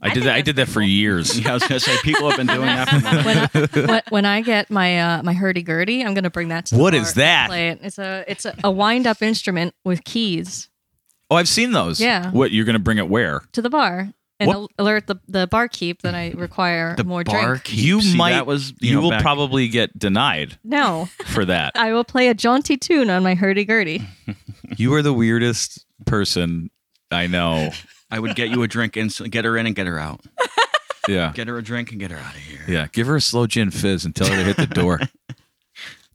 I, did that. I did that for years. Yeah, I was gonna say people have been doing that. For months. when, when, when I get my uh, my hurdy gurdy, I'm gonna bring that. To the What bar is and that? Play it. It's a it's a, a wind up instrument with keys Oh, I've seen those. Yeah. What you're gonna bring it where? to the bar and What? al- alert the, the barkeep that I require more drink. barkeep. You See, might. That was you you, know, will back- probably get denied No, for that. I will play a jaunty tune on my hurdy Hmm. gurdy. you are the weirdest person I know. I would get you a drink instantly. Get her in and get her out. Yeah. Get her a drink and get her out of here. Yeah. Give her a slow gin fizz and tell her to hit the door.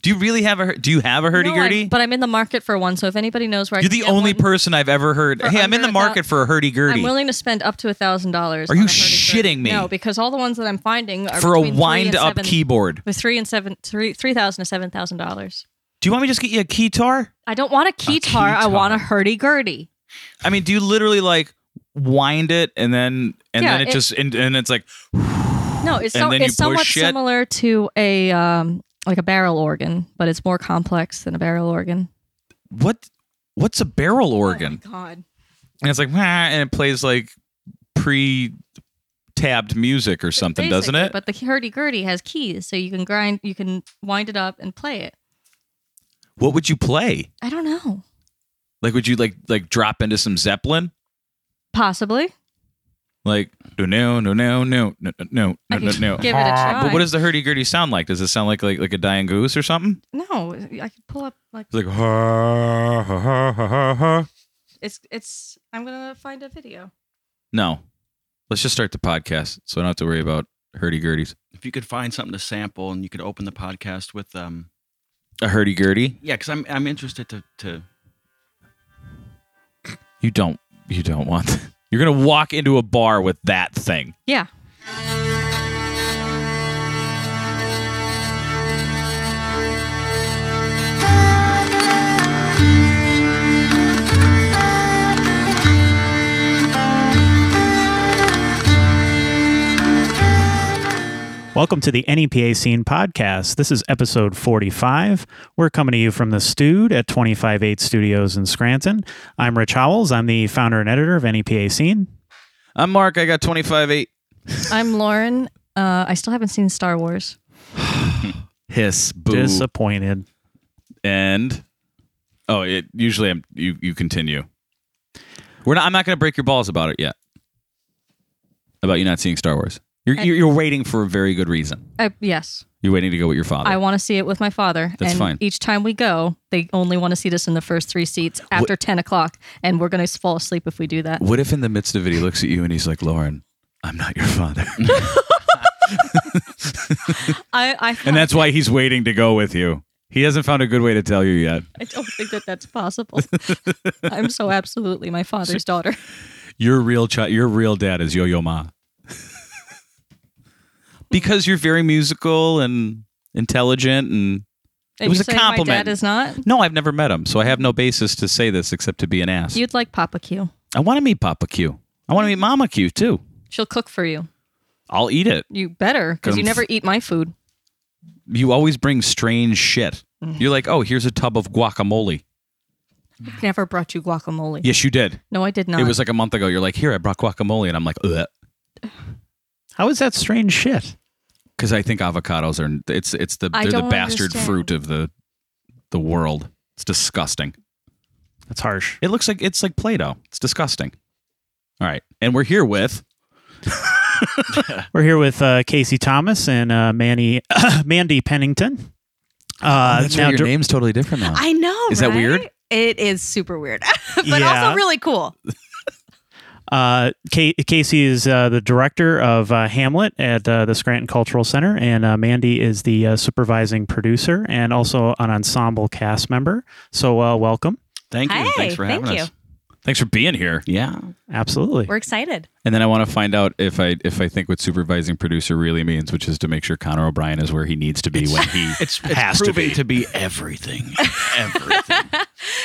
do you really have a? Do you have a hurdy gurdy? but I'm in the market for one, so if anybody knows where I You're can the get only one, person I've ever heard. For Hey, I'm in under the a market thou- for a hurdy I'm gurdy. willing to spend up to a thousand dollars. Are you shitting me? No, because all the ones that I'm finding are For a between three and wind up seven- keyboard. with three and seven three three thousand to seven thousand dollars. Do you want me to just get you a keytar? I don't want a keytar. I keytar. want a hurdy gurdy. I mean, do you literally like wind it and then and Yeah, then it, it- just and, and it's like No, it's And so, then you it's somewhat push it. similar to a um like a barrel organ, but it's more complex than a barrel organ. what what's a Oh barrel organ? God. and it's like "Wah," and it plays like pre tabbed music or something, doesn't it? But the hurdy gurdy has keys, so you can grind, you can wind it up and play it. what would you play? I don't know. Like would you like like drop into some Zeppelin? Possibly. Like no no no no no no no no I no could no. give it a try. But what does the hurdy gurdy sound like? Does it sound like like like a dying goose or something? No, I could pull up like It's like ha ha ha ha ha. ha. it's it's. I'm gonna find a video. No, let's just start the podcast so I don't have to worry about hurdy gurdies. If you could find something to sample and you could open the podcast with um A hurdy gurdy? yeah, because I'm I'm interested to to You don't. You don't want. That. You're gonna walk into a bar with that thing. Yeah. Welcome to the NEPA Scene Podcast. This is episode 45. We're coming to you from the Stewed at 258 Studios in Scranton. I'm Rich Howells. I'm the founder and editor of NEPA Scene. I'm Mark. I got 25 eight. I'm Lauren. Uh, I still haven't seen Star Wars. Hiss boo Disappointed. and oh, it usually I'm you you continue. We're not. I'm not gonna break your balls about it yet. About you not seeing Star Wars. You're you're, you're waiting for a very good reason. I, Uh, yes, You're waiting to go with your father. I want to see it with my father. Oh. That's and fine. Each time we go, they only want to seat us in the first three seats after ten o'clock, and we're gonna fall asleep if we do that. what if in the midst of it he looks at you and he's like, Lauren, I'm not your father. I I, And that's why he's waiting to go with you. He hasn't found a good way to tell you yet. I don't think that that's possible. I'm so absolutely my father's daughter. Your real child, your real dad is Yo Yo Ma. because you're very musical and intelligent, and And was you a say My compliment. dad is not. no, I've never met him, so I have no basis to say this except to be an ass. You'd like Papa Q. I want to meet Papa Q. I want to meet Mama Q too. She'll cook for you. I'll eat it. You better, because you Come. never eat my food. You always bring strange shit. Mm-hmm. You're like, oh, here's a tub of guacamole. I've never brought you guacamole. Yes, you did. No, I did not. It was like a month ago. You're like, here, I brought guacamole, and I'm like, ugh. How is that strange shit? Because I think avocados are it's it's the I they're the don't bastard understand. fruit of the the world. It's disgusting. That's harsh. It looks like it's like Play-Doh. It's disgusting. All right, and we're here with We're here with uh, Casey Thomas and uh, Manny Mandy Pennington. Oh, Uh, now dir- name's totally different now. I know. Is that right? weird? It is super weird, but Yeah. also really cool. Uh, Ca- Casey is uh, the director of uh, Hamlet at uh, the Scranton Cultural Center, and uh, Mandy is the uh, supervising producer and also an ensemble cast member. So, uh, welcome. thank you. Thanks Hey, for thank having you. us. Thanks for being here. Yeah. Absolutely. We're excited. And then I want to find out if I if I think what supervising producer really means, which is to make sure Connor O'Brien is where he needs to be when he It's, it's has to proving be. to be everything. everything.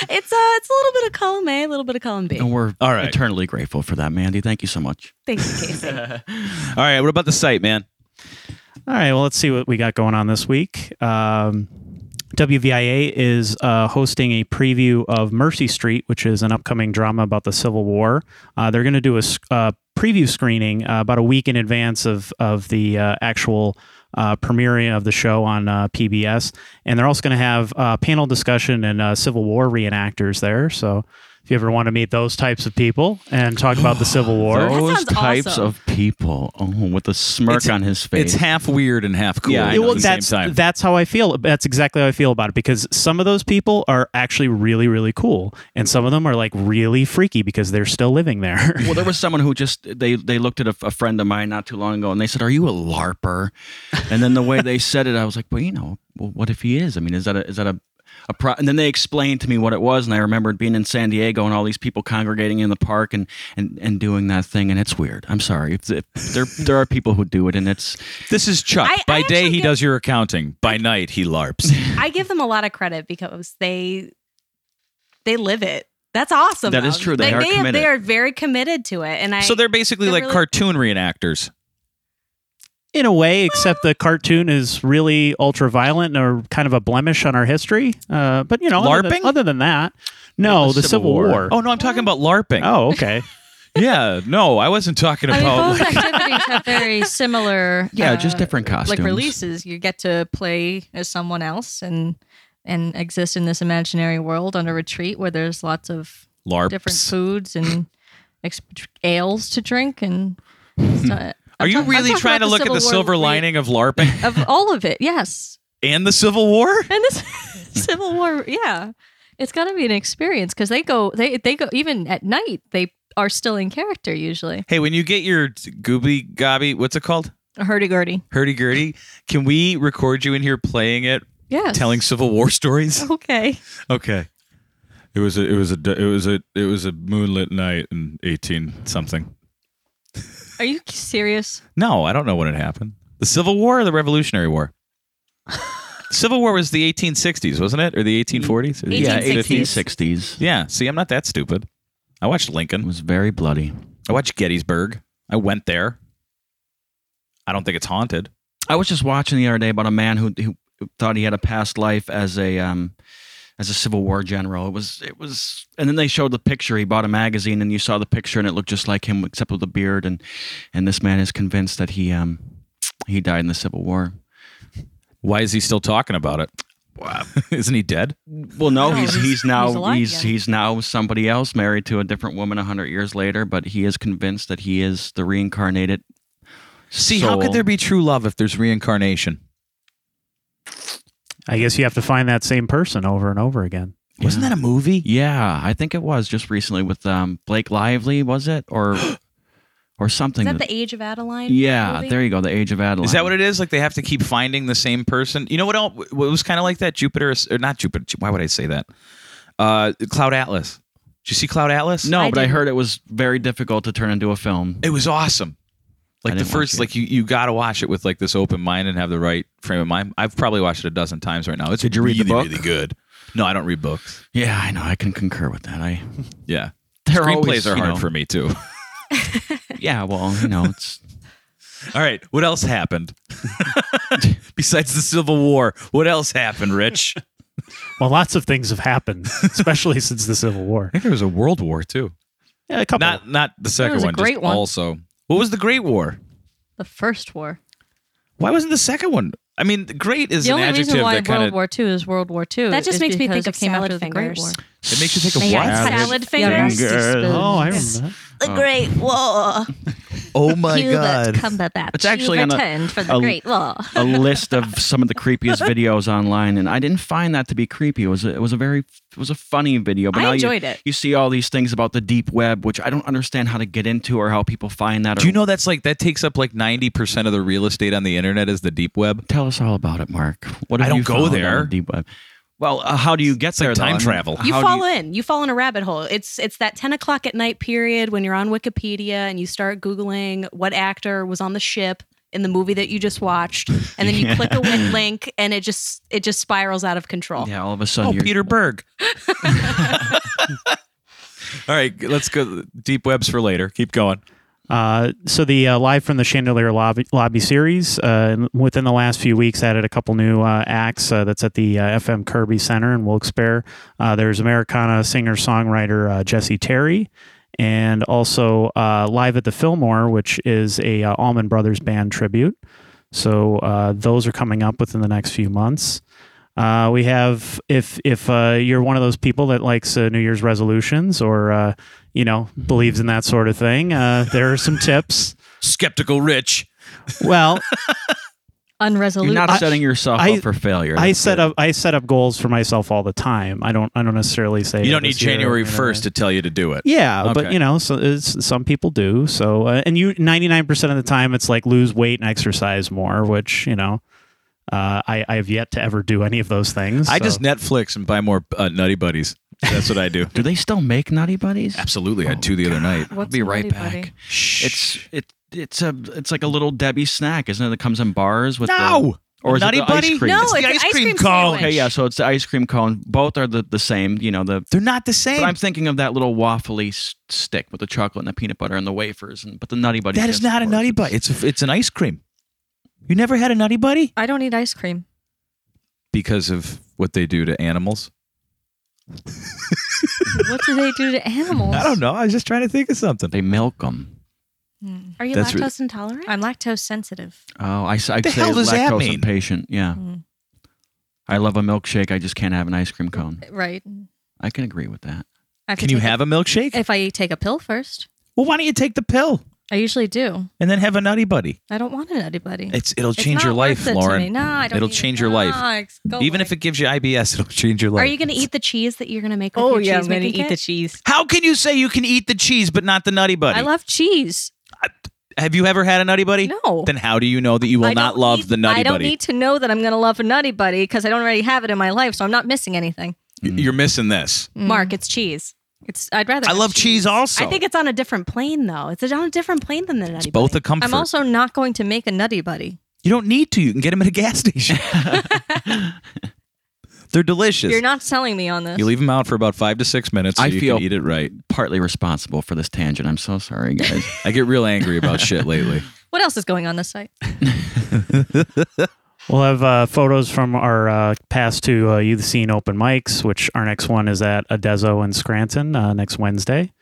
It's uh, it's a little bit of column A, a little bit of column B. And we're All right. eternally grateful for that, Mandy. Thank you so much. Thank you, Casey. All right, what about the site, man? All right. Well, let's see what we got going on this week. Um, WVIA is uh, hosting a preview of Mercy Street, which is an upcoming drama about the Civil War. Uh, they're going to do a s- uh, preview screening uh, about a week in advance of of the uh, actual uh, premiering of the show on uh, PBS, and they're also going to have uh, panel discussion and uh, Civil War reenactors there. So if you ever want to meet those types of people and talk about the Civil War, That Those sounds types awesome. of people. Oh, with a smirk It's- on his It's face. half weird and half cool. Yeah, I at know, the well, same that's time. that's how I feel. That's exactly how I feel about it because some of those people are actually really really cool, and some of them are like really freaky because they're still living there. well, there was someone who just they they looked at a, a friend of mine not too long ago, and they said, "Are you a larper?" And then the way they said it, I was like, "Well, you know, well, what if he is? I mean, is that a is that a a pro-? And then they explained to me what it was, and I remembered being in San Diego and all these people congregating in the park and and, and doing that thing, and it's weird. I'm sorry, if, if there there are people who do it, and it's This is Chuck. I- I By day, actually he get- does your accounting. By night, he LARPs. I give them a lot of credit because they they live it. That's awesome. That is though. true. They are they, committed. They are very committed to it, and I. so they're basically they're like really- cartoon reenactors. in a way, except the cartoon is really ultra violent or kind of a blemish on our history. Uh, but you know, other LARPing? than, other than that, no, the, Civil, War. Oh no, I'm talking about LARPing. Oh, okay. yeah, no, I wasn't talking I mean, about. both activities have very similar. yeah, uh, just different costumes. Like releases, you get to play as someone else and and exist in this imaginary world on a retreat where there's lots of LARPs. different foods and ex- ales to drink and. I'm Are you talk- I'm really talking trying about to look at the Civil War silver re- lining of LARPing of all of it? Yes, and the Civil War? and this Civil War, yeah, it's got to be an experience because they go, they they go even at night. They are still in character usually. Hey, when you get your gooby gobby, what's it called? Hurdy gurdy, Hurdy gurdy. Can we record you in here playing it, yes, telling Civil War stories? Okay, Okay. It was a it was a it was a it was a moonlit night in eighteen something. are you serious? No, I don't know when it happened. The Civil War or the Revolutionary War? Civil War was the 1860s, wasn't it, or the 1840s? Or Mm, the yeah, 1860s. 1860s. Yeah. See, I'm not that stupid. I watched It Lincoln. was very bloody. I watched Gettysburg. I went there. I don't think it's haunted. I was just watching the other day about a man who who thought he had a past life as a um as a Civil War general. It was it was and then they showed the picture. He bought a magazine and you saw the picture and it looked just like him except with a beard and and this man is convinced that he um he died in the Civil War. Why is he still talking about it? Isn't he dead? Well, no, No, he's he's- he's now he's he's alive, he's, yeah. now somebody else, married to a different woman a hundred years later. But he is convinced that he is the reincarnated. See, how could soul. there be true love if there's reincarnation? I guess you have to find that same person over and over again. Wasn't Yeah. that a movie? Yeah, I think it was just recently with um, Blake Lively, was it or or is something? that the Age of Adeline? yeah, movie? there you go, The Age of Adeline. Is that what it is? Like they have to keep finding the same person. You know what? Else, what was kind of like that? Jupiter is- or not Jupiter? Why would I say that? Uh, Cloud Atlas. Did you see Cloud Atlas? No, I but I didn't. heard it was very difficult to turn into a film. It was awesome. I Like the didn't watch first, it. like you, you got to watch it with like this open mind and have the right frame of mind. I've probably watched it a dozen times right now. It's Did you read really, the book? really good. No, I don't read books. Yeah, I know. I can concur with that. I Yeah, They're screenplays always, are you hard know- for me too. yeah, well, you know, it's All right, what else happened besides the Civil War? What else happened, Rich? I Well, lots of things have happened, especially since the Civil War. think there was a World War too. Yeah, a couple. Not not the second was a one. great just one. Also, what was the Great War? The first war. Why wasn't the second one? I mean, great is the an only adjective reason why that kind World of War II is World War II. That just is makes me because think of it came salad after the Great fingers. War. it makes you think of They had what? salad Yeah, fingers. rusty spoons. oh, I remember that. The Great War. Oh my Hubert god! Cumberbatch. It's actually you on a- returned from the a- Great War. a list of some of the creepiest videos online, and I didn't find that to be creepy. It was a, it was a very it was a funny video. But I now enjoyed you, it. You see all these things about the deep web, which I don't understand how to get into or how people find that. Do you or- know that's like that takes up like ninety percent of the real estate on the internet is the deep web? Tell us all about it, Mark. What I have don't you go found on there. the deep web? Well, uh, how do you get there? like time though? travel. You How do fall in. You fall in a rabbit hole. It's it's that ten o'clock at night period when you're on Wikipedia and you start googling what actor was on the ship in the movie that you just watched, and then you click a win- link and it just it just spirals out of control. Yeah, all of a Oh, sudden you're Peter Berg. All right, let's go deep webs for later. Keep going. Uh, so the uh, live from the chandelier lobby, lobby series uh, and within the last few weeks added a couple new uh, acts uh, that's at the uh, fm kirby center in wilkes-barre uh, there's americana singer-songwriter uh, jesse terry and also uh, live at the Fillmore, which is a uh, Allman Brothers Band tribute. So uh, those are coming up within the next few months. Uh, we have if if uh, you're one of those people that likes uh, New Year's resolutions or uh, you know believes in that sort of thing, uh, there are some tips. Skeptical Rich. Well, Unresolute. You're not setting yourself I- up for failure. I That's set it. up I set up goals for myself all the time. I don't I don't necessarily say You don't "Oh, need this year," January you know, first to tell you to do it. Yeah, but Okay. you know, so it's, some people do. So, uh, and you, ninety nine percent of the time, it's like lose weight and exercise more, which you know, uh, I I have yet to ever do any of those things. I so. just Netflix and buy more uh, Nutty Buddies. That's what I do. Do they still make Nutty Buddies? Absolutely, I had two the other night. I'll What's be right Nutty Buddy? back. It's it it's a it's like a little Debbie snack, isn't it? That comes in bars with the, or is Nutty it the ice Buddy? cream? No, it's, It's- the an ice ice cream cream cone. sandwich. okay, yeah. So it's the ice cream cone. Both are the the same. You know the. They're not the same. But I'm thinking of that little waffly s- stick with the chocolate and the peanut butter and the wafers, and but the Nutty Buddy. That is just, not a of Nutty course, Buddy. It's a, it's an ice cream. You never had a Nutty Buddy I don't eat ice cream. because of what they do to animals. What do they do to animals? I don't know. I was just trying to think of something. They milk them. Mm. Are you That's lactose re- intolerant? I'm lactose sensitive. Oh, I, s- I'd The say hell does lactose that mean? impatient. Yeah, Mm. I love a milkshake. I just can't have an ice cream cone. Right. I can agree with that. I have to Can you take a- have a milkshake? if I take a pill first? well, why don't you take the pill I usually do. and then have a Nutty Buddy? I don't want a nutty buddy. It's it'll It's change your not life, worth it to me. Lauren. No, I don't. It'll need change it. your life. No, it's- go Even away. if it gives you IBS, it'll change your life. Are you going to eat the cheese that you're going to make? With oh your yeah, cheese I'm gonna making eat kit? the cheese. How can you say you can eat the cheese but not the Nutty Buddy? I love cheese. Have you ever had a Nutty Buddy? No. Then how do you know that you will I not don't love need- the Nutty I don't Buddy? need to know that I'm going to love a nutty buddy because I don't already have it in my life, so I'm not missing anything. Y- Mm. You're missing this. Mm. Mark, it's cheese. It's I'd rather. I have love cheese also. I think it's on a different plane though. It's on a different plane than the Nutty it's both Buddy. a comfort. I'm also not going to make a nutty buddy. you don't need to. You can get them at a gas station. They're delicious. You're not selling me on this. you leave them out for about five to six minutes. So I you feel- can eat it right. Partly responsible for this tangent. I'm so sorry, guys. I get real angry about shit lately. what else is going on this site? We'll have uh, photos from our uh, past two uh, You've Seen Open mics, which our next one is at Adezo in Scranton uh, next Wednesday.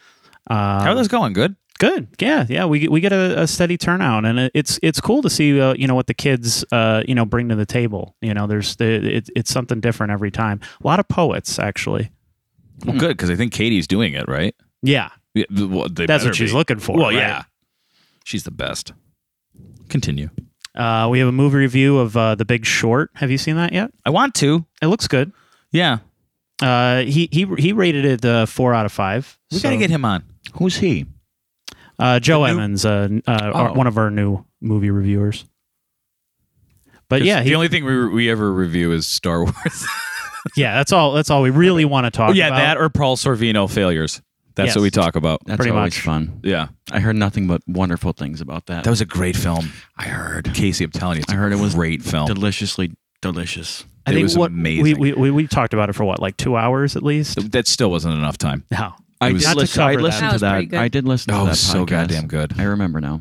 Uh, How are those going? Oh, Good. Good. Yeah, yeah. We get- we get a, a steady turnout, and it- it's it's cool to see uh, you know what the kids uh, you know bring to the table. You know, there's the it, it's something different every time. A lot of poets actually. Well, good because I think Katie's doing it right. Yeah, Yeah, th- well, they that's better what she's be. looking for. Well, right? yeah, she's the best. Continue. Uh, we have a movie review of uh, The Big Short. Have you seen that yet? I want to. It looks good. Yeah, Uh, he he he rated it uh, four out of five. we got to So- get him on. Who's he? Uh, Joe The new- Emmons, uh, n- uh, our- Oh. one of our new movie reviewers. But yeah, he, the only thing we, we ever review is Star Wars. yeah, that's all. That's all we really want to talk Oh, yeah, about. that or Paul Sorvino failures. That's Yes. what we talk about. That's Pretty always much. fun. Yeah, I heard nothing but wonderful things about that. that was a great film, I heard Casey. I'm telling you, it's I heard a it was great film. deliciously delicious. it I think was what amazing. We, we, we we talked about it for what like two hours at least. that still wasn't enough time. No, I was- did Not to listen. I cover listened to that. That was that. pretty good. I did listen to Oh, that. so podcast. goddamn good. I remember now.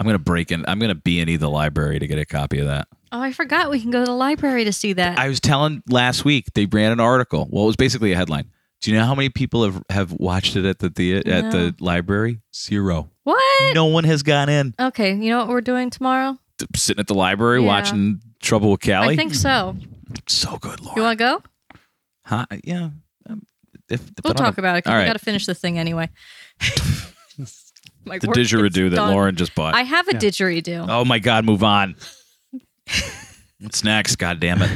I'm gonna break in. I'm gonna be any the library to get a copy of that. Oh, I forgot we can go to the library to see that. I was telling last week they ran an article. Well, it was basically a headline. Do you know how many people have, have watched it at the, thea- at the library? Zero. what? No one has gone in. Okay, you know what we're doing tomorrow? T- Sitting at the library Yeah. watching Trouble with Callie. I think so. so good, Lord. You want to go? huh? Yeah. Um, if- if We'll I don't talk have about it. 'cause All We right. got to finish this thing anyway. My the work is didgeridoo that done. Lauren just bought. I have a Yeah. didgeridoo. oh my God! Move on. What's next? God damn it!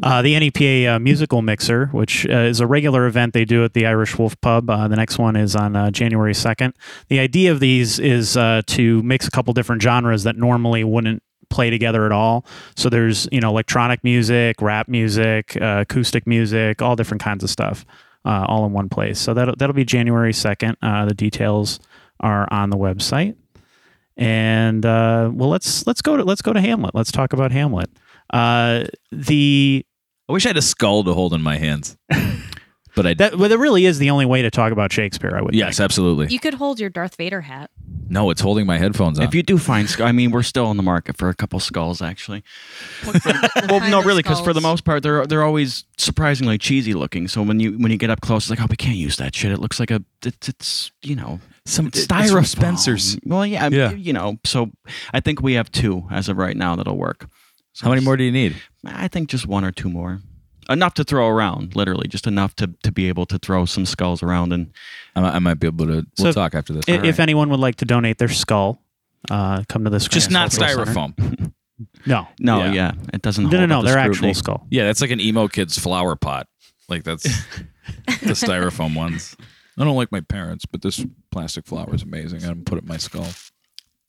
uh, the NEPA uh, musical mixer, which uh, is a regular event they do at the Irish Wolf Pub. Uh, the next one is on uh, January second. The idea of these is uh, to mix a couple different genres that normally wouldn't play together at all. So there's you know electronic music, rap music, uh, acoustic music, all different kinds of stuff, uh, all in one place. So that that'll be January second. Uh, the details are on the website. And uh, well, let's let's go to let's go to Hamlet. Let's talk about Hamlet. Uh, the I wish I had a skull to hold in my hands, but I. that well, that really is the only way to talk about Shakespeare. I would. yes, think. absolutely. You could hold your Darth Vader hat. no, it's holding my headphones on. If you do find, sc- I mean, we're still on the market for a couple skulls, actually. well, no, really, because for the most part, they're they're always surprisingly cheesy looking. So when you when you get up close, it's like, oh, we can't use that shit. It looks like a it's, it's you know Some It's from styrofoam. Spencer's. Well, yeah, I- Yeah. You know, so I think we have two as of right now that'll work. So How many just- more do you need? I think just one or two more. Enough to throw around, literally, just enough to, to be able to throw some skulls around. And I, might- I might be able to. We'll So- talk after this. I- If anyone would like to donate their skull, uh, come to the Scranton Just not Cultural Center. styrofoam. No, no, Yeah. yeah, it doesn't. no, Hold no, up no. Oh, the Their scrutiny. actual skull. Yeah, that's like an emo kid's flower pot. Like that's the styrofoam ones. I don't like my parents, but this plastic flower is amazing. I'm gonna put it in my skull.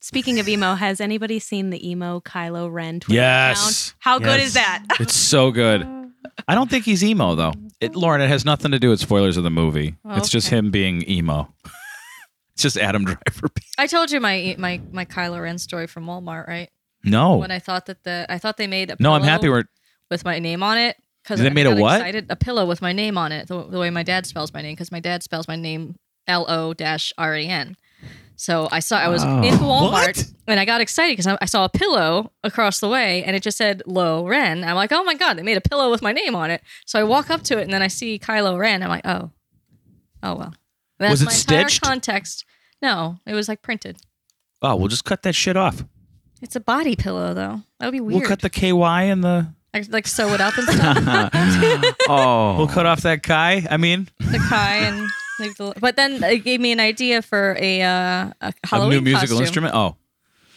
Speaking of emo, has anybody seen the emo Kylo Ren Twitter Yes. account? How good Yes. is that? It's so good. I don't think he's emo though. It, Lauren, it has nothing to do with spoilers of the movie. It's just Okay. him being emo. it's just Adam Driver. being- I told you my my my Kylo Ren story from Walmart, right? No, When I thought that the I thought they made a Oh. no, I'm pillow happy we're with my name on it because They made a what? Excited, a pillow with my name on it, the, the way my dad spells my name because my dad spells my name L O dash R A N. So I saw I was Oh. in Walmart What? and I got excited because I, I saw a pillow across the way and it just said Lo Ren. I'm like, oh my god, they made a pillow with my name on it. So I walk up to it and then I see Kylo Ren. I'm like, oh, oh well. That's Was it my entire stitched? context. No, it was like printed. Oh, we'll just cut that shit off. It's a body pillow though. That would be weird. We'll cut the KY and the I could, like sew it up and stuff. Uh, oh, we'll cut off that Kai. I mean, the Kai and leave the. But then it gave me an idea for a, uh, a Halloween a new musical costume. instrument. Oh,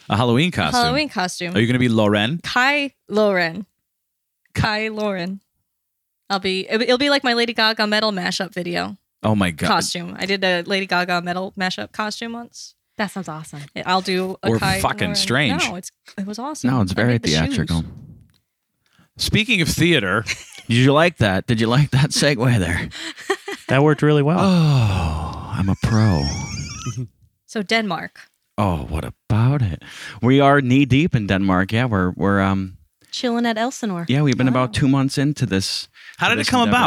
a Halloween A costume. Halloween costume. Are you gonna be Lauren? Kai Lauren. Kai Lauren. I'll be. It'll be- it'll be like my Lady Gaga metal mashup video Oh my god. costume. I did a Lady Gaga metal mashup costume once. That sounds awesome. I'll do a Or Kai fucking Lauren. strange. No, it's it was awesome. no, it's I very made the shoes. theatrical. Speaking of theater, Did you like that? Did you like that segue there? That worked really well. Oh, I'm a pro. So Denmark, Oh, what about it? We are knee deep in Denmark. Yeah, we're we're um Chilling at Elsinore. yeah we've been Oh. about two months into this. how did it this come endeavor.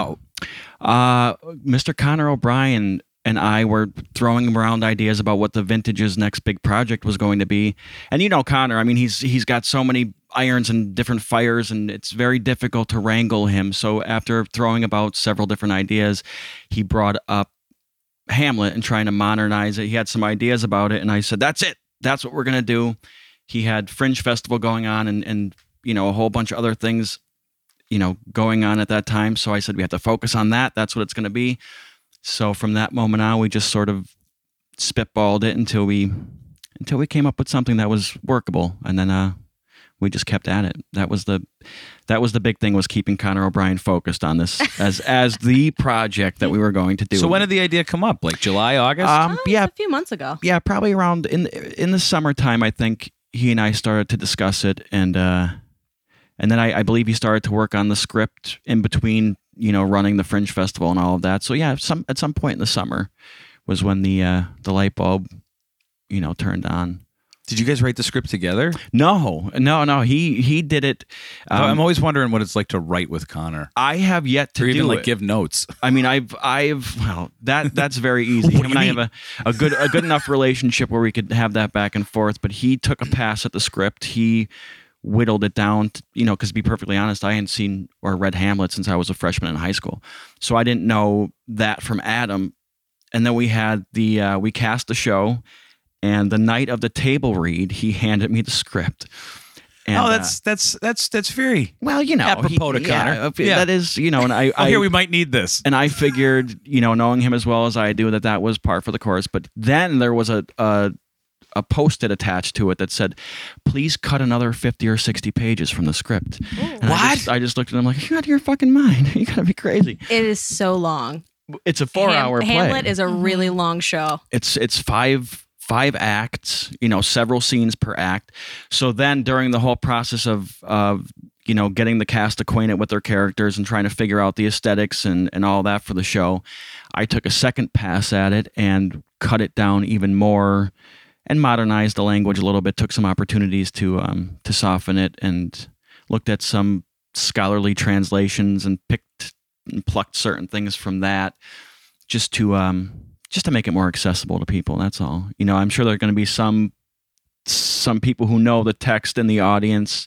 about? Uh, Mr. Connor O'Brien and I were throwing around ideas about what the Vintage's next big project was going to be. And you know Connor, I mean he's he's got so many irons and different fires and it's very difficult to wrangle him. So after throwing about several different ideas, he brought up Hamlet and trying to modernize it. He had some ideas about it and I said, "That's it. That's what we're going to do." He had Fringe Festival going on and and you know a whole bunch of other things you know, going on at that time. So I said, we have to focus on that. That's what it's going to be. So from that moment on, we just sort of spitballed it until we, until we came up with something that was workable. And then, uh, we just kept at it. That was the, that was the big thing was keeping Connor O'Brien focused on this as, as the project that we were going to do. So when did the idea come up? Like July, August? um, Oh, it's yeah, A few months ago. yeah, probably around in in the summertime. I think he and I started to discuss it, and uh, and then I, I believe he started to work on the script in between, you know, running the Fringe Festival and all of that. So yeah, some at some point in the summer was when the uh, the light bulb, you know, turned on. did you guys write the script together? No, no, no. He he did it. Oh, I'm Um, always wondering what it's like to write with Connor, I have yet to or even do like it. give notes. I mean, I've, I've, well, that that's very easy. What Him do and I you have a, a good, a good enough relationship where we could have that back and forth. But he took a pass at the script. He whittled it down. To, you know, because to be perfectly honest, I hadn't seen or read Hamlet since I was a freshman in high school, so I didn't know that from Adam. And then we had the, uh, we cast the show, and the night of the table read, he handed me the script. And, oh, uh, that's that's that's that's very. well, you know, apropos to yeah, Connor. uh, Yeah. that is, you know, and I, Oh, I here we might need this. and I figured, you know, knowing him as well as I do, that that was par for the course. But then there was a a, a post-it attached to it that said, "Please cut another fifty or sixty pages from the script." And I What? just, I just looked at him like, "You out of your fucking mind? You gotta be crazy." It is so long. It's a four-hour play. Hamlet is a really long show. it's it's five five acts you know several scenes per act so then during the whole process of of you know getting the cast acquainted with their characters and trying to figure out the aesthetics and and all that for the show i took a second pass at it and cut it down even more and modernized the language a little bit took some opportunities to um to soften it and looked at some scholarly translations and picked and plucked certain things from that just to um just to make it more accessible to people that's all you know i'm sure there are going to be some some people who know the text in the audience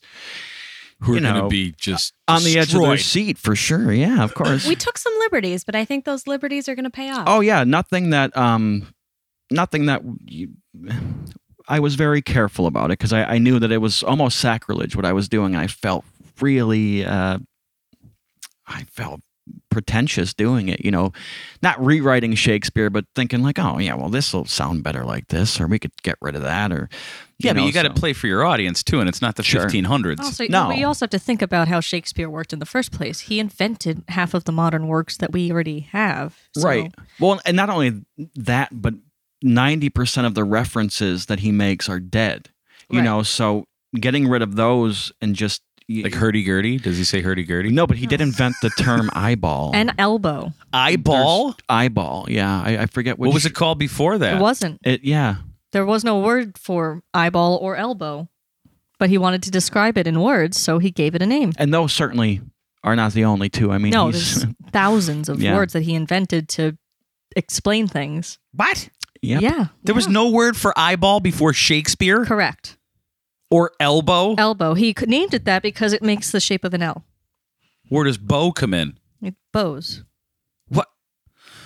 Who are you going to know, uh, be just on the edge of their destroyed. seat for sure yeah of course We took some liberties, but I think those liberties are going to pay off. oh yeah nothing that um nothing that you, I was very careful about it because I, I knew that it was almost sacrilege what I was doing. I felt really, uh, I felt pretentious doing it. You know, not rewriting Shakespeare, but thinking like, oh yeah, well this will sound better like this, or we could get rid of that, or Yeah, but know, you got to so- play for your audience too, and it's not the Sure. 1500s. Also, No. we also have to think about how Shakespeare worked in the first place. He invented half of the modern works that we already have. So- Right. Well, and not only that, but 90% of the references that he makes are dead. You Right. know, so getting rid of those and just Like hurdy gurdy? Does he say hurdy gurdy? No, but he did invent the term eyeball. And elbow. Eyeball. There's- eyeball. Yeah, I, I forget which, What was it called before that? It wasn't. It yeah. There was no word for eyeball or elbow, but he wanted to describe it in words, so he gave it a name. And those certainly are not the only two. I mean, No, he's, there's thousands of Yeah. words that he invented to explain things. What? Yep. Yeah. There was Yeah. no word for eyeball before Shakespeare Correct. or elbow. Elbow. He c- named it that because it makes the shape of an L. Where does bow come in? It bows. What?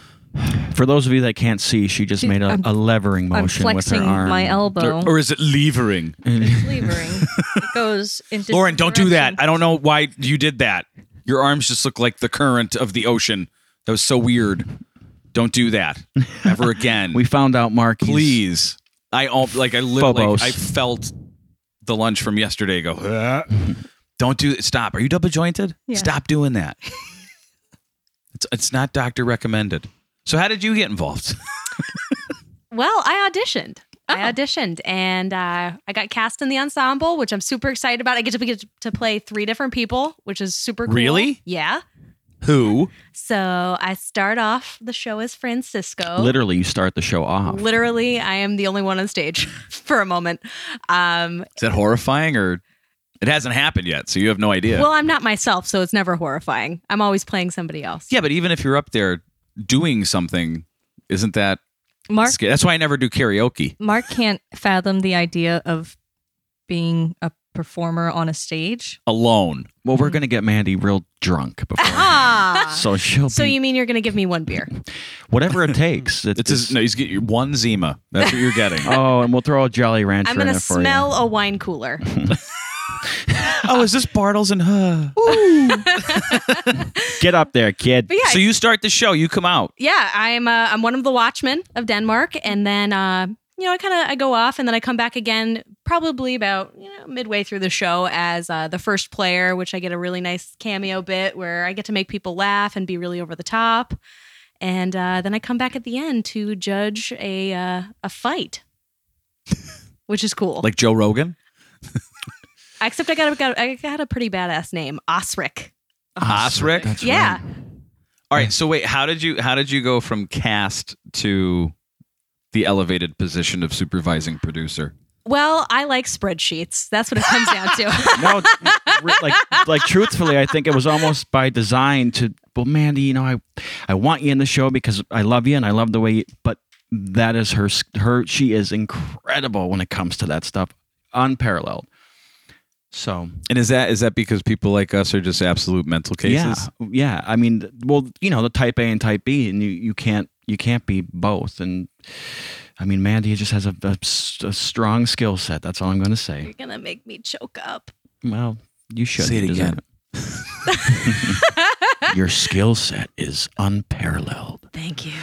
for those of you that can't see, she just Dude, made a, I'm- a levering I'm motion with her flexing arm. my elbow. Or is it levering? It's levering. it goes into. Lauren, don't do that. I don't know why you did that. Your arms just look like the current of the ocean. That was so weird. Don't do that ever again. we found out Mark he's- please. I al- like I li- Phobos. like I felt the lunch from yesterday go. "Huh?" Don't do it. Stop. Are you double jointed? Yeah. Stop doing that. it's it's not doctor recommended. So how did you get involved? Well, I auditioned. I Oh. auditioned and uh, I got cast in the ensemble, which I'm super excited about. I get to get to play three different people, which is super cool. Really? Yeah. Who? So I start off the show as Francisco. Oh. literally you start the show off. Literally, I am the only one on stage for a moment. Um, Is that horrifying or it hasn't happened yet, so you have no idea. Well, I'm not myself, so it's never horrifying. I'm always playing somebody else. yeah, but even if you're up there doing something, isn't that Mark sca- That's why I never do karaoke. Mark can't fathom the idea of being a performer on a stage. Alone. Well, Mm-hmm. we're gonna get Mandy real drunk before, Ah. so she'll so be you mean you're going to give me one beer? whatever it takes. It- It's, just no, he's getting one Zima. That's what you're getting. oh, and we'll throw a Jolly Rancher I'm in going to it for smell a wine cooler. oh, is this Bartles and uh, Huh? you. Get up there, kid. But yeah, So you start the show, you come out. yeah, I'm uh, I'm one of the watchmen of Denmark, and then uh, you know I kind of I go off, and then I come back again probably about you know midway through the show as uh, the first player, which I get a really nice cameo bit where I get to make people laugh and be really over the top, and uh, then I come back at the end to judge a uh, a fight, which is cool. Like Joe Rogan? Except I got a, got a, I got a pretty badass name, Osric. Osric? That's yeah, right. All right. So wait, how did you how did you go from cast to the elevated position of supervising producer? well, I like spreadsheets. That's what it comes down to. No, re- like, like truthfully, I think it was almost by design to. Well, Mandy, you know, I, I want you in the show because I love you and I love the way. You, but that is her. s- Her. She is incredible when it comes to that stuff. Unparalleled. So And is that is that because people like us are just absolute mental cases? Yeah, yeah. I mean, th- well, you know, the type A and type B, and you, you can't you can't be both. And I mean, Mandy just has a, a s- a strong skill set. That's all I'm going to You're say. gonna make me choke up. Well, you should Say it You deserve again. it. Your skill set is unparalleled. Thank you.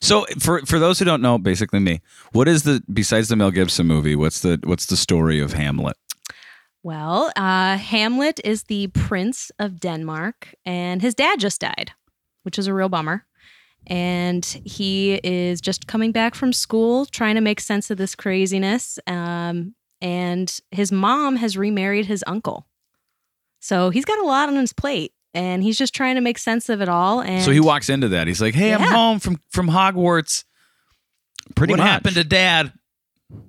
So for for those who don't know, basically me, what is the besides the Mel Gibson movie, what's the what's the story of Hamlet? Well, uh, Hamlet is the prince of Denmark, and his dad just died, which is a real bummer. And he is just coming back from school, trying to make sense of this craziness. Um, and his mom has remarried his uncle, so he's got a lot on his plate, and he's just trying to make sense of it all. And So he walks into that. He's like, "Hey, I'm Yeah. home from from Hogwarts. Pretty what much. happened to Dad?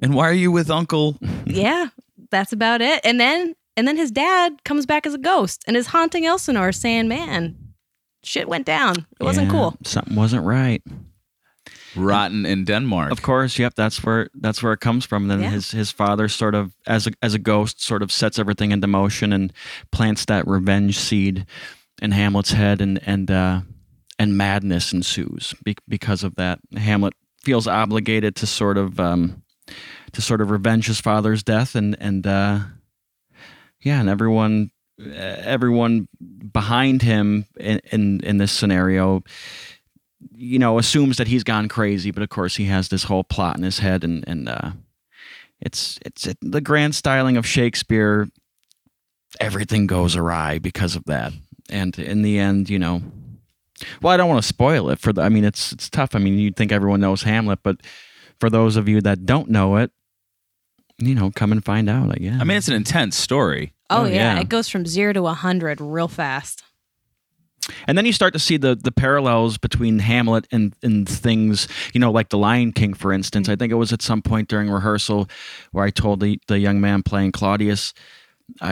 And why are you with Uncle?" yeah, that's about it. And then and then his dad comes back as a ghost and is haunting Elsinore, saying, "Man, shit went down. It wasn't Yeah, cool." Something wasn't right. Rotten in Denmark. Of course, yep. That's where that's where it comes from. And then Yeah. his his father sort of as a as a ghost sort of sets everything into motion and plants that revenge seed in Hamlet's head. And and uh, and madness ensues be- because of that. Hamlet feels obligated to sort of um, to sort of revenge his father's death, and and uh, yeah, and everyone everyone behind him in, in in this scenario, you know, assumes that he's gone crazy, but of course he has this whole plot in his head, and and uh, it's it's it, the grand styling of Shakespeare. Everything goes awry because of that, and in the end, you know, well, I don't want to spoil it for the. I mean, it's it's tough. I mean, you'd think everyone knows Hamlet, but for those of you that don't know it, you know, come and find out. I guess. I mean, it's an intense story. Oh, Oh, yeah. yeah. it goes from zero to a hundred real fast. and then you start to see the the parallels between Hamlet and and things. You know, like the Lion King, for instance. I think it was at some point during rehearsal where I told the the young man playing Claudius.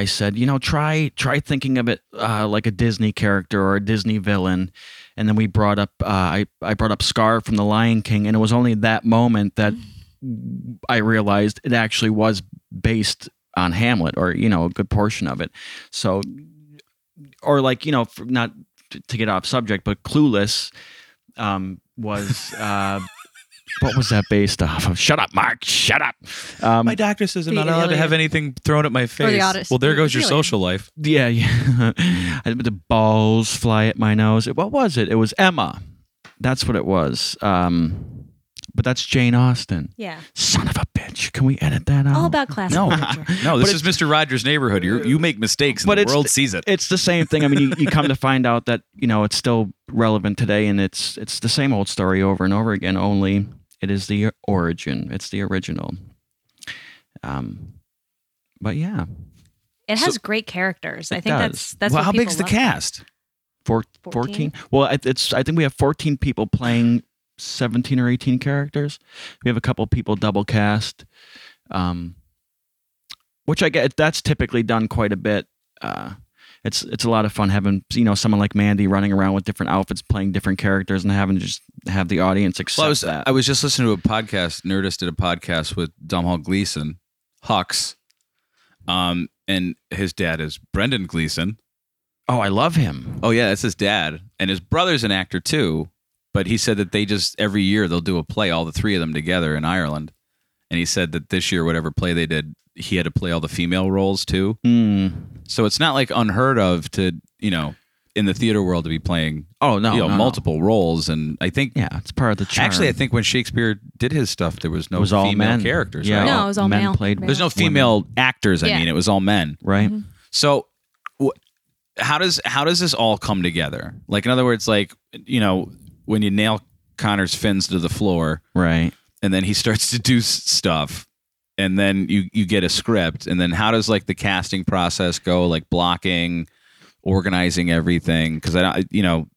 I said, you know, try try thinking of it uh, like a Disney character or a Disney villain, and then we brought up uh, I I brought up Scar from The Lion King, and it was only that moment that I realized it actually was based on Hamlet, or you know, a good portion of it. So, or like you know, f- not t- to get off subject, but Clueless um, was uh, what was that based off of? Shut up, Mark! Shut up. Um, My doctor says I'm The not allowed to alien. have anything thrown at my face. Odyssey. well, there goes your Really? social life. Yeah, yeah. I- the balls fly at my nose. What was it? It was Emma. That's what it was. Um, but that's Jane Austen. Yeah. Son of a bitch. Can we edit that out? All about classical No. culture. No, this is Mr. Rogers' neighborhood. you you make mistakes, and But the it's- world sees it. it's the same thing. I mean, you, you come to find out that you know it's still relevant today, and it's it's the same old story over and over again. Only it is the origin. It's the original. Um, but yeah, It has great characters. I It think does. that's that's well, what how people big's the love. cast? Four, 14? 14? Well, I- it's I think we have 14 people playing 17 or 18 characters. We have a couple people double cast. Um which I get that's typically done quite a bit. Uh it's it's a lot of fun having you know someone like Mandy running around with different outfits playing different characters and having to just have the audience accept Well, I was uh, that. I was just listening to a podcast. Nerdist did a podcast with Domhnall Gleeson, Hux, um, and his dad is Brendan Gleeson. oh, I love him. Oh yeah, that's his dad, and his brother's an actor too. But he said that they just every year they'll do a play, all the three of them together in Ireland. And he said that this year, whatever play they did, he had to play all the female roles too. Mm. So it's not like unheard of to you know in the theater world to be playing Oh no, you know no, no. multiple roles. And I think Yeah, it's part of the charm. actually I think when Shakespeare did his stuff, there was no It was all female men. characters. Yeah, right? No, it was all men male. played. There's no female actors. I Yeah. mean, it was all men. right. So, wh- how does how does this all come together? Like, in other words, like you know, when you nail Connor's fins to the floor, Right. and then he starts to do s- stuff, and then you you get a script, and then how does like the casting process go? Like blocking, organizing everything, because I don't- you know.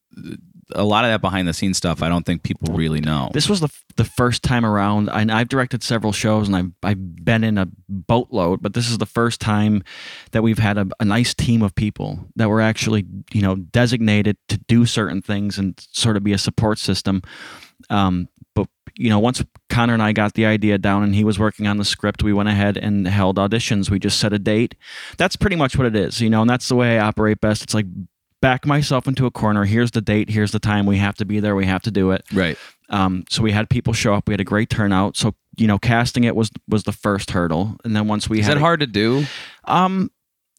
A lot of that behind the scenes stuff, I don't think people really know. This was the the first time around, and I've directed several shows, and I've I've been in a boatload, but this is the first time that we've had a, a nice team of people that were actually you know designated to do certain things and sort of be a support system. Um, but you know, once Connor and I got the idea down, and he was working on the script, we went ahead and held auditions. We just set a date. That's pretty much what it is, you know, and that's the way I operate best. It's like back myself into a corner. Here's the date. Here's the time. We have to be there. We have to do it. right. Um, so we had people show up. We had a great turnout. So you know, casting it was was the first hurdle, and then once we Is had that it- hard to do? Um,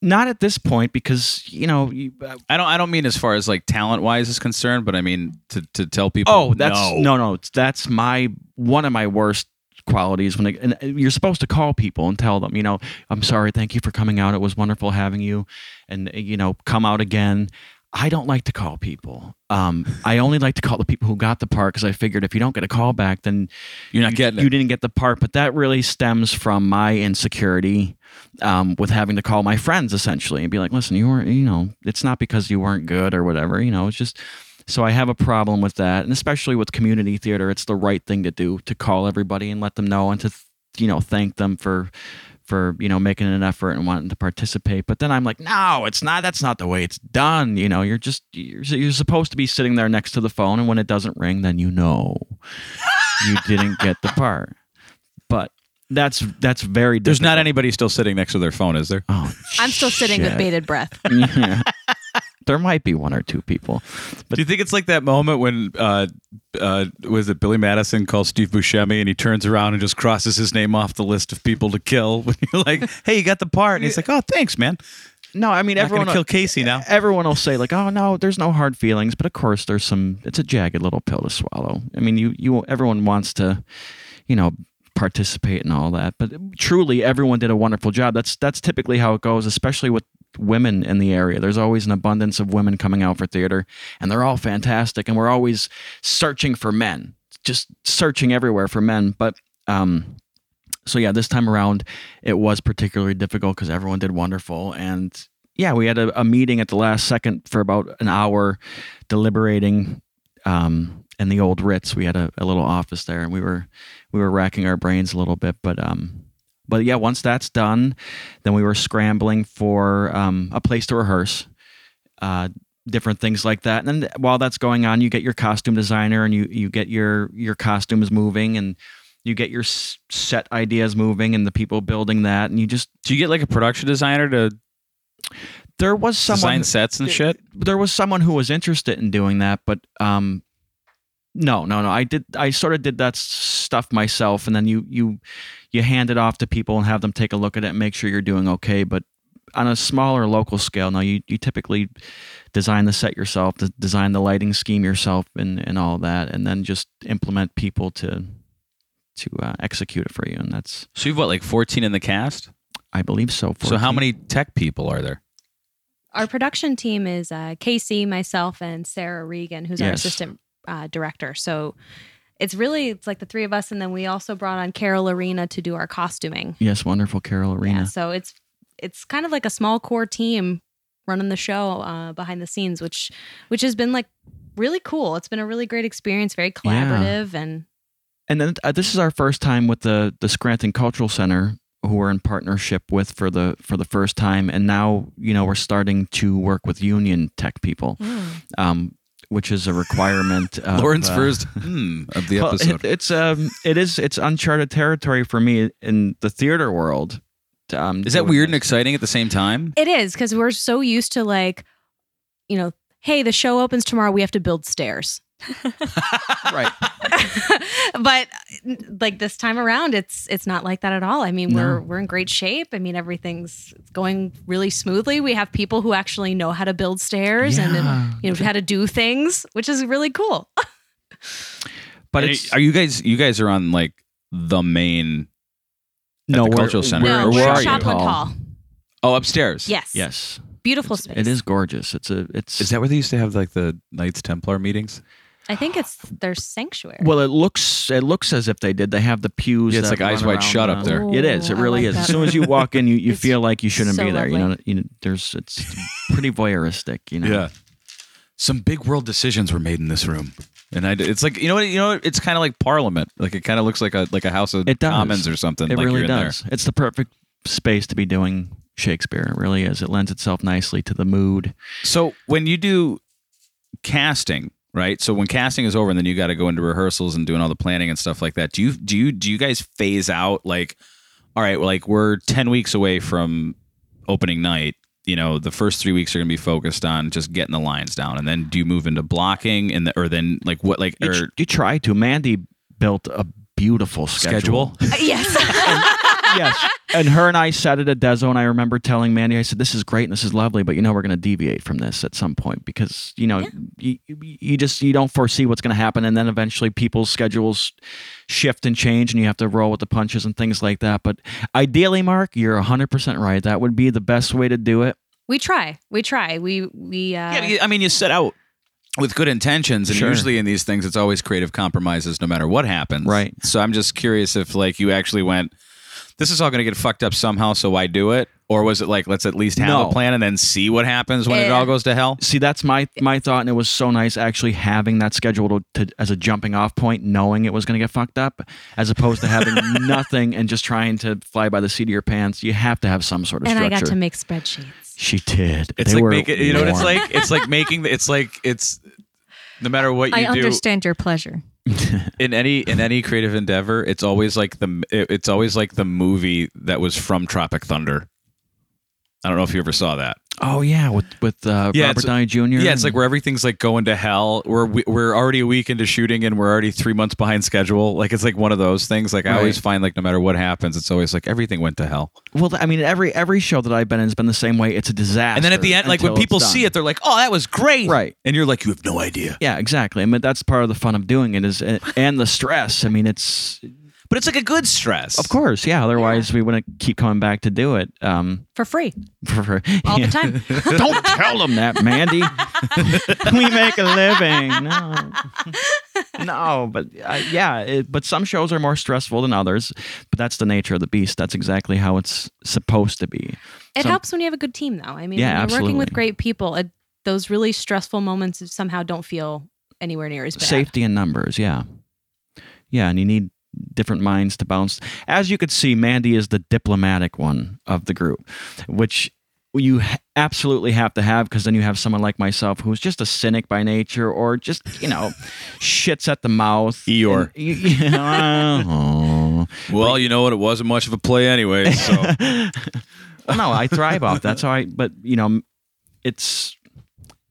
not at this point because you know. You, uh, I don't. I don't mean as far as like talent wise is concerned, but I mean to, to tell people. oh, that's no. no. no, it's- That's my one of my worst qualities when it, and you're supposed to call people and tell them, you know, I'm sorry, thank you for coming out. It was wonderful having you, and uh, you know, come out again. I don't like to call people. Um, I only like to call the people who got the part because I figured if you don't get a call back, then You're not getting it. you didn't get the part, but that really stems from my insecurity um, with having to call my friends essentially and be like, listen, you weren't, you know, it's not because you weren't good or whatever, you know, it's just. So I have a problem with that, and especially with community theater, it's the right thing to do to call everybody and let them know and to, you know, thank them for for you know making an effort and wanting to participate but then i'm like no it's not that's not the way it's done you know you're just you're, you're supposed to be sitting there next to the phone and when it doesn't ring then you know you didn't get the part but that's that's very There's not difficult. anybody still sitting next to their phone, is there? oh I'm still sitting with shit. bated breath. Yeah. there might be one or two people. But Do you think it's like that moment when uh, uh, was it Billy Madison called Steve Buscemi and he turns around and just crosses his name off the list of people to kill? When you're like, "Hey, you got the part," and he's like, "Oh, thanks, man." no, I mean Not gonna everyone kill Casey now. Everyone will say like, "Oh no, there's no hard feelings," but of course there's some. It's a jagged little pill to swallow. I mean, you you everyone wants to, you know, participate in all that, but truly everyone did a wonderful job. That's that's typically how it goes, especially with women in the area. There's always an abundance of women coming out for theater, and they're all fantastic, and we're always searching for men, just searching everywhere for men, but. um so yeah, this time around, it was particularly difficult because everyone did wonderful, and yeah, we had a, a meeting at the last second for about an hour deliberating um, in the old Ritz. We had a, a little office there and we were we were racking our brains a little bit, but um, but yeah, once that's done, then we were scrambling for um, a place to rehearse. Uh, different things like that and then while that's going on you get your costume designer and you you get your your costumes moving and you get your s- set ideas moving and the people building that and you just Do you get like a production designer to there was someone design sets and shit? there was someone who was interested in doing that, but um, no, no, no. I did. I sort of did that s- stuff myself, and then you you you hand it off to people and have them take a look at it and make sure you're doing okay. But on a smaller local scale, no, you you typically design the set yourself, d- design the lighting scheme yourself, and and all that, and then just implement people to to uh, execute it for you. And that's So you've what like 14 in the cast. I believe so. 14. So how many tech people are there? Our production team is uh, Casey, myself, and Sarah Regan, who's our Yes. assistant uh, director. So it's really it's like the three of us, and then we also brought on Carol Arena to do our costuming. Yes, wonderful Carol Arena. Yeah, so it's it's kind of like a small core team running the show uh, behind the scenes, which which has been like really cool. It's been a really great experience, very collaborative, and And then uh, this is our first time with the the Scranton Cultural Center, who we're in partnership with for the for the first time. And now you know we're starting to work with union tech people, um, which is a requirement. of, Lawrence uh, first hmm, of the well, episode. it- it's um, it is it's uncharted territory for me in the theater world. Um, Is that doing weird and this. exciting at the same time? it is because we're so used to like you know, hey, the show opens tomorrow, we have to build stairs. right? but like this time around it's it's not like that at all i mean we're we're in great shape i mean everything's going really smoothly we have people who actually know how to build stairs and, Yeah. and you know how to do things which is really cool But And it's are you guys? You guys are on like the main. no the we're- cultural center? We're, no where we're are at you? Shopland hall, Oh, upstairs. yes Yes, beautiful space it is gorgeous. It's a it's Is that where they used to have like the Knights Templar meetings? i think it's their sanctuary Well, it looks it looks as if they did. They have the pews. Yeah, it's that like Eyes run Wide around Shut up the- there. It is. It Ooh, I really like is. As that. soon as you walk in, you, you It's feel like you shouldn't so be there. You know, lovely. you know, there's it's pretty voyeuristic. You know. Some big world decisions were made in this room, and I. It's like you know what you know. what? It's kind of like Parliament. Like it kind of looks like a like a House of It does. Commons or something. It like really you're in there. does. It's the perfect space to be doing Shakespeare. It really is. It lends itself nicely to the mood. So when you do casting, right? So when casting is over and then you got to go into rehearsals and doing all the planning and stuff like that. Do you do you do you guys phase out like all right, well, like we're 10 weeks away from opening night. You know, the first 3 weeks are going to be focused on just getting the lines down and then do you move into blocking and the, or then like what like You, or tr- you try to. Mandy built a beautiful schedule. schedule? yes. And her and I sat at a dezo, and I remember telling Mandy, I said, "This is great and this is lovely, but you know we're going to deviate from this at some point because you know you, you just you don't foresee what's going to happen, and then eventually people's schedules shift and change, and you have to roll with the punches and things like that. But ideally, Mark, you're 100 percent right. That would be the best way to do it. we try we try we we uh Yeah, you- I mean, you set out with good intentions, and Sure. usually in these things, it's always creative compromises, no matter what happens. Right. So I'm just curious if, like, you actually went, "This is all going to get fucked up somehow, so why do it?" Or was it like, "Let's at least have No. a plan and then see what happens when it Yeah. all goes to hell"? See, that's my my thought, and it was so nice actually having that schedule to, to as a jumping off point, knowing it was going to get fucked up, as opposed to having nothing and just trying to fly by the seat of your pants. You have to have some sort of and i structure. got to make spreadsheets she did. It's They like were making, you know what it's warm. like. It's like making. the- It's like it's. No matter what you I do, understand your pleasure. in any in any creative endeavor, it's always like the it- it's always like the movie that was from Tropic Thunder. I don't know if you ever saw that. Oh yeah, with with uh, Yeah, it's- Robert Downey Jr. Yeah, it's like where everything's like going to hell. We're we, we're already a week into shooting and we're already three months behind schedule. Like it's like one of those things. Like I always Right. find like no matter what happens, it's always like everything went to hell. well, I mean, every every show that I've been in has been the same way. It's a disaster. And then at the end, like when until it's people done. see it, they're like, "Oh, that was great!" Right. And you're like, "You have no idea." Yeah, exactly. I mean, that's part of the fun of doing it is, and the stress. I mean, it's But it's like a good stress. of course, yeah. Otherwise, we wouldn't keep coming back to do it. Um, for free for, for- all yeah. the time. Don't tell them that, Mandy. we make a living. No, no, but uh, yeah, it, but some shows are more stressful than others. But that's the nature of the beast. That's exactly how it's supposed to be. It Some- helps when you have a good team, though. I mean, Yeah, when you're working absolutely. with great people, it, those really stressful moments somehow don't feel anywhere near as bad. Safety in numbers, yeah, yeah, and you need different minds to bounce. As you could see, Mandy is the diplomatic one of the group, which you h- absolutely have to have because then you have someone like myself who's just a cynic by nature or just you know shits at the mouth Eeyore. And you- you know, Well, you know what? It wasn't much of a play anyway. So Well, uh-huh. no, I thrive off. That's all right. But you know, it's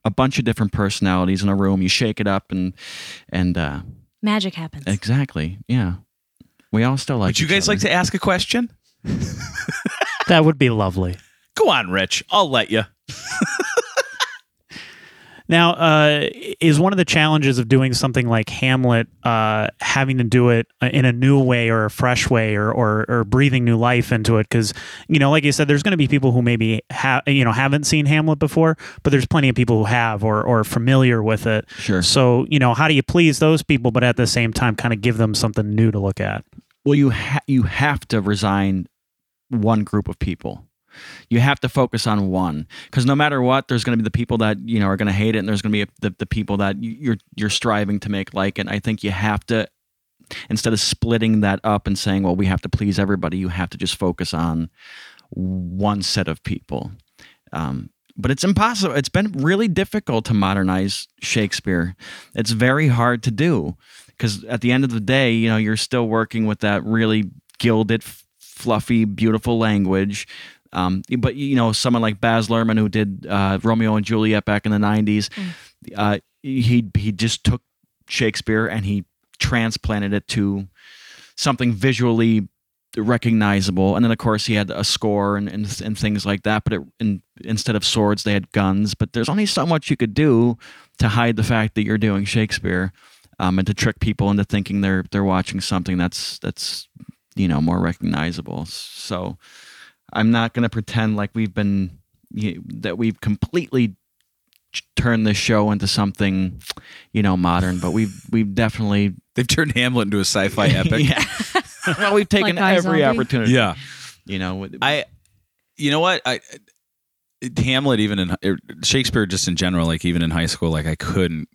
a bunch of different personalities in a room. You shake it up, and and uh, Magic happens. exactly, yeah. We all still like. would you each guys other. like to ask a question? That would be lovely. Go on, Rich. I'll let you. Now, uh, is one of the challenges of doing something like Hamlet uh, having to do it in a new way or a fresh way or or, or breathing new life into it? Because you know, like you said, there's going to be people who maybe ha- you know haven't seen Hamlet before, but there's plenty of people who have or or are familiar with it. Sure. So you know, how do you please those people, but at the same time, kind of give them something new to look at? Well, you ha- you have to resign one group of people. You have to focus on one because no matter what, there's going to be the people that you know are going to hate it, and there's going to be the, the people that you- you're you're striving to make like. And I think you have to instead of splitting that up and saying, "Well, we have to please everybody," you have to just focus on one set of people. Um, but it's impossible. It's been really difficult to modernize Shakespeare. It's very hard to do because at the end of the day, you know, you're still working with that really gilded, f- fluffy, beautiful language. Um, but you know, someone like Baz Luhrmann who did uh, Romeo and Juliet back in the '90s, uh, he he just took Shakespeare and he transplanted it to something visually recognizable. And then, of course, he had a score and and, and things like that. But it, in, instead of swords, they had guns. But there's only so much you could do to hide the fact that you're doing Shakespeare um, and to trick people into thinking they're they're watching something that's that's you know more recognizable. So I'm not going to pretend like we've been you, that we've completely ch- turned this show into something you know modern, but we've we've definitely They've turned Hamlet into a sci-fi epic. yeah. No, we've taken Like every iZombie? opportunity. yeah. you know. with- I, you know what? I, it- Hamlet, even in er, Shakespeare, just in general, like even in high school, like I couldn't,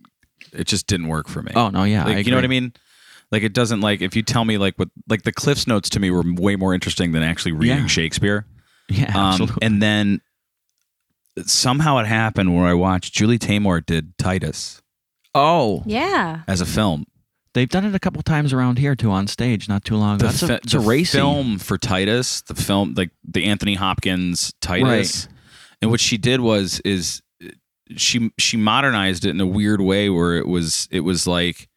it just didn't work for me. oh no, yeah, Like, I you know what I agree. mean? Like it doesn't like if you tell me like what like the Cliff's notes to me were way more interesting than actually reading Yeah. Shakespeare. Yeah, Um, absolutely. and then somehow it happened where I watched Julie Taymor did Titus oh, Yeah. as a film. they've done it a couple times around here too on stage not too long ago. That's fi- a, it's a the racy. film for Titus, the film like the Anthony Hopkins Titus, and what she did was is uh, she she modernized it in a weird way where it was it was like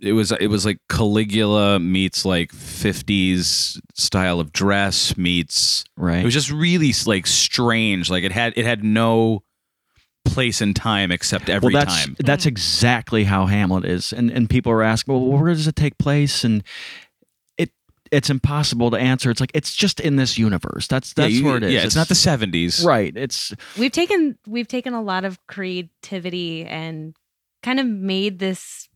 it was it was like Caligula meets like 50s style of dress meets right? it was just really like strange like it had it had no place and time except every well, that's, time That's exactly how Hamlet is. And and people are asking, well, where does it take place? And it it's impossible to answer. It's like it's just in this universe. That's that's yeah, you- where it is. yeah it's, not the 70s right. It's We've taken we've taken a lot of creativity and kind of made this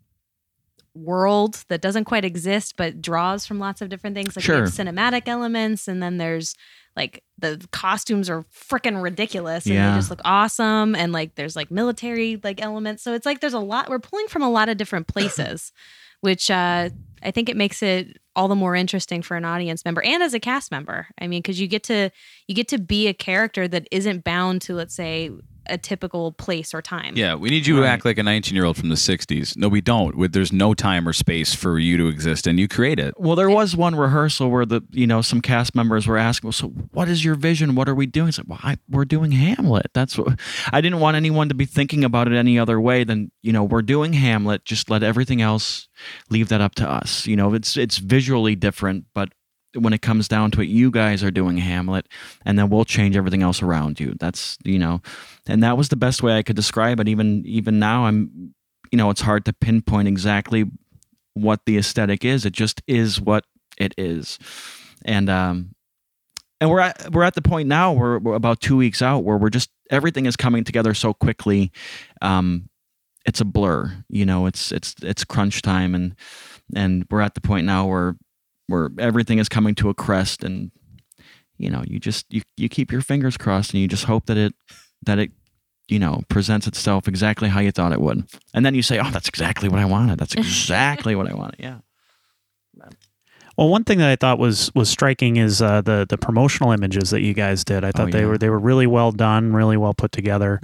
world that doesn't quite exist but draws from lots of different things like we have Sure. cinematic elements and then there's like the costumes are freaking ridiculous and Yeah. they just look awesome and like there's like military like elements so it's like there's a lot we're pulling from a lot of different places which uh I think it makes it all the more interesting for an audience member and as a cast member. I mean, because you get to you get to be a character that isn't bound to, let's say, a- a typical place or time. Yeah, we need you to act like a 19 year old from the 60s. No, we don't. With- There's no time or space for you to exist, and you create it. Well, there was one rehearsal where the you know some cast members were asking, "Well, so what is your vision? What are we doing?" It's like, "Well, I, we're doing Hamlet." That's what I didn't want anyone to be thinking about it any other way than you know we're doing Hamlet. Just let everything else leave that up to us. You know, it's it's visually different, but when it comes down to it, you guys are doing Hamlet, and then we'll change everything else around you. That's you know, and that was the best way I could describe it. Even even now, I'm you know, it's hard to pinpoint exactly what the aesthetic is. It just is what it is, and um, and we're at we're at the point now where we're about two weeks out where we're just everything is coming together so quickly, um, it's a blur. You know, it's it's it's crunch time, and and we're at the point now where where everything is coming to a crest, and you know, you just you you keep your fingers crossed, and you just hope that it that it you know presents itself exactly how you thought it would and then you say oh that's exactly what i wanted that's exactly what i wanted yeah Well, one thing that I thought was was striking is uh, the the promotional images that you guys did. I thought they Oh, yeah. were they were really well done, really well put together.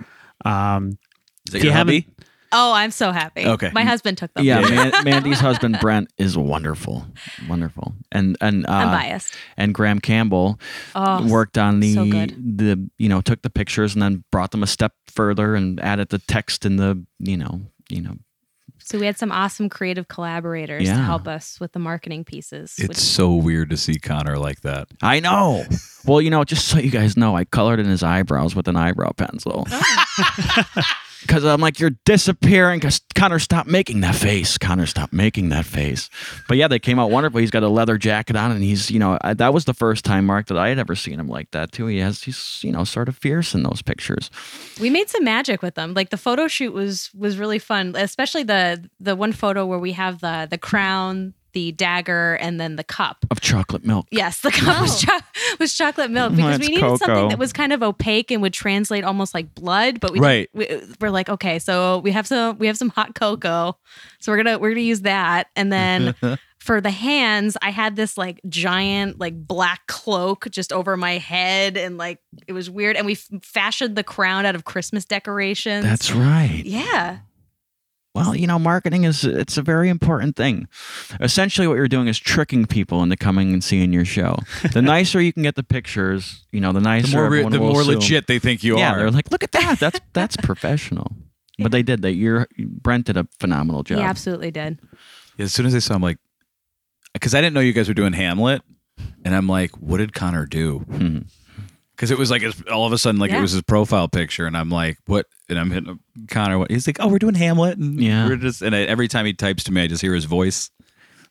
Um, Is that If you your hobby? haven't- Oh, I'm so happy. Okay. My husband took them. Yeah, Man- Mandy's husband Brent is wonderful, wonderful, and and I'm uh, biased. and Graham Campbell Oh, worked on the so good. the you know took the pictures and then brought them a step further and added the text and the you know you know So we had some awesome creative collaborators to Yeah. help us with the marketing pieces. It's so weird to see Connor like that. I know. Well, you know, just so you guys know, I colored in his eyebrows with an eyebrow pencil. Because I'm like, you're disappearing. Because Connor, stop making that face. Connor, stop making that face. But yeah, they came out wonderful. He's got a leather jacket on, and he's, you know, I, that was the first time, Mark, that I had ever seen him like that too. He has, he's, you know, sort of fierce in those pictures. we made some magic with them. Like the photo shoot was was really fun, especially the the one photo where we have the the crown, the dagger, and then the cup. Of chocolate milk. Yes, the cup was, cho- was chocolate milk because That's we needed something cocoa. that was kind of opaque and would translate almost like blood. But we, Right. we we're like, okay, so we have some we have some hot cocoa, so we're gonna we're gonna use that, and then for the hands, I had this like giant like black cloak just over my head, and like it was weird. And we f- fashioned the crown out of Christmas decorations. That's right. yeah, Well, you know, marketing is it's a very important thing. Essentially what you're doing is tricking people into coming and seeing your show. The nicer you can get the pictures, you know, the nicer The more, re- everyone the will more assume. legit they think you yeah, are. they're like, "Look at that. That's that's professional." But they did. They you're Brent did a phenomenal job. he absolutely did. as soon as I saw him, like, because I didn't know you guys were doing Hamlet, and I'm like, what did Connor do? Mhm. Because it was like his- all of a sudden, like it Yeah. was his profile picture, and I'm like, what? And I'm hitting up Connor. What? He's like, oh, we're doing Hamlet, and Yeah. we're just. And I, every time he types to me, I just hear his voice.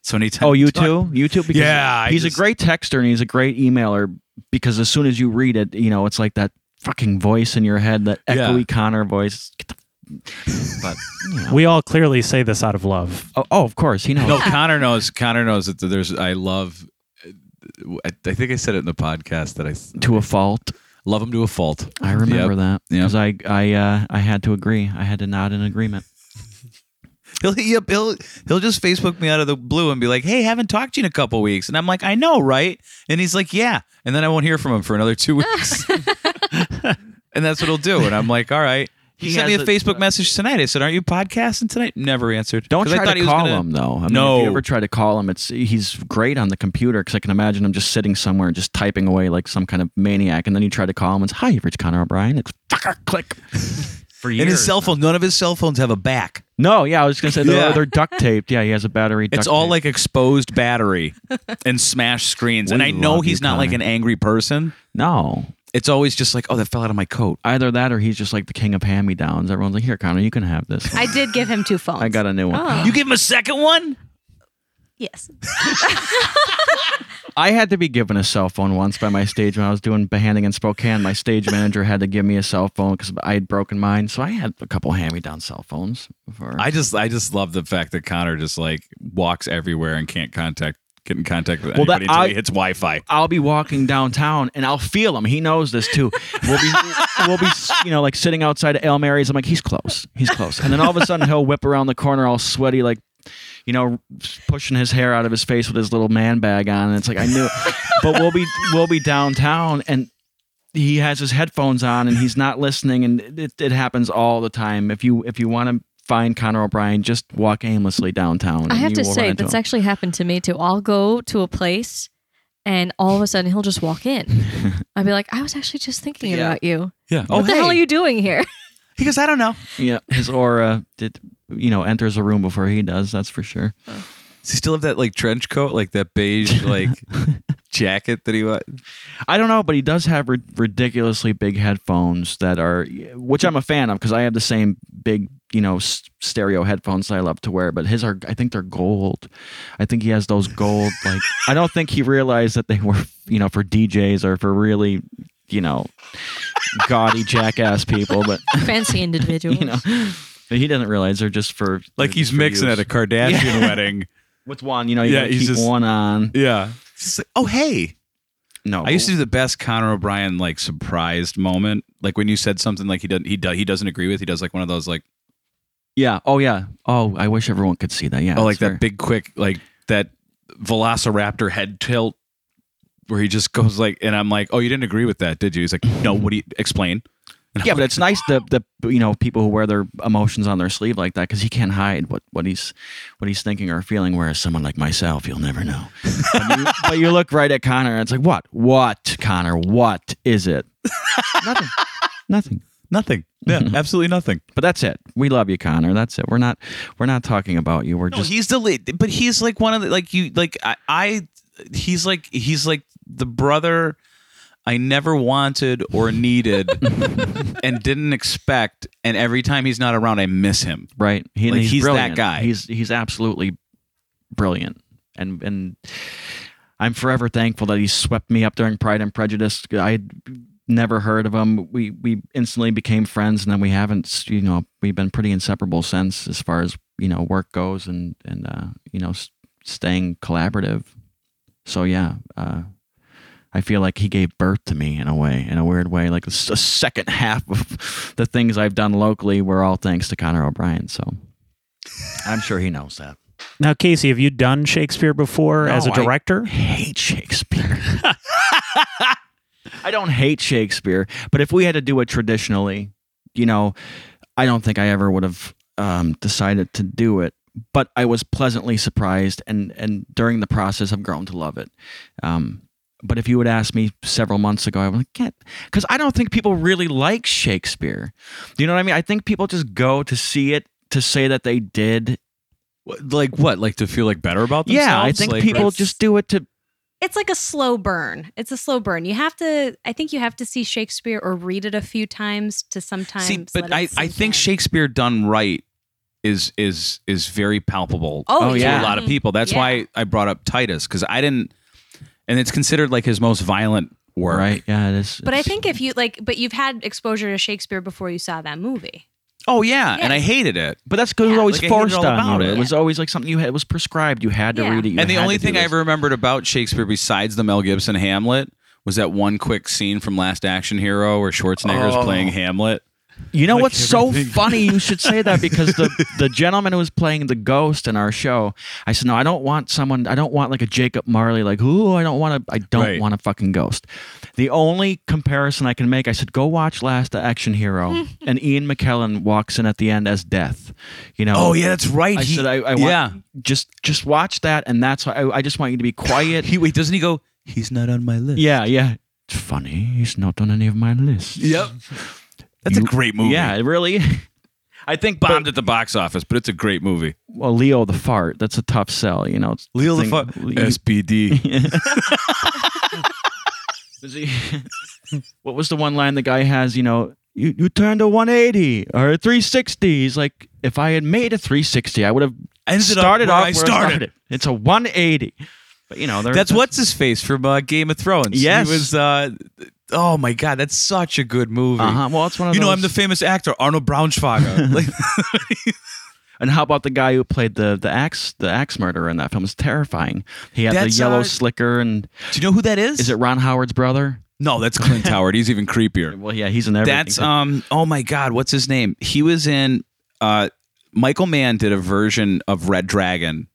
So anytime. Oh, you too? You too? Because Yeah, I he's just- a great texter and he's a great emailer because as soon as you read it, you know, it's like that fucking voice in your head, that Yeah. echoey Connor voice. Get the but you know. we all clearly say this out of love. oh, oh, of course, he knows. No, Connor knows. Connor knows that there's. I love. I, I think I said it in the podcast that I s- to a fault. love him to a fault. I remember Yep. that Yep. because I I uh, I had to agree. I had to nod in agreement. He'll, he'll he'll he'll just Facebook me out of the blue and be like, "Hey, haven't talked to you in a couple weeks," and I'm like, "I know, right?" And he's like, "Yeah," and then I won't hear from him for another two weeks, and that's what he'll do. And I'm like, "All right." He, He sent me a has a- uh, Facebook message tonight. I said, "Aren't you podcasting tonight?" Never answered. Don't 'Cause I try thought to he was call gonna- him though. I mean, No. if you ever try to call him, it's he's great on the computer because I can imagine him just sitting somewhere and just typing away like some kind of maniac. And then you try to call him, and it's hi, you've reached Connor O'Brien. It's fucker click. For And his cell phone. None of his cell phones have a back. No, yeah, I was gonna say they're, Yeah. they're duct taped. Yeah, he has a battery. It's duct all tape. like exposed battery and smashed screens. We and I know love you, he's not like Connor. an angry person. no. It's always just like, "Oh, that fell out of my coat." Either that or he's just like the king of hand me downs. Everyone's like, here, Connor, you can have this. one." I did give him two phones. I got a new one. Oh. You give him a second one. yes. I had to be given a cell phone once by my stage when I was doing Behanding in Spokane. My stage manager had to give me a cell phone because I had broken mine. So I had a couple hand me down cell phones before. I just I just love the fact that Connor just like walks everywhere and can't contact get in contact with Well, that- anybody until I- he hits Wi-Fi. I'll be walking downtown and I'll feel him. He knows this too. We'll be, we'll be, you know, like sitting outside of El Mary's. I'm like, he's close. He's close. And then all of a sudden, he'll whip around the corner, all sweaty, like, you know, pushing his hair out of his face with his little man bag on. And it's like, I knew. But we'll be, we'll be downtown and he has his headphones on and he's not listening, and it, it happens all the time. If you if you want to find Connor O'Brien, just walk aimlessly downtown. and I have you to will say run into that's him. actually happened to me too. I'll go to a place, and all of a sudden he'll just walk in. I'd be like, I was actually just thinking Yeah. about you. Yeah. Oh, What the hell are you doing here? He goes, I don't know. yeah. His aura did you know enters a room before he does. That's for sure. Does he still have that like trench coat, like that beige like jacket that he was? I don't know, but he does have rid- ridiculously big headphones that are, which I'm a fan of because I have the same big, you know, s- stereo headphones that I love to wear. But his are, I think they're gold. I think he has those gold. Like, I don't think he realized that they were, you know, for DJs or for really, you know, gaudy jackass people. But Fancy individuals. you know, he doesn't realize they're just for Like he's mixing at a Kardashian wedding. with one. You know, you Yeah, gotta he's keep just- one on. Yeah. oh hey. No, I used to do the best Conor O'Brien like surprised moment, like when you said something like he doesn't he do, he doesn't agree with. He does like one of those like Yeah. Oh yeah. Oh, I wish everyone could see that. Yeah. oh like that's that fair. big quick like that Velociraptor head tilt where he just goes like and I'm like oh you didn't agree with that did you? He's like no what do you explain? yeah, but it's nice that the you know people who wear their emotions on their sleeve like that because he can't hide what what he's what he's thinking or feeling. Whereas someone like myself, you'll never know. but, you, but you look right at Connor, and it's like, what, what, Connor, what is it? nothing, nothing. Nothing. Yeah, absolutely nothing. But that's it. We love you, Connor. That's it. We're not we're not talking about you. We're No, just he's the lead, but he's like one of the like you like I, I he's like he's like the brother I never wanted or needed and didn't expect and every time he's not around I miss him. right. He, Like, he's that brilliant. guy. He's he's absolutely brilliant, and and I'm forever thankful that he swept me up during Pride and Prejudice. I had never heard of him. We we instantly became friends, and then we haven't. You know, we've been pretty inseparable since, as far as you know, work goes, and and uh, you know, s- staying collaborative. So yeah. Uh, I feel like he gave birth to me in a way, in a weird way. Like the s- the second half of the things I've done locally were all thanks to Connor O'Brien. So I'm sure he knows that. Now, Casey, have you done Shakespeare before as a No, I- director? hate Shakespeare. I don't hate Shakespeare, but if we had to do it traditionally, you know, I don't think I ever would have um, decided to do it. But I was pleasantly surprised, and and during the process, I've grown to love it. Um, but if you would ask me several months ago, I would get because I don't think people really like Shakespeare. Do you know what I mean? I think people just go to see it to say that they did. Like what? Like to feel like better about themselves? Yeah, I think Like- people It's- just do it to it's like a slow burn. It's a slow burn. You have to. I think you have to see Shakespeare or read it a few times to sometimes. See, let but it I, I sink think in. Shakespeare done right is is is very palpable Oh, to yeah. a lot of people. That's Yeah. why I brought up Titus because I didn't, and it's considered like his most violent work. right. Yeah, it is. But I it's- think if you like, but you've had exposure to Shakespeare before you saw that movie. Oh yeah, and Yeah. I hated it. But that's because it Yeah. was always Like, I hated forced all on about you. It. it. was always like something you had. It was prescribed. You had to Yeah. read it. You and the had only to do thing I this. ever remembered about Shakespeare, besides the Mel Gibson Hamlet, was that one quick scene from Last Action Hero where Schwarzenegger is Oh. playing Hamlet. You know like what's so everything. funny? You should say that because the the gentleman who was playing the ghost in our show, I said, no, I don't want someone. I don't want like a Jacob Marley. Like, ooh, I don't want to. I don't Right. want a fucking ghost. The only comparison I can make, I said, go watch Last Action Hero, and Ian McKellen walks in at the end as Death. You know. Oh yeah, that's right. I He- said I, I want yeah. just just watch that, and that's why I, I just want you to be quiet. He wait, doesn't he go? He's not on my list. Yeah, yeah. It's funny. He's not on any of my lists. Yep. That's a You- great movie. Yeah, it really. I think bombed but- at the box office, but it's a great movie. well, Leo the fart. That's a tough sell, you know. It's Leo the thing- fuck Leo- SBD. Is he- what was the one line the guy has? You know, you you turned a one eighty or a three sixty. He's like, if I had made a three sixty, I would have Ended up started where off I where started. It's a one eighty. But you know, there- That's what's his face from uh, Game of Thrones. Yes. He was uh, oh my god, that's such a good movie. Uh-huh. Well, it's one of You know, I'm the those- famous actor Arnold Braunschweiger. like, And how about the guy who played the the axe the axe murderer in that film? It's terrifying. He had That's, the yellow uh, slicker, and do you know who that is? is it Ron Howard's brother? No, that's Clint Howard. He's even creepier. Well, yeah, he's an everything. That's um. Oh my God, what's his name? He was in. Uh, Michael Mann did a version of Red Dragon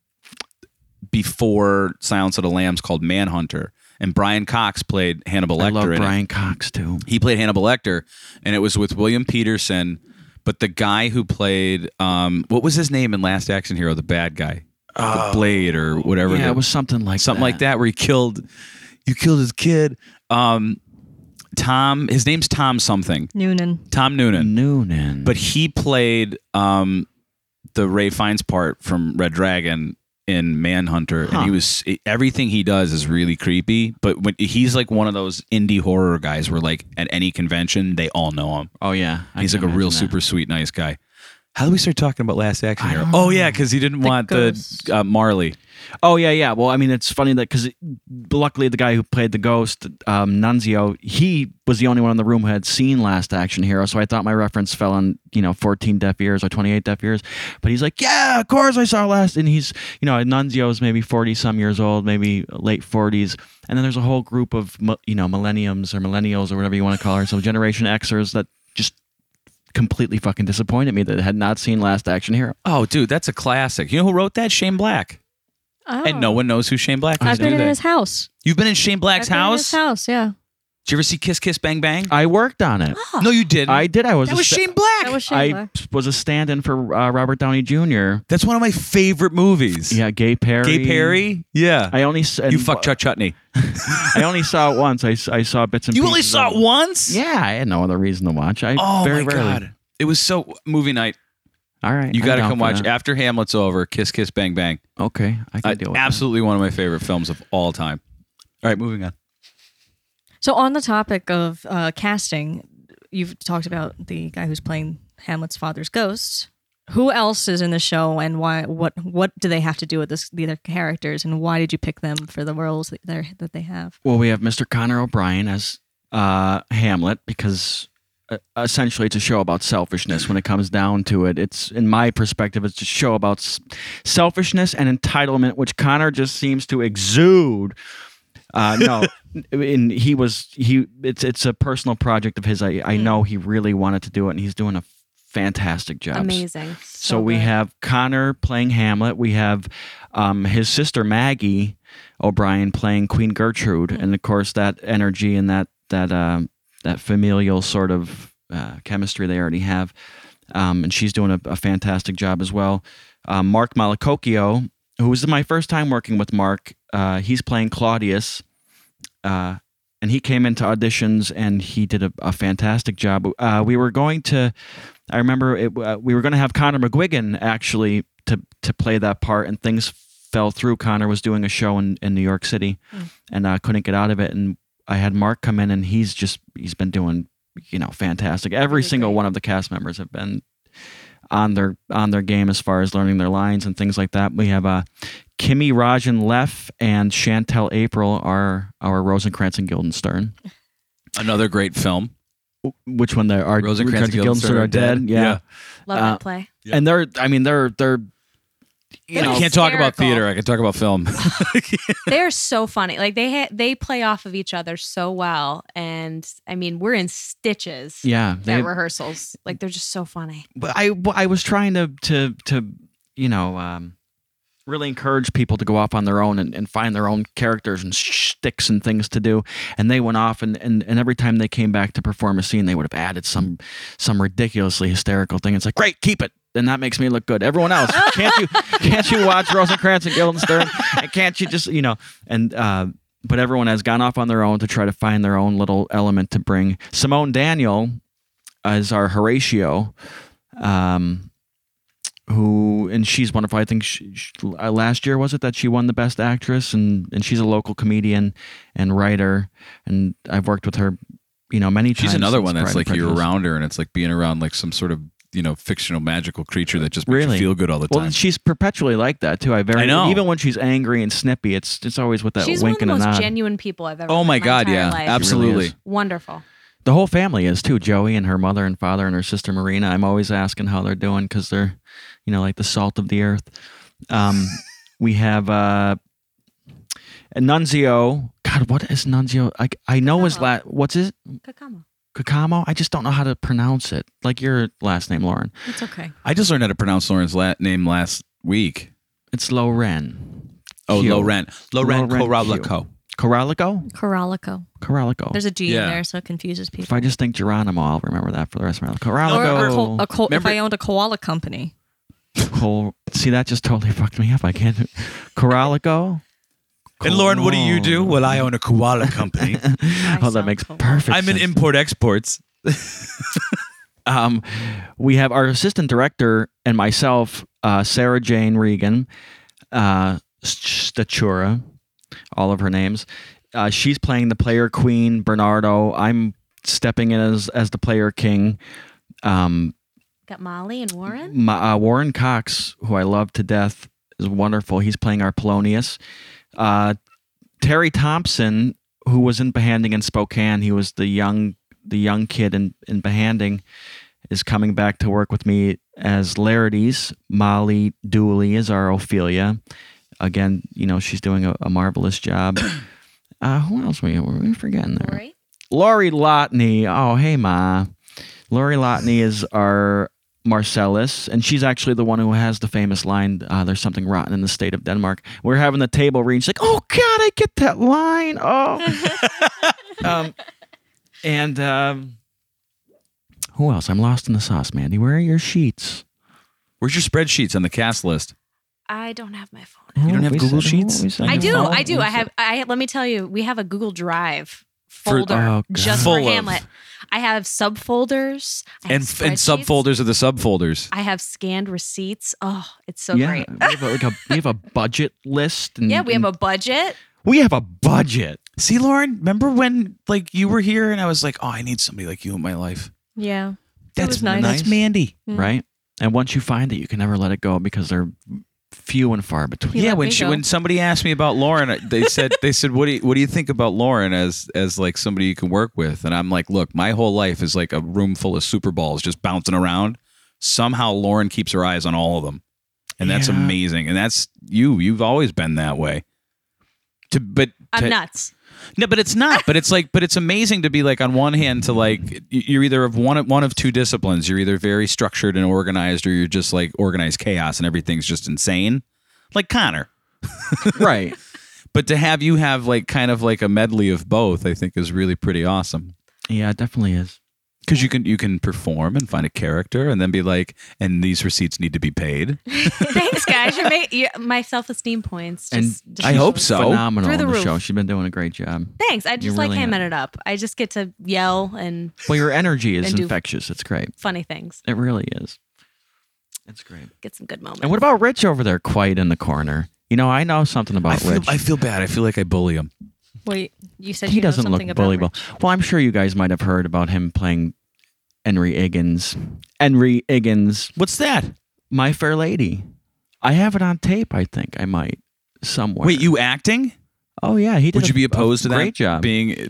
before Silence of the Lambs called Manhunter, and Brian Cox played Hannibal Lecter. I love in it. Brian Cox too. He played Hannibal Lecter, and it was with William Peterson. But the guy who played, um, what was his name in Last Action Hero? The bad guy, the Blade or whatever. Yeah, the- it was something like something like that, where he killed, you killed his kid. Um, Tom, his name's Tom something. Noonan. Tom Noonan Mm. Noonan. but he played um, the Ray Fiennes part from Red Dragon in Manhunter, and he was e, everything he does is really creepy. But when he's like one of those indie horror guys, where like at any convention they all know him. oh yeah, I he's can like a real imagine that. super sweet, nice guy. How do we start talking about Last Action Hero? Oh yeah, because he didn't want ghost. the uh, Marley. Oh yeah, yeah. Well, I mean, it's funny that because luckily the guy who played the ghost, um, Nunzio, he was the only one in the room who had seen Last Action Hero. So I thought my reference fell on you know 14 deaf ears or 28 deaf ears. But he's like, yeah, of course I saw Last, and he's you know Nunzio's maybe 40 some years old, maybe late 40s, and then there's a whole group of mi- you know millenniums or millennials or whatever you want to call ourselves, Generation Xers that just completely fucking disappointed me that had not seen Last Action Hero. Oh dude, that's a classic. You know who wrote that? Shane Black. Oh. And no one knows who Shane Black is. I've been do in they? his house. You've been in Shane Black's I've been in house. his house, yeah. Did you ever see Kiss Kiss Bang Bang? I worked on it. no, you didn't. I did. I was. that a was sta- Shane Black. That was Shayla. I was a stand-in for uh, Robert Downey Jr. That's one of my favorite movies. Yeah, Gay Perry. Gay Perry. Yeah. I only s- you and- fuck Chuck Chutney. I only saw it once. I, s- I saw bits and You pieces only saw of it once? Yeah, I had no other reason to watch. I Oh very my rarely. god. It was so movie night. All right, You I'm got to down come for watch that. after Hamlet's over. Kiss Kiss Bang Bang. Okay, I can Uh, deal with that. absolutely one of my favorite films of all time. All right, moving on. So on the topic of uh, casting, you've talked about the guy who's playing Hamlet's father's ghost. Who else is in the show, and why? What what do they have to do with this, the other characters, and why did you pick them for the roles that, they're- that they have? Well, we have Mr. Connor O'Brien as uh, Hamlet because uh, essentially it's a show about selfishness. When it comes down to it, it's in my perspective, it's a show about s- selfishness and entitlement, which Connor just seems to exude. Uh, no, and he was he. It's it's a personal project of his. I I know he really wanted to do it, and he's doing a fantastic job. Amazing. So we good. have Connor playing Hamlet. We have um, his sister Maggie O'Brien playing Queen Gertrude, and of course that energy and that that um that familial sort of uh, chemistry they already have, um, and she's doing a, a fantastic job as well. Um, Mark Malakokio, who was my first time working with Mark, uh, he's playing Claudius. Uh, and he came into auditions and he did a, a fantastic job. Uh, we were going to I remember it, uh, we were going to have Connor McGuigan actually to to play that part, and things fell through. Connor was doing a show in, in New York City, and uh, couldn't get out of it. And I had Mark come in, and he's just he's been doing you know fantastic. Every single one of the cast members have been on their on their game as far as learning their lines and things like that. We have uh, Kimmy Rajan Leff and Chantel April are our Rosencrantz and Guildenstern. Another great film. Which one? There are Rosencrantz and Guildenstern are dead. Yeah. Yeah. Love uh, that play. Yeah. and they're I mean they're they're you They're I know can't talk about hysterical. theater. I can talk about film. They're so funny. Like they ha- they play off of each other so well, and I mean we're in stitches yeah they, at rehearsals. Like they're just so funny. but I but I was trying to to to you know um really encourage people to go off on their own and, and find their own characters and sticks and things to do and they went off and, and and every time they came back to perform a scene they would have added some some ridiculously hysterical thing it's like great keep it and that makes me look good. Everyone else, can't you can't you watch Rosencrantz and Guildenstern? And can't you just you know and uh, but everyone has gone off on their own to try to find their own little element to bring. Simone Daniel is our Horatio, um, who and she's wonderful. I think she, she, uh, last year was it that she won the best actress, and and she's a local comedian and writer, and I've worked with her, you know, many times. She's another since one that's Pride and like you're Prejudice. around her, and it's like being around like some sort of you know fictional magical creature that just makes Really? you feel good all the time. Well, she's perpetually like that too. I very I know. even when she's angry and snippy, it's it's always with that She's one wink of the and a most nod. genuine people I've ever. oh met my in god, entire yeah, life. absolutely. is. Wonderful. the whole family is too. Joey and her mother and father and her sister Marina. I'm always asking how they're doing because they're, you know, like the salt of the earth. Um, we have uh, Nunzio. God, what is Nunzio? I I know his Kakamo. last. What's his Kakamo. Kakamo? I just don't know how to pronounce it. Like your last name, Lauren. It's okay. I just learned how to pronounce Lauren's la- name last week. It's Loren. Oh, Hugh. Loren. Loren Laurent Hugh. Korobliko. Coralico? Coralico. Coralico. There's a G Yeah. in there, so it confuses if people. I just think Geronimo, I'll remember that for the rest of my life. Or a Coralico. co- a co- if Remember- I owned a koala company, Cor- See, that just totally fucked me up. I can't. do- Coralico. And Lauren, what do you do? Well, I own a koala company. Oh, that sound makes cool. perfect I'm in sense. import exports. um, we have our assistant director and myself, uh, Sarah Jane Regan, uh, Statura, all of her names. Uh, she's playing the player queen, Bernardo. I'm stepping in as, as the player king. Um, Got Molly and Warren. my, uh, Warren Cox, who I love to death, is wonderful. He's playing our Polonius. Uh, Terry Thompson, who was in Behanding in Spokane, he was the young the young kid in in Behanding, is coming back to work with me as Larides. Molly Dooley is our Ophelia. Again, you know she's doing a, a marvelous job. Uh, who else we were we forgetting there? Lori. Lori Lotney. Oh, hey, Ma. Lori Lotney is our Marcellus, and she's actually the one who has the famous line uh, There's something rotten in the state of Denmark. We're having the table read. She's like, Oh, God, I get that line. Oh. um, and um, who else? I'm lost in the sauce, Mandy. Where are your sheets? Where's your spreadsheets on the cast list? I don't have my phone. You don't have Google Sheets? Oh, I do. I do. I have. I let me tell you. We have a Google Drive For- folder oh, God. just for Full of- Hamlet. I have subfolders I And have and spreadsheets. subfolders of the subfolders. I have scanned receipts. Oh, it's so yeah, great. we have a, like a we have a budget list. And, Yeah, we have and a budget. we have a budget. See, Lauren, remember when like you were here and I was like, oh, I need somebody like you in my life. Yeah. That's was nice. That's Mandy. Mm. right? And once you find it, you can never let it go because they're few and far between. He yeah, let when me she go. when somebody asked me about Lauren, uh, they said they said, "What do you, what do you think about Lauren as as like somebody you can work with?" And I'm like, "Look, my whole life is like a room full of super balls just bouncing around. Somehow Lauren keeps her eyes on all of them, and that's Yeah. amazing. And that's you. You've always been that way. To but I'm to- nuts. No, but it's not. But it's like, but it's amazing to be like on one hand to like y- you're either of one one of two disciplines. You're either very structured and organized, or you're just like organized chaos and everything's just insane, like Connor. right. But to have you have like kind of like a medley of both, I think is really pretty awesome. Yeah, it definitely is. Because you can you can perform and find a character, and then be like, and these receipts need to be paid. Thanks, guys. You're, ma- you my self esteem points. Just, and just I hope shows. so. Phenomenal Through on the the roof. show. She's been doing a great job. Thanks. I just really like hamming are. it up. I just get to yell and Well, your energy is And do- infectious. It's great. funny things. It really is. It's great. Get some good moments. And what about Rich over there, quiet in the corner? You know, I know something I about feel, Rich. I feel bad. I feel like I bully him. Wait, you said he you know doesn't look something about bullyable. Well, I'm sure you guys might have heard about him playing Henry Higgins. Henry Higgins. What's that? My Fair Lady. I have it on tape. I think I might somewhere. Wait, you acting? Oh yeah, he did. Would a- you be opposed a to that? Great job. Being uh,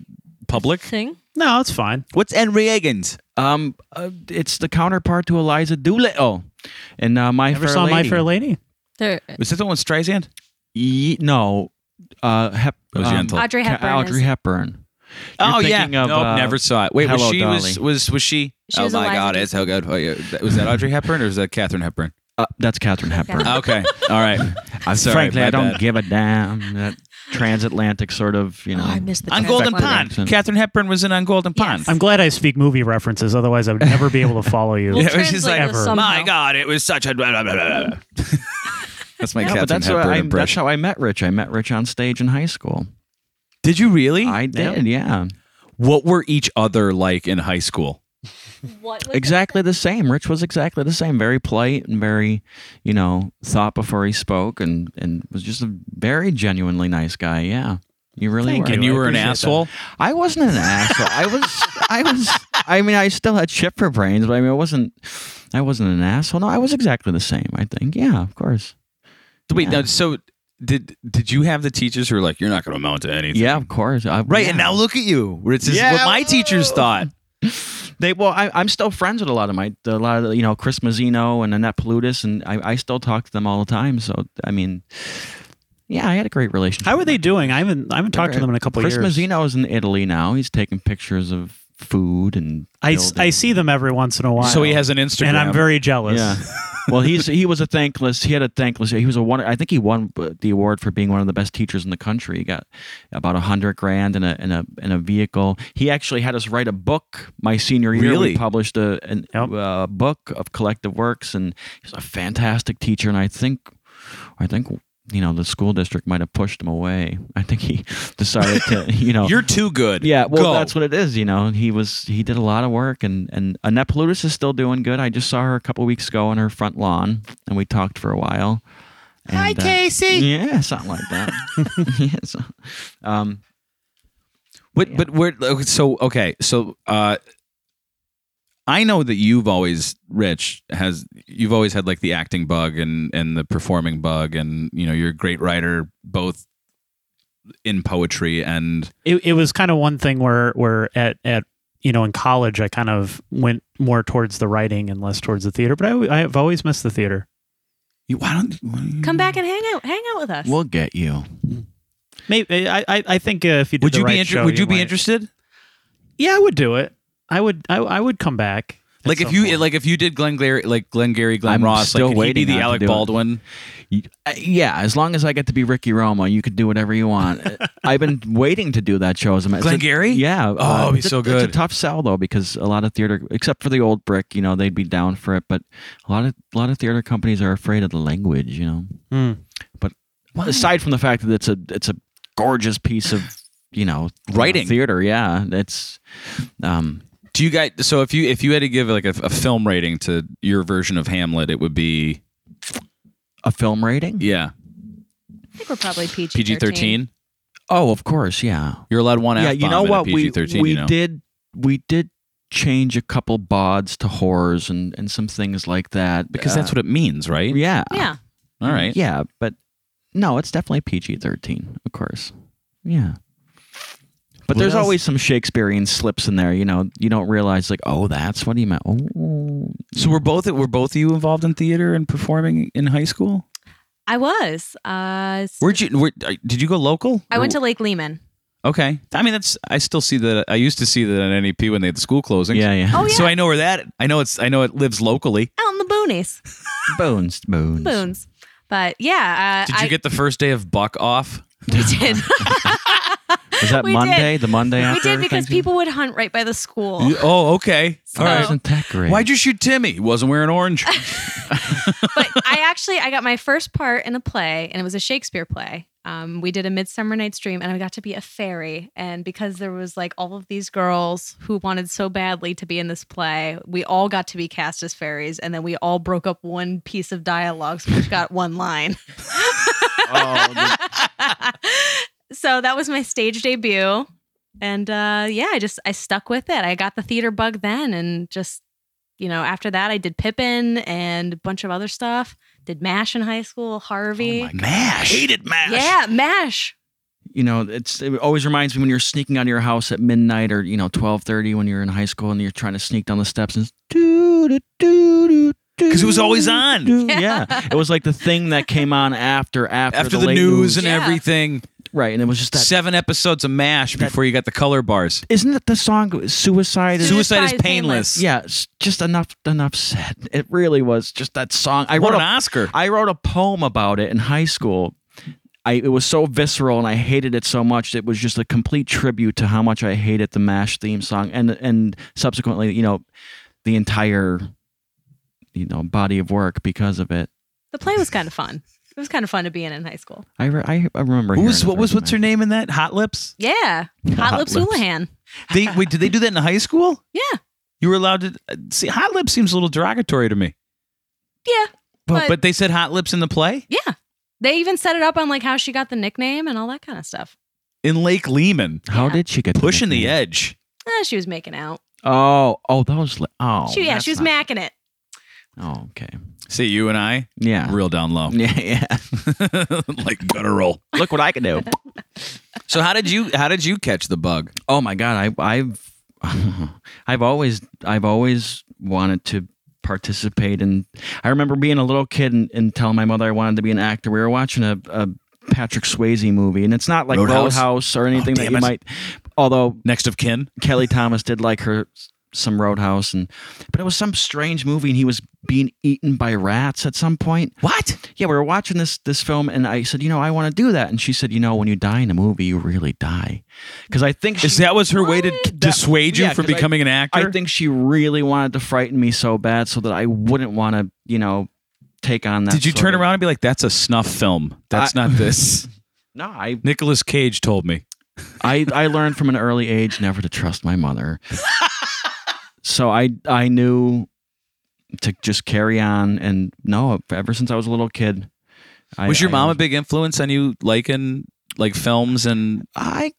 public. Thing? No, it's fine. What's Enriagans? um, uh, it's the counterpart to Eliza Doolittle, and uh, my Never fair saw lady. My Fair Lady. There, Was that the one with Streisand? Ye- no, uh, Hep- It was Yentl. Audrey Ca- Hepburn? Audrey is, Hepburn. Oh, You're thinking Of, nope, uh, never saw it. Wait, was Hello, she was, Dolly. was was she? She oh was my Eliza god, Dushku. it's how good. oh, yeah. That- Was that Audrey Hepburn or was that Catherine Hepburn? uh, that's Catherine Hepburn. Okay, all right. I'm sorry. Oh, Frankly, my I don't bad. give a damn. That transatlantic sort of, you know. oh, I missed the on Jack Golden London. Pond. accent. Catherine Hepburn was in on Golden Pond. Yes. I'm glad I speak movie references. Otherwise, I would never be able to follow you. We'll Yeah, it was just translate like, this Ever. somehow. My God, it was such a. Blah, blah, blah, blah, blah. that's my Yeah, Catherine but that's, what Hepburn I, that's impression. how I met Rich. I met Rich on stage in high school. Did you really? I did, yeah. what were each other like in high school? What was Exactly the same. Rich was exactly the same. Very polite and very, you know, thought before he spoke, and and was just a very genuinely nice guy. Yeah, you really Thank were. And you, you I were an appreciate that. asshole. I wasn't an asshole. I was. I was. I mean, I still had shit for brains, but I mean, I wasn't. I wasn't an asshole. No, I was exactly the same. I think. Yeah, of course. Wait, Yeah. now, so did did you have the teachers who were like, "You're not going to amount to anything"? Yeah, of course. I, Right, yeah. and now look at you. Which is Yeah, what my whoa. teachers thought. They well, I, I'm still friends with a lot of my a lot of you know Chris Mazzino and Annette Paludis, and I, I still talk to them all the time. So I mean, yeah, I had a great relationship. How are they doing? I haven't I haven't talked to them in a couple of Chris years. Mazzino is in Italy now. He's taking pictures of food and I, s- I buildings. see them every once in a while. So he has an Instagram. and I'm very jealous. yeah. well, he's he was a thankless. He had a thankless. He was a one. I think he won uh, the award for being one of the best teachers in the country. He got about a hundred grand in a in a in a vehicle. He actually had us write a book my senior year. Really? We published a an, Yep. uh, book of collective works, and he's a fantastic teacher. And I think, I think. You know, the school district might have pushed him away. I think he decided to, you know, You're too good. yeah, well, Go. that's what it is. You know, he was he did a lot of work, and and Annette Paludis is still doing good. I just saw her a couple weeks ago on her front lawn, and we talked for a while. Hi, Casey. Yeah, something like that. yeah, so, um, But but where okay, so okay so uh, I know that you've always Rich has you've always had like the acting bug and and the performing bug and you know you're a great writer both in poetry and it, it was kind of one thing where where at at you know in college I kind of went more towards the writing and less towards the theater. But I I've always missed the theater. you why don't why- Come back and hang out. Hang out with us. we'll get you. Maybe I I, I think uh, if you did would the you right be inter- show, would you be might- interested Yeah, I would do it. I would I, I would come back. at like if some you point. like if you did Glenn Gary like Glenn Gary Glenn I'm Ross still like could he be waiting the on to Alec do it. Baldwin You- uh, Yeah, as long as I get to be Ricky Roma, you could do whatever you want. Uh, I've been waiting to do that show as a it's a- Glengarry? Yeah. uh, Oh, it'd be it's a- so It's a good. tough sell though because a lot of theater, except for the old brick, you know, they'd be down for it. But a lot of a lot of theater companies are afraid of the language, you know. Hmm. Aside from the fact that it's a it's a gorgeous piece of you know uh, Writing. theater. Yeah, it's um do you guys so if you if you had to give like a, a film rating to your version of Hamlet it would be a film rating. yeah I think we're probably PG PG thirteen Oh, of course, yeah. you're allowed one yeah, you know what we PG-13, we you know? did we did change a couple bods to horrors and and some things like that uh, because that's what it means, right? yeah Yeah. All right. yeah but no it's definitely PG thirteen of course yeah. But What there's else? always some Shakespearean slips in there, you know. You don't realize, like, oh, that's what he meant. Oh, So we're both were both of you involved in theater and performing in high school? I was. Uh, s- Where'd you? Where, uh, did you go local? I went Or- to Lake Lehman. Okay. I mean, that's. I still see that. I used to see that at NEP when they had the school closings. yeah, yeah. Oh yeah, So I know where that. I know it's. I know it lives locally. out in the boonies, bones, bones, boons. But yeah, uh, Did you I, get the first day of Buck off? we did. Was that We Monday? The Monday did. We after? did because Thanksgiving? people would hunt right by the school. You- Oh, okay. All right. Isn't that great? Why'd you shoot Timmy? He wasn't wearing orange. but I actually I got my first part in a play, and it was a Shakespeare play. Um, we did a Midsummer Night's Dream, and I got to be a fairy. And because there was like all of these girls who wanted so badly to be in this play, we all got to be cast as fairies, and then we all broke up one piece of dialogue, so each got one line. Um, so that was my stage debut, and uh, yeah, I just I stuck with it. I got the theater bug then, and just you know, after that, I did Pippin and a bunch of other stuff. Did Mash in high school, Oh Harvey. Mash. Hated Mash. yeah, Mash. you know it's it always reminds me when you're sneaking out of your house at midnight or you know 12:30 when you're in high school and you're trying to sneak down the steps and because it was always on. yeah it was like the thing that came on after after, After the, late news and Yeah. everything, right and it was just that seven episodes of Mash before you got the color bars. isn't it the song suicide is Suicide Suicide is is painless. painless. yeah it's just enough enough said it really was just that song i What wrote an a Oscar. I wrote a poem about it in high school. I, it was so visceral and I hated it so much. It was just a complete tribute to how much I hated the MASH theme song and and subsequently, you know, the entire you know body of work because of it. The play was kind of fun. It was kind of fun to be in in high school. I, re- I, I remember Who hearing was it what was from what's her MASH. name in that? Hot Lips. Yeah. Hot, Hot Lips Lips. Houlihan. They wait, did they do that in high school? Yeah. You were allowed to uh, see Hot Lips seems a little derogatory to me. Yeah. But, but But- they said Hot Lips in the play Yeah. They even set it up on like how she got the nickname and all that kind of stuff. in Lake Lehman, How Yeah. did she get pushing the nickname? edge. Eh, she was making out. Oh, oh, those li- oh. she yeah, she was that's not- macking it. Oh, okay. See you and I, Yeah. real down low, Yeah, yeah. like guttural. Look what I can do. So how did you how did you catch the bug? Oh my god, I, I've I've always I've always wanted to participate in. I remember being a little kid and, and telling my mother I wanted to be an actor. We were watching a, a Patrick Swayze movie, and it's not like Roadhouse? Oh, Roadhouse, or anything that damn you it. might. Although Next of kin. Kelly Thomas did like her some Roadhouse, and but it was some strange movie, and he was being eaten by rats at some point. What? Yeah, we were watching this this film, and I said, you know, I want to do that, and she said, you know, when you die in a movie, you really die, because I think she, Is that was her way to dissuade you yeah, from 'cause I- becoming an actor? I think she really wanted to frighten me so bad, so that I wouldn't want to, you know, take on that. Did you sort turn of- around and be like, "That's a snuff film. That's I- not this." No, I Nicholas Cage told me. I, I learned from an early age never to trust my mother. so I I knew to just carry on and no, ever since I was a little kid. I, was your I- mom a big influence on you liking like films and I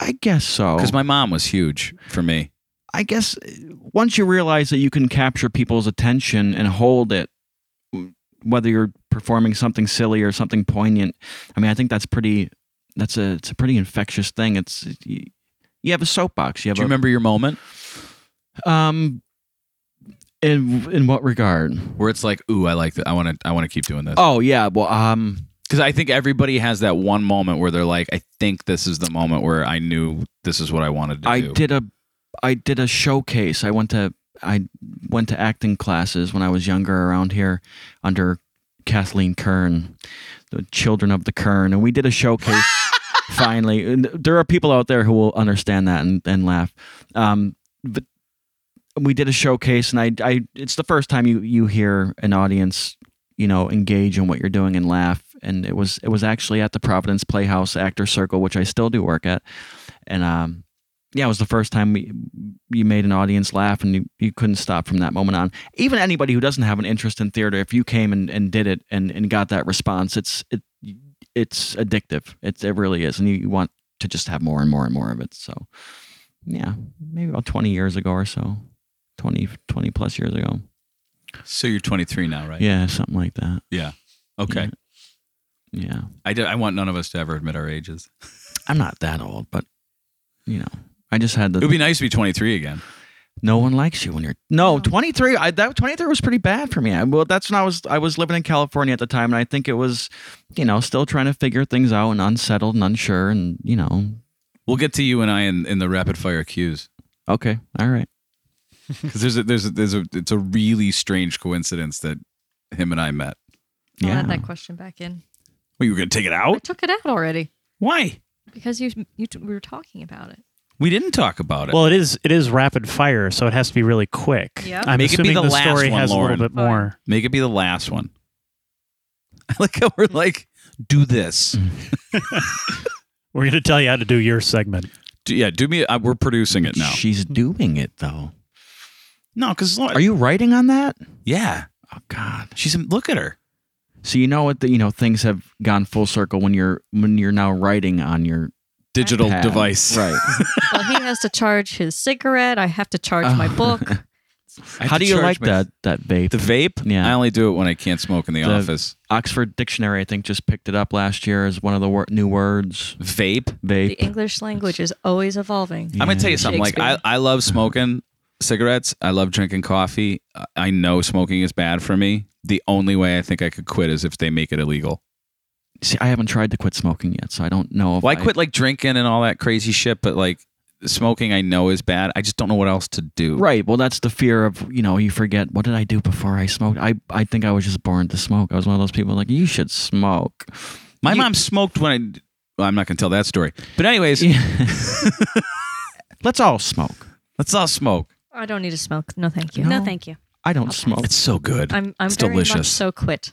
I guess so. because my mom was huge for me. I guess uh, once you realize that you can capture people's attention and hold it, w- whether you're performing something silly or something poignant, I mean, I think that's pretty. That's a it's a pretty infectious thing. It's you, you have a soapbox. You have Do you a, remember your moment Um, in in what regard? where it's like, "Ooh, I like that. I want to. I want to keep doing this." Oh yeah, well, um, Because I think everybody has that one moment where they're like, "I think this is the moment where I knew this is what I wanted to I do." did a, I did a showcase. I went to I went to acting classes when I was younger around here, under Kathleen Kern, the Children of the Kern, and we did a showcase. finally, and there are people out there who will understand that and, and laugh. Um, but we did a showcase, and I, I, it's the first time you you hear an audience, you know, engage in what you're doing and laugh. And it was it was actually at the Providence Playhouse Actor Circle, which I still do work at, and um, yeah, it was the first time we, you made an audience laugh, and you, you couldn't stop from that moment on. Even anybody who doesn't have an interest in theater, if you came and, and did it and, and got that response, it's it it's addictive. It it really is, and you, you want to just have more and more and more of it. So, yeah, maybe about twenty years ago or so, 20, 20 plus years ago. So you're 23 now, right? Yeah, something like that. Okay. Yeah, I did. I want none of us to ever admit our ages. I'm not that old, but you know, I just had the. It would be nice to be 23 again. No one likes you when you're no No. 23. I that 23 was pretty bad for me. I, well, that's when I was I was living in California at the time, and I think it was, you know, still trying to figure things out and unsettled and unsure, and you know, We'll get to you and I in, in the rapid fire cues okay, all right, because there's a, there's a, there's a it's a really strange coincidence that him and I met. I'll yeah, add that question back in. Well, you were gonna take it I out? took it out already Why? because you you t- we were talking about it. We didn't talk about it. Well, it is it is rapid fire, so it has to be really quick. Yeah. I'm Make it be assuming the the, last story one, has a Lauren. little bit more. Make it be the last one. I like how we're like, do this. We're going to tell you how to do your segment. Do, yeah, do me. I, we're producing it now. she's doing it though. No, because Are you writing on that? yeah, Oh God. she's look at her. So you know what? The, you know things have gone full circle when you're when you're now writing on your Digital pad. device. right? Well, he has to charge his cigarette. I have to charge my Oh. book. I have How to do you charge like my- that that vape? The vape? Yeah. I only do it when I can't smoke in the, The- office. Oxford Dictionary, I think, just picked it up last year as one of the wor- new words. Vape. The Vape. English language is always evolving. I'm gonna tell you something. Like I, Shakespeare. I love smoking cigarettes. I love drinking coffee. I- I know smoking is bad for me. The only way I think I could quit is if they make it illegal. See, I haven't tried to quit smoking yet, so I don't know if Well, I quit like drinking and all that crazy shit, but like smoking, I know is bad. I just don't know what else to do. Right. Well, that's the fear of you know you forget what did I do before I smoked. I I think I was just born to smoke. I was one of those people like you should smoke. My You- mom smoked when I. Well, I'm not gonna tell that story. But anyways, Let's all smoke. let's all smoke. I don't need to smoke. No, thank you. No, thank you. I don't Okay. smoke. It's so good. I'm I'm It's very much delicious. so quit.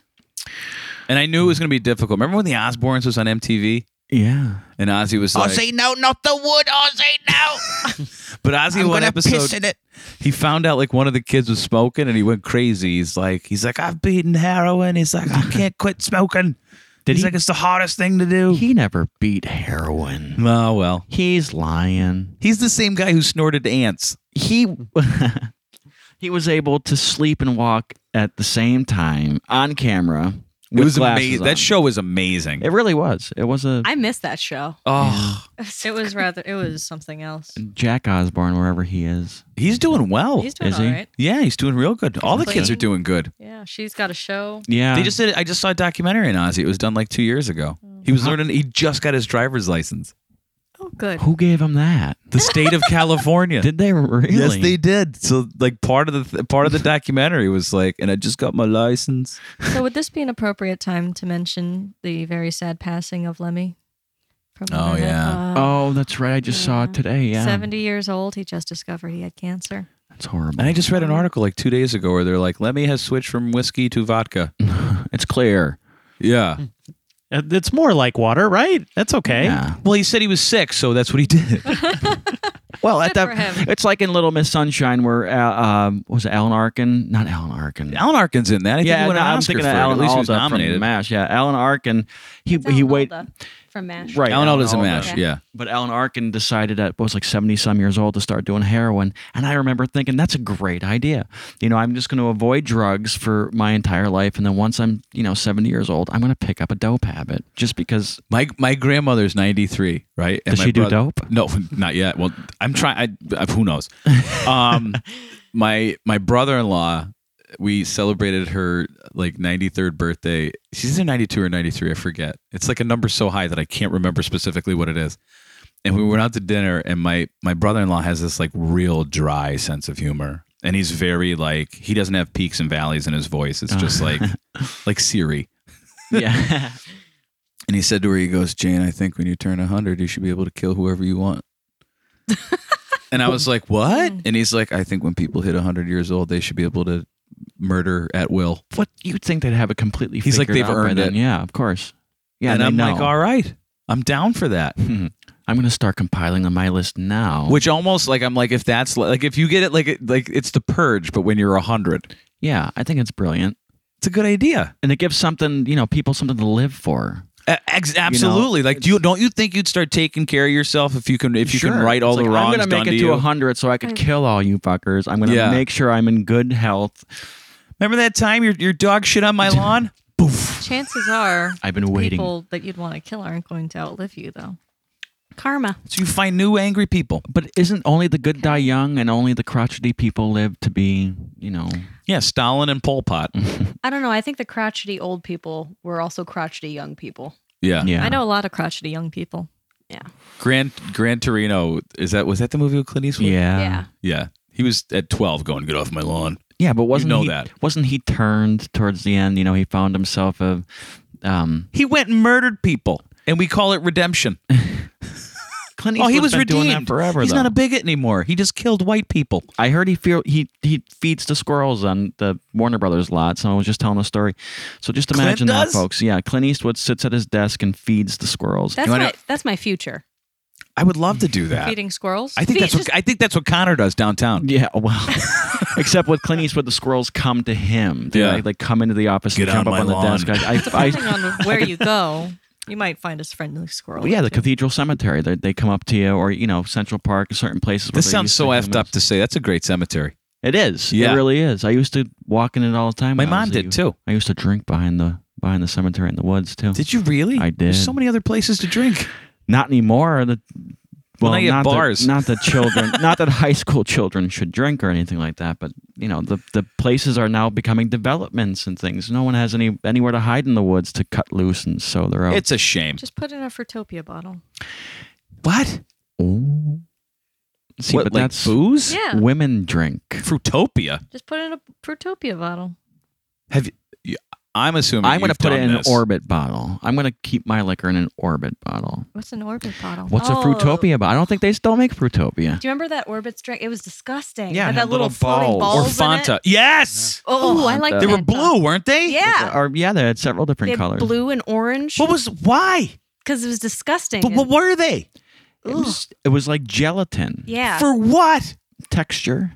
and I knew it was gonna be difficult. Remember when the Osbournes was on MTV yeah. and Ozzy was like, no, not the wood. I'll say no. but Ozzy one episode it. he found out like one of the kids was smoking and he went crazy. He's like, he's like, I've beaten heroin. He's like, I can't quit smoking. Did he's he- like, it's the hardest thing to do. He never beat heroin. oh well, He's lying. he's the same guy who snorted ants. he he was able to sleep and walk at the same time on camera. It with was glasses amazing. on. That show was amazing. It really was. It was a I miss that show. oh, Uh, It was rather it was something else. Jack Osborne wherever he is. he's doing well. He's doing is all he? right. yeah, he's doing real good. All the kids are Playing. doing good. Yeah, she's got a show. Yeah. They just did. I just saw a Uh-huh. documentary on Ozzy. It was done like two years ago. He was learning. He just got his driver's license. Oh good. Who gave him that? The state of California. Did they really? Yes, they did. So, like, part of the th- part of the documentary was like, and I just got my license. So would this be an appropriate time to mention the very sad passing of Lemmy? From Oh, Motorhead? yeah. Uh, Oh, that's right. I just saw it Yeah. today. Yeah, Mm-hmm. Seventy years old, he just discovered he had cancer. that's horrible. And I just read an article like two days ago where they're like, Lemmy has switched from whiskey to vodka. it's clear. Yeah. Uh, It's more like water, right? That's okay. Yeah. Well, he said he was sick, so that's what he did. Well, at Good for that, him. it's like in Little Miss Sunshine where uh, um, was it Alan Arkin? Not Alan Arkin. Alan Arkin's in that. I think yeah, he won no, an I'm Oscar thinking for of it. Alan At least he was Alda nominated. from Mash. Yeah, Alan Arkin. He it's Alan he wait Alda from MASH. right. Alan Alda's in Alda. MASH. Okay. Yeah. But Alan Arkin decided at was like 70 some years old to start doing heroin. And I remember thinking, that's a great idea. You know, I'm just going to avoid drugs for my entire life. And then once I'm, you know, 70 years old, I'm going to pick up a dope habit just because My my grandmother's 93, right? Does my she do brother- dope? No, not yet. Well, I'm trying. I, who knows? Um, my my brother-in-law, we celebrated her like 93rd birthday. She's either 92 or 93, I forget. It's like a number so high that I can't remember specifically what it is. And we went out to dinner, and my my brother-in-law has this like real dry sense of humor, and he's very like he doesn't have peaks and valleys in his voice. It's just like like Siri. yeah. And he said to her, he goes, Jane, I think when you turn 100, you should be able to kill whoever you want. and I was like, what? And he's like, I think when people hit 100 years old, they should be able to murder at will. what you'd think they'd have it completely. He's like, figured they've out by earned then. it. Yeah, of course. Yeah, and they I'm know. like, all right, I'm down for that. Hmm. I'm going to start compiling on my list now. Which almost like, I'm like, if that's li- like, if you get it, like, it- like it's the purge, but when you're 100, yeah, I think it's brilliant, it's a good idea. and it gives something you know people something to live for. A- ex- absolutely. like, do you, don't you think you'd start taking care of yourself if you can, if you can Sure. right all It's the like, wrongs I'm gonna done make to it to you? 100 so I Mm. could kill all you fuckers. I'm gonna Yeah. make sure I'm in good health. Remember that time your, your dog shit on my lawn? Boof. Chances are, I've been waiting. people that you'd want to kill aren't going to outlive you, though. Karma. So you find new angry people. But isn't only the good die young and only the crotchety people live to be, you know? Yeah, Stalin and Pol Pot. Mm-hmm. I don't know. I think the crotchety old people were also crotchety young people. Yeah. Yeah. I know a lot of crotchety young people. Grand Grand Torino is that was that the movie with Clint Eastwood? Yeah. yeah. Yeah. He was at 12 going get off my lawn. Yeah, but wasn't know he that. wasn't he turned towards the end, you know, he found himself a um He went and murdered people and we call it redemption. Clint oh, he Eastwood's was been doing that redeemed forever He's though. not a bigot anymore. He just killed white people. I heard he feel he he feeds to squirrels on the Warner Brothers lot. Someone was just telling the story. So just Clint imagine that, does? folks. Yeah, Clint Eastwood sits at his desk and feeds the squirrels. That's You wanna- my that's my future. I would love to do that. Feeding squirrels. Uh, I think that's what I think that's what Connor does downtown. Yeah, oh, well, except with Clint Eastwood, the squirrels come to him. They Yeah. like, like come into the office Get and on jump up my on the lawn. desk. I, I, Depending on where you go, you might find a friendly squirrel. I, yeah, the too. Cathedral Cemetery. They, they come up to you, or you know, Central Park, certain places. where This they sounds used so to effed come up in. to say. That's a great cemetery. It is. Yeah. It really is. I used to walk in it all the time. My when I mom was a did youth. too. I used to drink behind the behind the cemetery in the woods too. Did you really? I did. There's so many other places to drink. Not anymore. The Well, well, now you have not that- bars. not that children, not that high school children should drink or anything like that. But you know, the the places are now becoming developments and things. No one has any anywhere to hide in the woods to cut loose and sow their own. It's a shame. Just put in a Fruitopia bottle. what? Ooh. See, what but like that's booze? Yeah. women drink. Fruitopia. Just put in a Fruitopia bottle. Have you, I'm assuming I'm going to you've put it done in an this. orbit bottle. I'm going to keep my liquor in an orbit bottle. What's an orbit bottle? What's a Oh. Fruitopia bottle? I don't think they still make Fruitopia. Do you remember that Orbitz drink? It was disgusting. Yeah, Had it had that little, little floating or balls. balls. in it. Fanta. Yes. Oh, I like Fanta. They were Fanta. blue, weren't they? Yeah. Or yeah, they had several They different had colors. blue and orange. What was why? Because it was disgusting. But what and- were they? It Ugh. was, it was like gelatin yeah. For what? texture.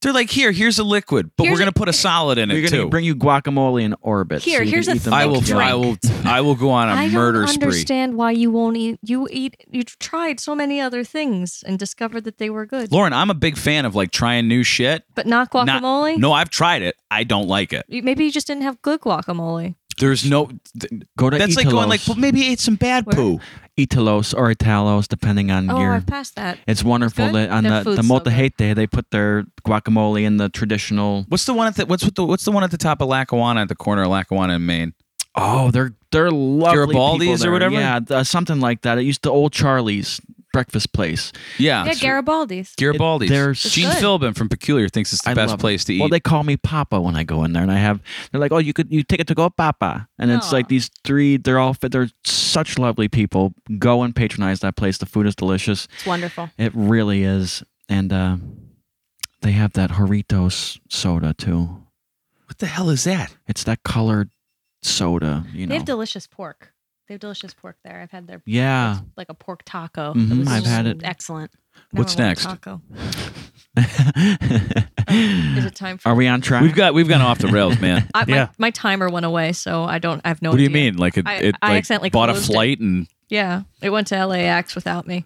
They're like, here, here's a liquid, but we're Here's gonna a- put a solid in We're it gonna too. bring you guacamole in orbit. Here, you can here's a eat thick them I will. together. drink. I will. I will go on a I murder don't spree. understand why you won't eat. You eat. You tried so many other things and discovered that they were good, Lauren, I'm a big fan of like trying new shit. but not Not- guacamole. no, I've tried it. I don't like it. You- Maybe you just didn't have good guacamole. There's no. th- Go to that's Italos, like going like well, maybe I ate some bad Where? poo. Italos or Italos, depending on Oh, your. I've passed that. It's wonderful good. that on Their the the food's so good. Moltejete they put their guacamole in the traditional. What's the one at the what's with the what's the one at the top of Lackawanna at the corner of Lackawanna and Maine? Oh, they're they're lovely. people Garibaldi's or there. whatever? Uh, Yeah, th- something like that. It used to old Charlie's. breakfast place. Yeah. Yeah, Garibaldi's. Garibaldi's. There's- Gene It's good. Philbin from Peculiar thinks it's the I best love it. place to eat. Well, they call me Papa when I go in there, and I have they're like, oh, you could you take it to go Papa, and it's Aw. like these three. They're all fit. They're such lovely people. Go and patronize that place. The food is delicious. It's wonderful. It really is, and uh, they have that Horitos soda too. what the hell is that? It's that colored soda, you They know. have delicious pork. They have delicious pork there. I've had their yeah, it's like a pork taco. Mhm, That was I've had it. Excellent. What's Never want next? Taco. Oh, Is Are it time for? we on track? We've got we've gone off the rails, man. I, my, Yeah. my timer went away, so I don't. I have no. what do you idea. mean? Like it, I- it I like, accidentally bought a closed it. flight and Yeah, it went to LAX without me.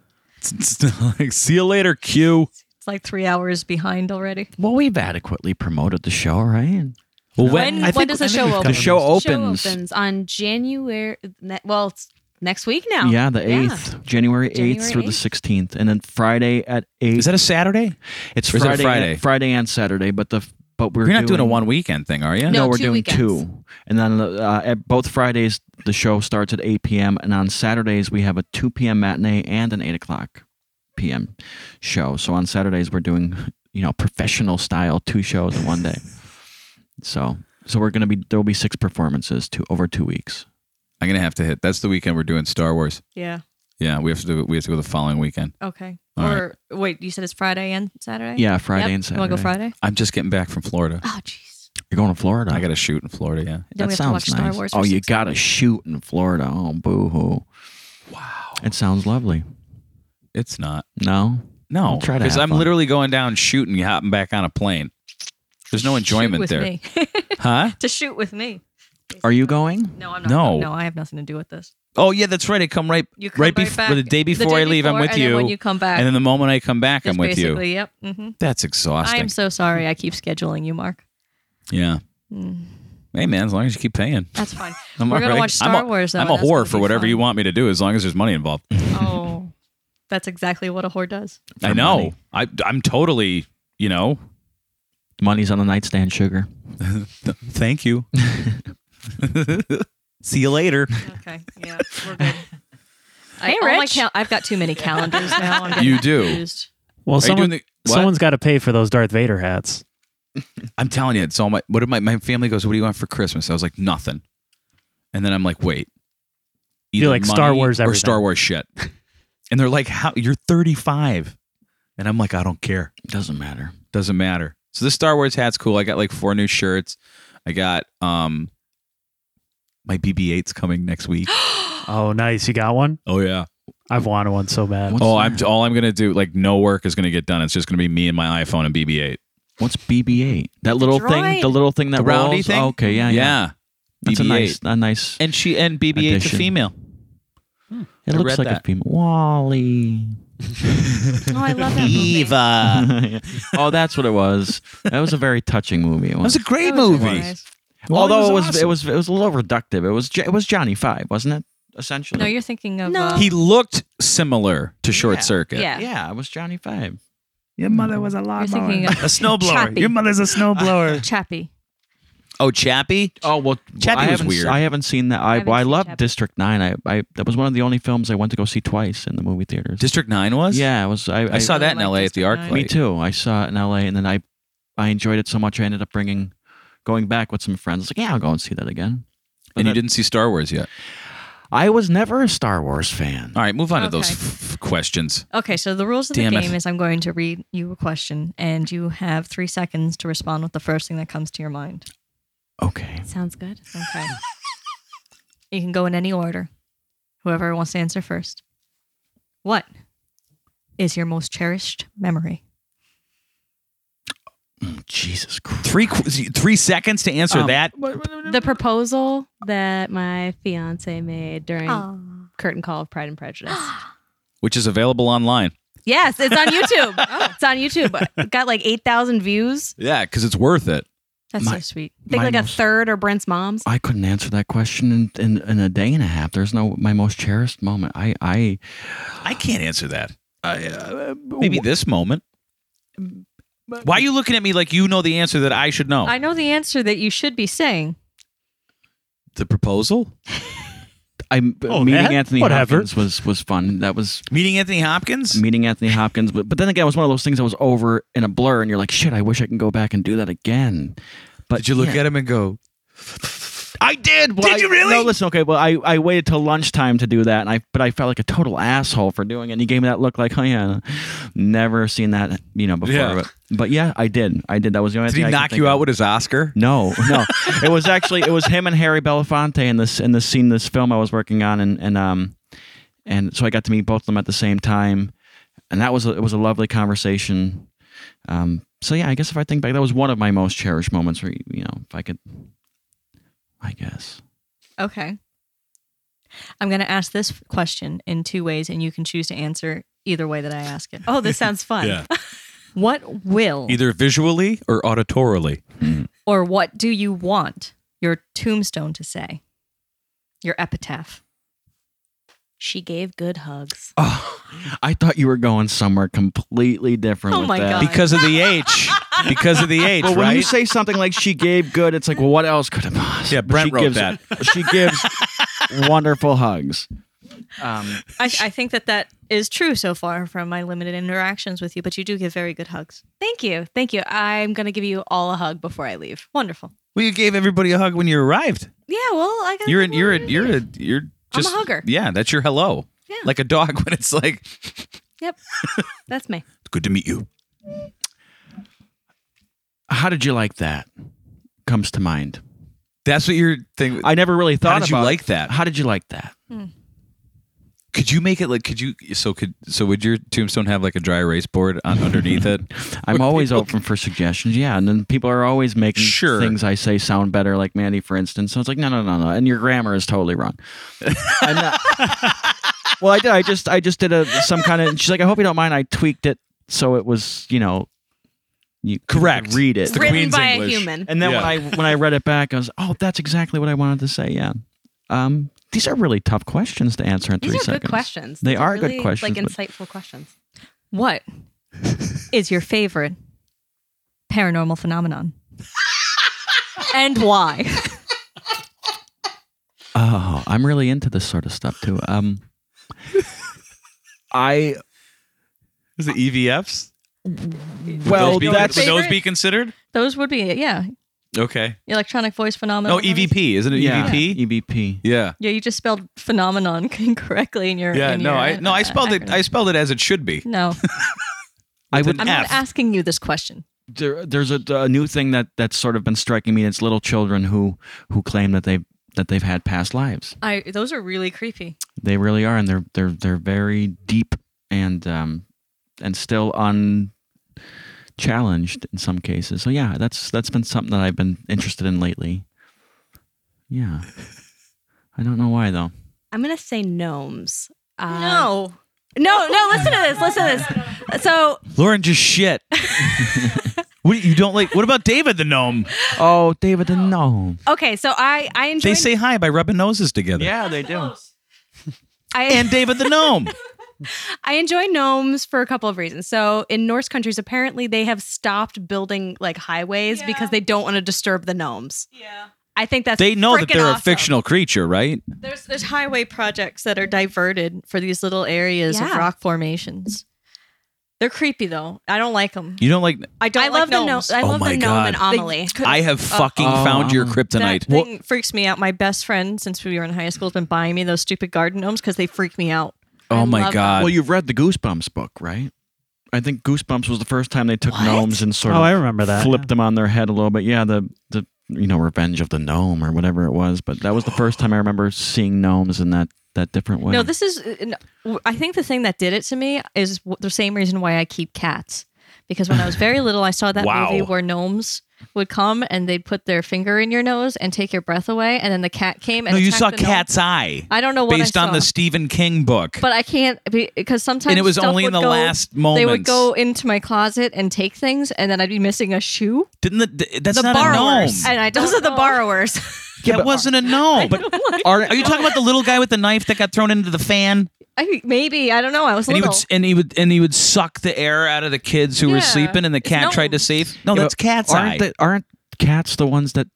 like see you later, Q. It's like three hours behind already. well, we've adequately promoted the show, right? Well, When when I when think- does I the think show we've open? The show opens. Show opens on January. ne- Well, it's next week now. Yeah, the eighth, January eighth January through the 8th. sixteenth, and then Friday at eight. is that a Saturday? it's or is it Friday, and- Friday? Friday and Saturday, but the but we're You're not doing a doing- one weekend thing, are you? No, No, we're two doing weekends. two, and then uh, at both Fridays the show starts at eight p.m. and on Saturdays we have a two p.m. matinee and an eight o'clock p.m. show. So on Saturdays we're doing you know professional style two shows in one day. so so we're gonna be there will be six performances to over two weeks. I'm gonna have to hit. That's the weekend we're doing Star Wars. Yeah. Yeah, we have to do. We have to go the following weekend. Okay. All right. or wait, you said it's Friday and Saturday. Yeah, Friday Yep. and Saturday. You want to go Friday? I'm just getting back from Florida. Oh, jeez. You're going to Florida. I got to shoot in Florida. Yeah. Then we have to watch Star Wars for oh, you six got to shoot in Florida. Oh, boo hoo. Wow. It sounds lovely. It's not. No. No, We'll try to because have I'm fun. literally going down shooting, hopping back on a plane. There's no shoot enjoyment with there, Me. huh? to shoot with me. Are you going? No, I'm not. No. no, I have nothing to do with this. Oh yeah, that's right. I come right You come right, right before back- the day before I leave. I'm before, with and then you, when you come back, and then the moment I come back, I'm Just with you. basically, Yep. hmm That's I exhausting. am so sorry. I keep scheduling you, Mark. yeah. Mm, Hey man, as long as you keep paying, that's fine. I'm We're all gonna right. watch Star I'm a, Wars. Though, I'm and a that's gonna whore for be whatever fun. you want me to do, as long as there's money involved. Oh, that's exactly what a whore does. I For know. money. I I'm totally. You know. Money's on the nightstand, sugar. Th- thank you. See you later. Okay. Yeah, we're good. I, Hey, all my Rich. cal- I've got too many calendars now. I'm getting You do. confused. Are Well, you doing someone, the, what? someone's got to pay for those Darth Vader hats. I'm telling you, it's all my. What did my my family goes? What do you want for Christmas? I was like nothing, and then I'm like, wait, You like Star money Wars or everything. Star Wars shit, and they're like, how you're 35, and I'm like, I don't care, Doesn't matter. doesn't matter. So this Star Wars hat's cool. I got like four new shirts. I got um, my BB-8's coming next week. Oh, nice. You got one? oh yeah. I've wanted one so bad. What's Oh, that? I'm all I'm gonna do. Like no work is gonna get done. It's just gonna be me and my iPhone and BB-8. What's BB-8? That little thing, Droid. the little thing that The roundy rolls? thing? okay, yeah, yeah. yeah. That's a BB-8. nice, a nice. And she and BB-8 's a Addition. female. It I looks read like a that. female. Wally. Oh, I love that movie. oh, that's what it was. That was a very touching movie. It That was was. a great That was movie. nice. Although it was, awesome. it was, it was a little reductive. It was, Jo- it was Johnny Five, wasn't it? Essentially. No, you're thinking of. No. uh, he looked similar to Short Yeah. Circuit. Yeah. yeah, it was Johnny Five. Your mother was a you're lawnmower. thinking of A snowblower. Chappie. Your mother's a snowblower. Chappie. Oh, Chappie? Oh well, Chappie was I haven't, weird. I haven't seen that. I, haven't well, I seen love Chappie. District Nine. I, I that was one of the only films I went to go see twice in the movie theaters. District 9 was? yeah, it was. I, I saw really that in liked LA at the District Arc Nine. Light. Me too. I saw it in L.A. and then I, I enjoyed it so much. I ended up bringing, going back with some friends. Like, yeah, I'll go and see that again. But And you that- didn't see Star Wars yet. I was never a Star Wars fan. All right, move on to those Okay. f- f- questions. Okay, so the rules of Damn the it. game is I'm going to read you a question, and you have three seconds to respond with the first thing that comes to your mind. Okay. Sounds good. Okay. you can go in any order. Whoever wants to answer first. What is your most cherished memory? Mm, Jesus Christ. Three qu- three seconds to answer Um, that? The proposal that my fiance made during Oh. curtain call of Pride and Prejudice. Which is available online. yes, it's on YouTube. It's on YouTube. It got like eight thousand views. Yeah, because it's worth it. That's My- so sweet. I think My like a most- third or Brent's mom's. I couldn't answer that question in, in, in a day and a half. There's no my most cherished moment. I I, I can't answer that. I uh, Maybe this moment. Why are you looking at me like you know the answer that I should know? I know the answer that you should be saying. the proposal? I Oh, meeting that? Anthony Whatever. Hopkins was was fun. That was Meeting Anthony Hopkins? meeting Anthony Hopkins, but but then again, it was one of those things that was over in a blur, and you're like, shit, I wish I can go back and do that again. But Did you look at him and go, I did. Well, Did I- you really? No, listen. Okay, well, I, I waited till lunchtime to do that, and I but I felt like a total asshole for doing it. And he gave me that look, like, oh yeah, never seen that, you know, before. Yeah. But, but yeah, I did. I did. That was the only. did he thing I could knock think you of. out with his Oscar? No, no. it was actually it was him and Harry Belafonte in this in this scene, this film I was working on, and and um, and so I got to meet both of them at the same time, and that was a, it was a lovely conversation. Um, so yeah, I guess if I think back, that was one of my most cherished moments. Where you know, if I could, I guess. Okay. I'm going to ask this question in two ways, and you can choose to answer either way that I ask it. Oh, this sounds fun. Yeah. What will Either visually or auditorily. or what do you want your tombstone to say? Your epitaph. She gave good hugs. Oh, I thought you were going somewhere completely different. Oh with my that. God. Because of the H. Because of the H, But when right? you say something like she gave good, it's like, well, what else could have possibly? Yeah, Brent she wrote gives, that. She gives wonderful hugs. Um, I, I think that that is true so far from my limited interactions with you, but you do give very good hugs. Thank you. Thank you. I'm going to give you all a hug before I leave. Wonderful. well, you gave everybody a hug when you arrived. Yeah, well, I got You're a, you're a, you're a, you're I'm a just hugger. Yeah, that's your hello. Yeah. Like a dog when it's like Yep. That's me. good to meet you. how did you like that? Comes to mind. That's what your thing. I never really thought How did you about like that? How did you like that? could you make it like? Could you? So could so would your tombstone have like a dry erase board on underneath it? I'm always open for suggestions. Yeah, and then people are always making Sure. things I say sound better, like Mandy, for instance. So it's like, no, no, no, no, and your grammar is totally wrong. I'm not- well, I did. I just, I just did a some kind of. She's like, I hope you don't mind. I tweaked it so it was, you know, you could Correct. Read it. It's the Written Queen's by English. a human. And then Yeah. when I when I read it back, I was, oh, that's exactly what I wanted to say. Yeah. Um, these are really tough questions to answer in These three are seconds. good questions. They These are good really, questions, Like but- insightful questions. What is your favorite paranormal phenomenon? and why? Oh, I'm really into this sort of stuff too. Um, I Is it EVFs? well, Would those be, that's would those be considered? Those would be it. Yeah. Okay. Electronic voice phenomenon. No EVP. Isn't it yeah, E EVP? EVP. Yeah. Yeah, you just spelled phenomenon incorrectly in your. Yeah. in No. your, I no. I uh, spelled it. acronym. I spelled it as it should be. no, I With would. an I'm not F. asking you this question. There, there's a, a new thing that that's sort of been striking me. It's little children who who claim that they that they've had past lives. I those are really creepy. They really are, and they're they're they're very deep and um and still unchallenged in some cases. So yeah, that's that's been something that I've been interested in lately. Yeah, I don't know why though. I'm going to say gnomes. Uh, no, No, no, listen to this. Listen to this. So, Lauren just shit. what you don't like? What about David the gnome? Oh, David, the gnome. okay, so I I enjoyed They say hi by rubbing noses together. Yeah, they do. I And David the gnome. I enjoy gnomes for a couple of reasons. So in Norse countries, apparently they have stopped building like highways because they don't want to disturb the gnomes. Yeah. I think that's they know that freaking they're a awesome. fictional creature, right? there's there's highway projects that are diverted for these little areas Yeah. of rock formations. They're creepy though. I don't like them. You don't like. I don't I like love the gnome. gnomes. I Oh love my the gnome and God. Amelie. I have fucking Oh, found your um, kryptonite. That thing freaks me out. My best friend, since we were in high school, has been buying me those stupid garden gnomes because they freak me out. oh my love that. god! Well, you've read the Goosebumps book, right? I think Goosebumps was the first time they took gnomes and sort Oh, of I remember that. flipped them on their head a little bit. Yeah, the the you know Revenge of the Gnome or whatever it was, but that was the first time I remember seeing gnomes in that that different way. No, this is. uh, no, I think the thing that did it to me is w- the same reason why I keep cats. Because when I was very little, I saw that Wow. movie where gnomes would come and they'd put their finger in your nose and take your breath away, and then the cat came. And no, you attacked saw the gnome. Cat's Eye I don't know what based I on the saw. Stephen King book. But I can't because sometimes And it was stuff only in would the go- last They would moments. go into my closet and take things, and then I'd be missing a shoe. Didn't the, th- that's not borrowers a gnome? and I don't Those are the know. borrowers. that wasn't a gnome. But are, are you talking about the little guy with the knife that got thrown into the fan? I, maybe I don't know. I was And he little. would and he would and he would suck the air out of the kids who were Yeah. sleeping, and the It's cat tried to gnomes. save. No, Yeah, that's Cat's aren't Eye. the- aren't cats the ones that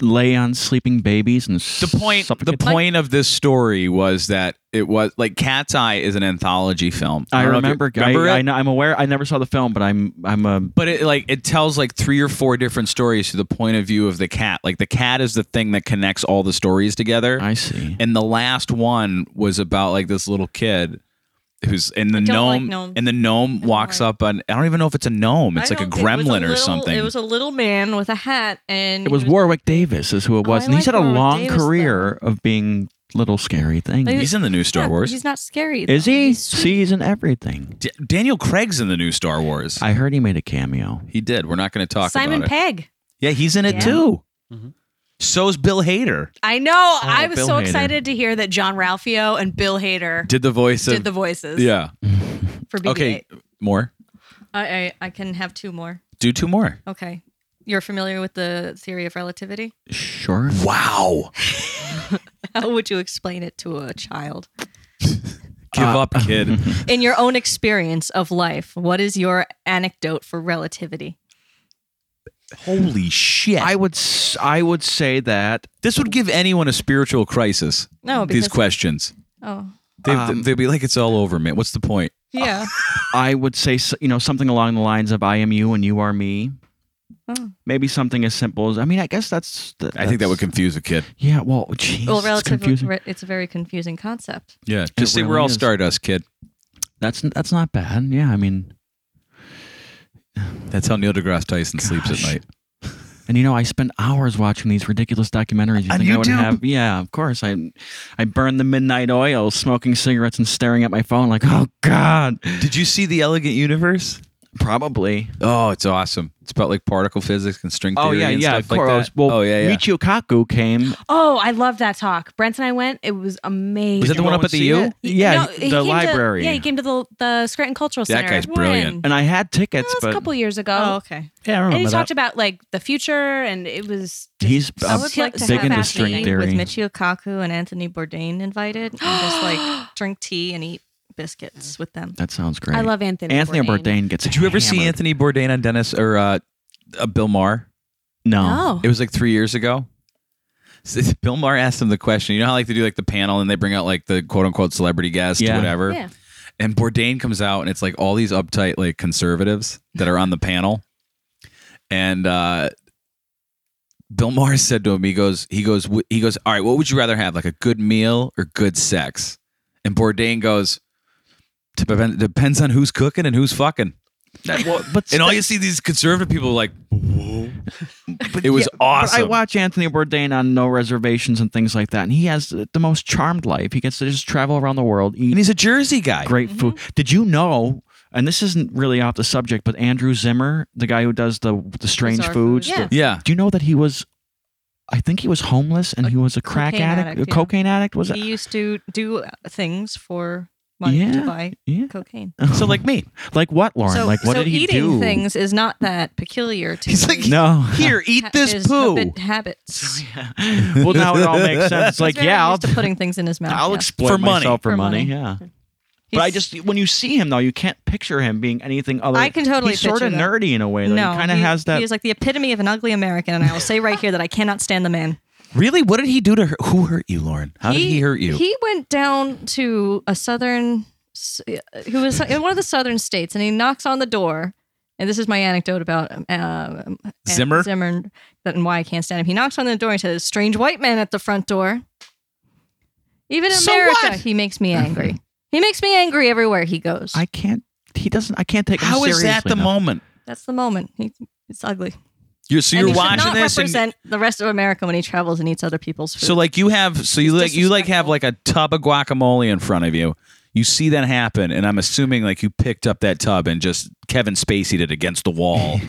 lay on sleeping babies and the point the point of this story was that it was like Cat's Eye is an anthology film. I don't know if you remember. remember I, it? I, know- I'm aware. I never saw the film, but I'm I'm a but it like it tells like three or four different stories through the point of view of the cat. Like the cat is the thing that connects all the stories together. I see. and the last one was about like this little kid who's and the don't like gnome, gnomes. and the gnome walks like- up on I don't even know if it's a gnome. It's I like a don't think- it was gremlin or little- something. It was a little man with a hat, and It was he Warwick Davis is who it Oh, was, I and he's like had a Warwick long Davis, career of being little scary things. Like, he's in the new Star Yeah, Wars. He's not scary. is though. he? He's sweet. See, he's in everything. D- Daniel Craig's in the new Star Wars. I heard he made a cameo. he did. We're not going to talk Simon about it. Pegg. Yeah, he's in it Yeah. too. Mm-hmm. Mhm. So's Bill Hader. I know. Oh, I was Bill so Hader. excited to hear that John Ralphio and Bill Hader Did the voice did of the voices yeah. for BB-8. Okay, more. I, I I can have two more. Do two more. Okay. You're familiar with the theory of relativity? Sure. Wow. How would you explain it to a child? Give Uh, up, kid. In your own experience of life, what is your anecdote for relativity? Holy shit. I would s- I would say that this would give anyone a spiritual crisis. No, these because- questions. Oh. They, Um, they'd be like, it's all over, man. What's the point? Yeah. Ah, I would say s- you know something along the lines of I am you and you are me. Hmm. Oh. Maybe something as simple as I mean I guess that's, that, I think that would that's- confuse a kid. yeah well geez, well, it's relatively, confusing. re- it's a very confusing concept. Yeah. Just say really we're all is. stardust, kid. that's that's not bad yeah I mean That's how Neil deGrasse Tyson sleeps at Gosh. night. And you know, I spend hours watching these ridiculous documentaries. You On think I would YouTube? have? Yeah, of course. I, I burn the midnight oil, smoking cigarettes and staring at my phone like, oh god. Did you see The Elegant Universe? Probably. Oh, it's awesome. It's about like particle physics and string theory Oh yeah, and yeah. stuff Of course. like that. Well, oh, yeah, yeah. Michio Kaku came. Oh, I love that talk. Brent and I went. It was amazing. Was that the one Go up and at the see U? it. Y- no, Yeah, he the came to- library. yeah, he came to the the Scranton Cultural That Center. guy's brilliant. When? and I had tickets, That was but a couple years ago. Oh, okay. Yeah, and he I remember that. talked about like the future, and it was he's I uh, would like to big have into a string meeting theory. with Michio Kaku and Anthony Bourdain invited, and just like drink tea and eat biscuits with them. that sounds great. I love Anthony. Anthony Bourdain gets. Did you ever see hammered. Anthony Bourdain on Dennis or uh, uh, Bill Maher? No. No, It was like three years ago. So Bill Maher asked him the question. You know how like they do like the panel and they bring out like the quote unquote celebrity guest, Yeah. whatever. yeah. And Bourdain comes out and it's like all these uptight like conservatives that are on the panel. And uh Bill Maher said to him, he goes, he goes, "Wh- he goes, all right, what would you rather have? Like a good meal or good sex? And Bourdain goes, "Dep- depends on who's cooking and who's fucking. That- well, but And all you see these conservative people like, whoa. It was But I awesome. watch Anthony Bourdain on No Reservations and things like that, and he has the most charmed life. He gets to just travel around the world, And eat he's a Jersey guy. great food. Did you know? And this isn't really off the subject, but Andrew Zimmer, the guy who does the the strange Bizarre foods, food. Yeah. the- Yeah. do you know that he was? I think he was homeless and A he was a crack cocaine addict, addict, a yeah. cocaine addict. Was it? He used to do things for money Yeah, to buy yeah. cocaine. So like me. Like what, Lauren? so, like what so did he eating do? things is not that peculiar to He's me. like, No. Here, eat Ha- this his poo. habit- habits. He's well, now it all makes sense. It's like, very yeah, I'll, used to putting things in his mouth. I'll yeah. exploit For money. myself for, For money. money. Yeah. But I He's- just when you see him though, you can't picture him being anything other. I can totally He's sort of picture that. nerdy in a way. Though. no, he kind of he- has that. He is like the epitome of an ugly American, and I will say right here that I cannot stand the man. Really? What did he do to her? Who hurt you, Lauren? How did he hurt you? He went down to a southern, s- who was in one of the southern states, and he knocks on the door. And this is my anecdote about um, um, Zimmer? Zimmer, and, that, and why I can't stand him. He knocks on the door and says, "Strange white man at the front door." Even in So America, what? he makes me angry. he makes me angry everywhere he goes. I can't. He doesn't. I can't take. How him is that seriously the enough. moment? That's the moment. He, it's ugly. You're so and you're he should watching not this, and, represent the rest of America when he travels and eats other people's food. so like you have, so you It's like you like have disrespectful. like a tub of guacamole in front of you. You see that happen, and I'm assuming like you picked up that tub and just Kevin Spacey it against the wall,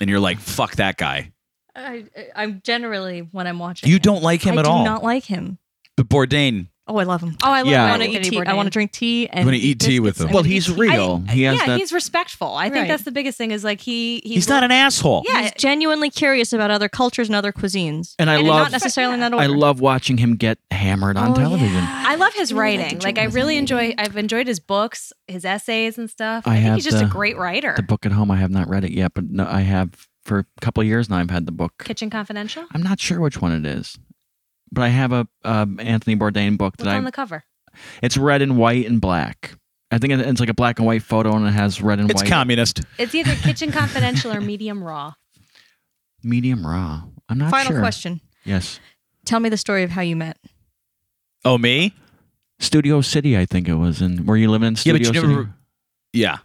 and you're like, "Fuck that guy." I, I, am generally when I'm watching. You him. don't like him I at do all. not like him. but Bourdain, Oh, I love him. Oh, I love yeah. Yeah. I want to Anthony eat tea. Bourdain. I want to drink tea. And gonna eat eat tea with biscuits. him. I Well, wanna eat he's tea. real. he has yeah, that. he's respectful. I think Right. that's the biggest thing. Is like he, he he's not an asshole. Yeah. He's genuinely curious about other cultures and other cuisines. And I and love- not necessarily in that order. I love watching him get hammered on Oh, television. yeah. I love his Really like to writing. drink Like I with really him. enjoy. I've enjoyed his books, his essays and stuff. I I, think have he's just the- a great writer. The book at home. I have not read it yet, but no, I have for a couple of years now. I've had the book. Kitchen Confidential. I'm not sure which one it is, but I have a um, Anthony Bourdain book that What's I. on the cover? it's red and white and black. I think it- it's like a black and white photo, and it has red and It's white. communist. It's either Kitchen Confidential or Medium Raw. medium raw. I'm not Final sure. question. Yes, Tell me the story of how you met. Oh, me? Studio City. I think it was in. Were you living in Yeah, Studio but you City? never- Yeah.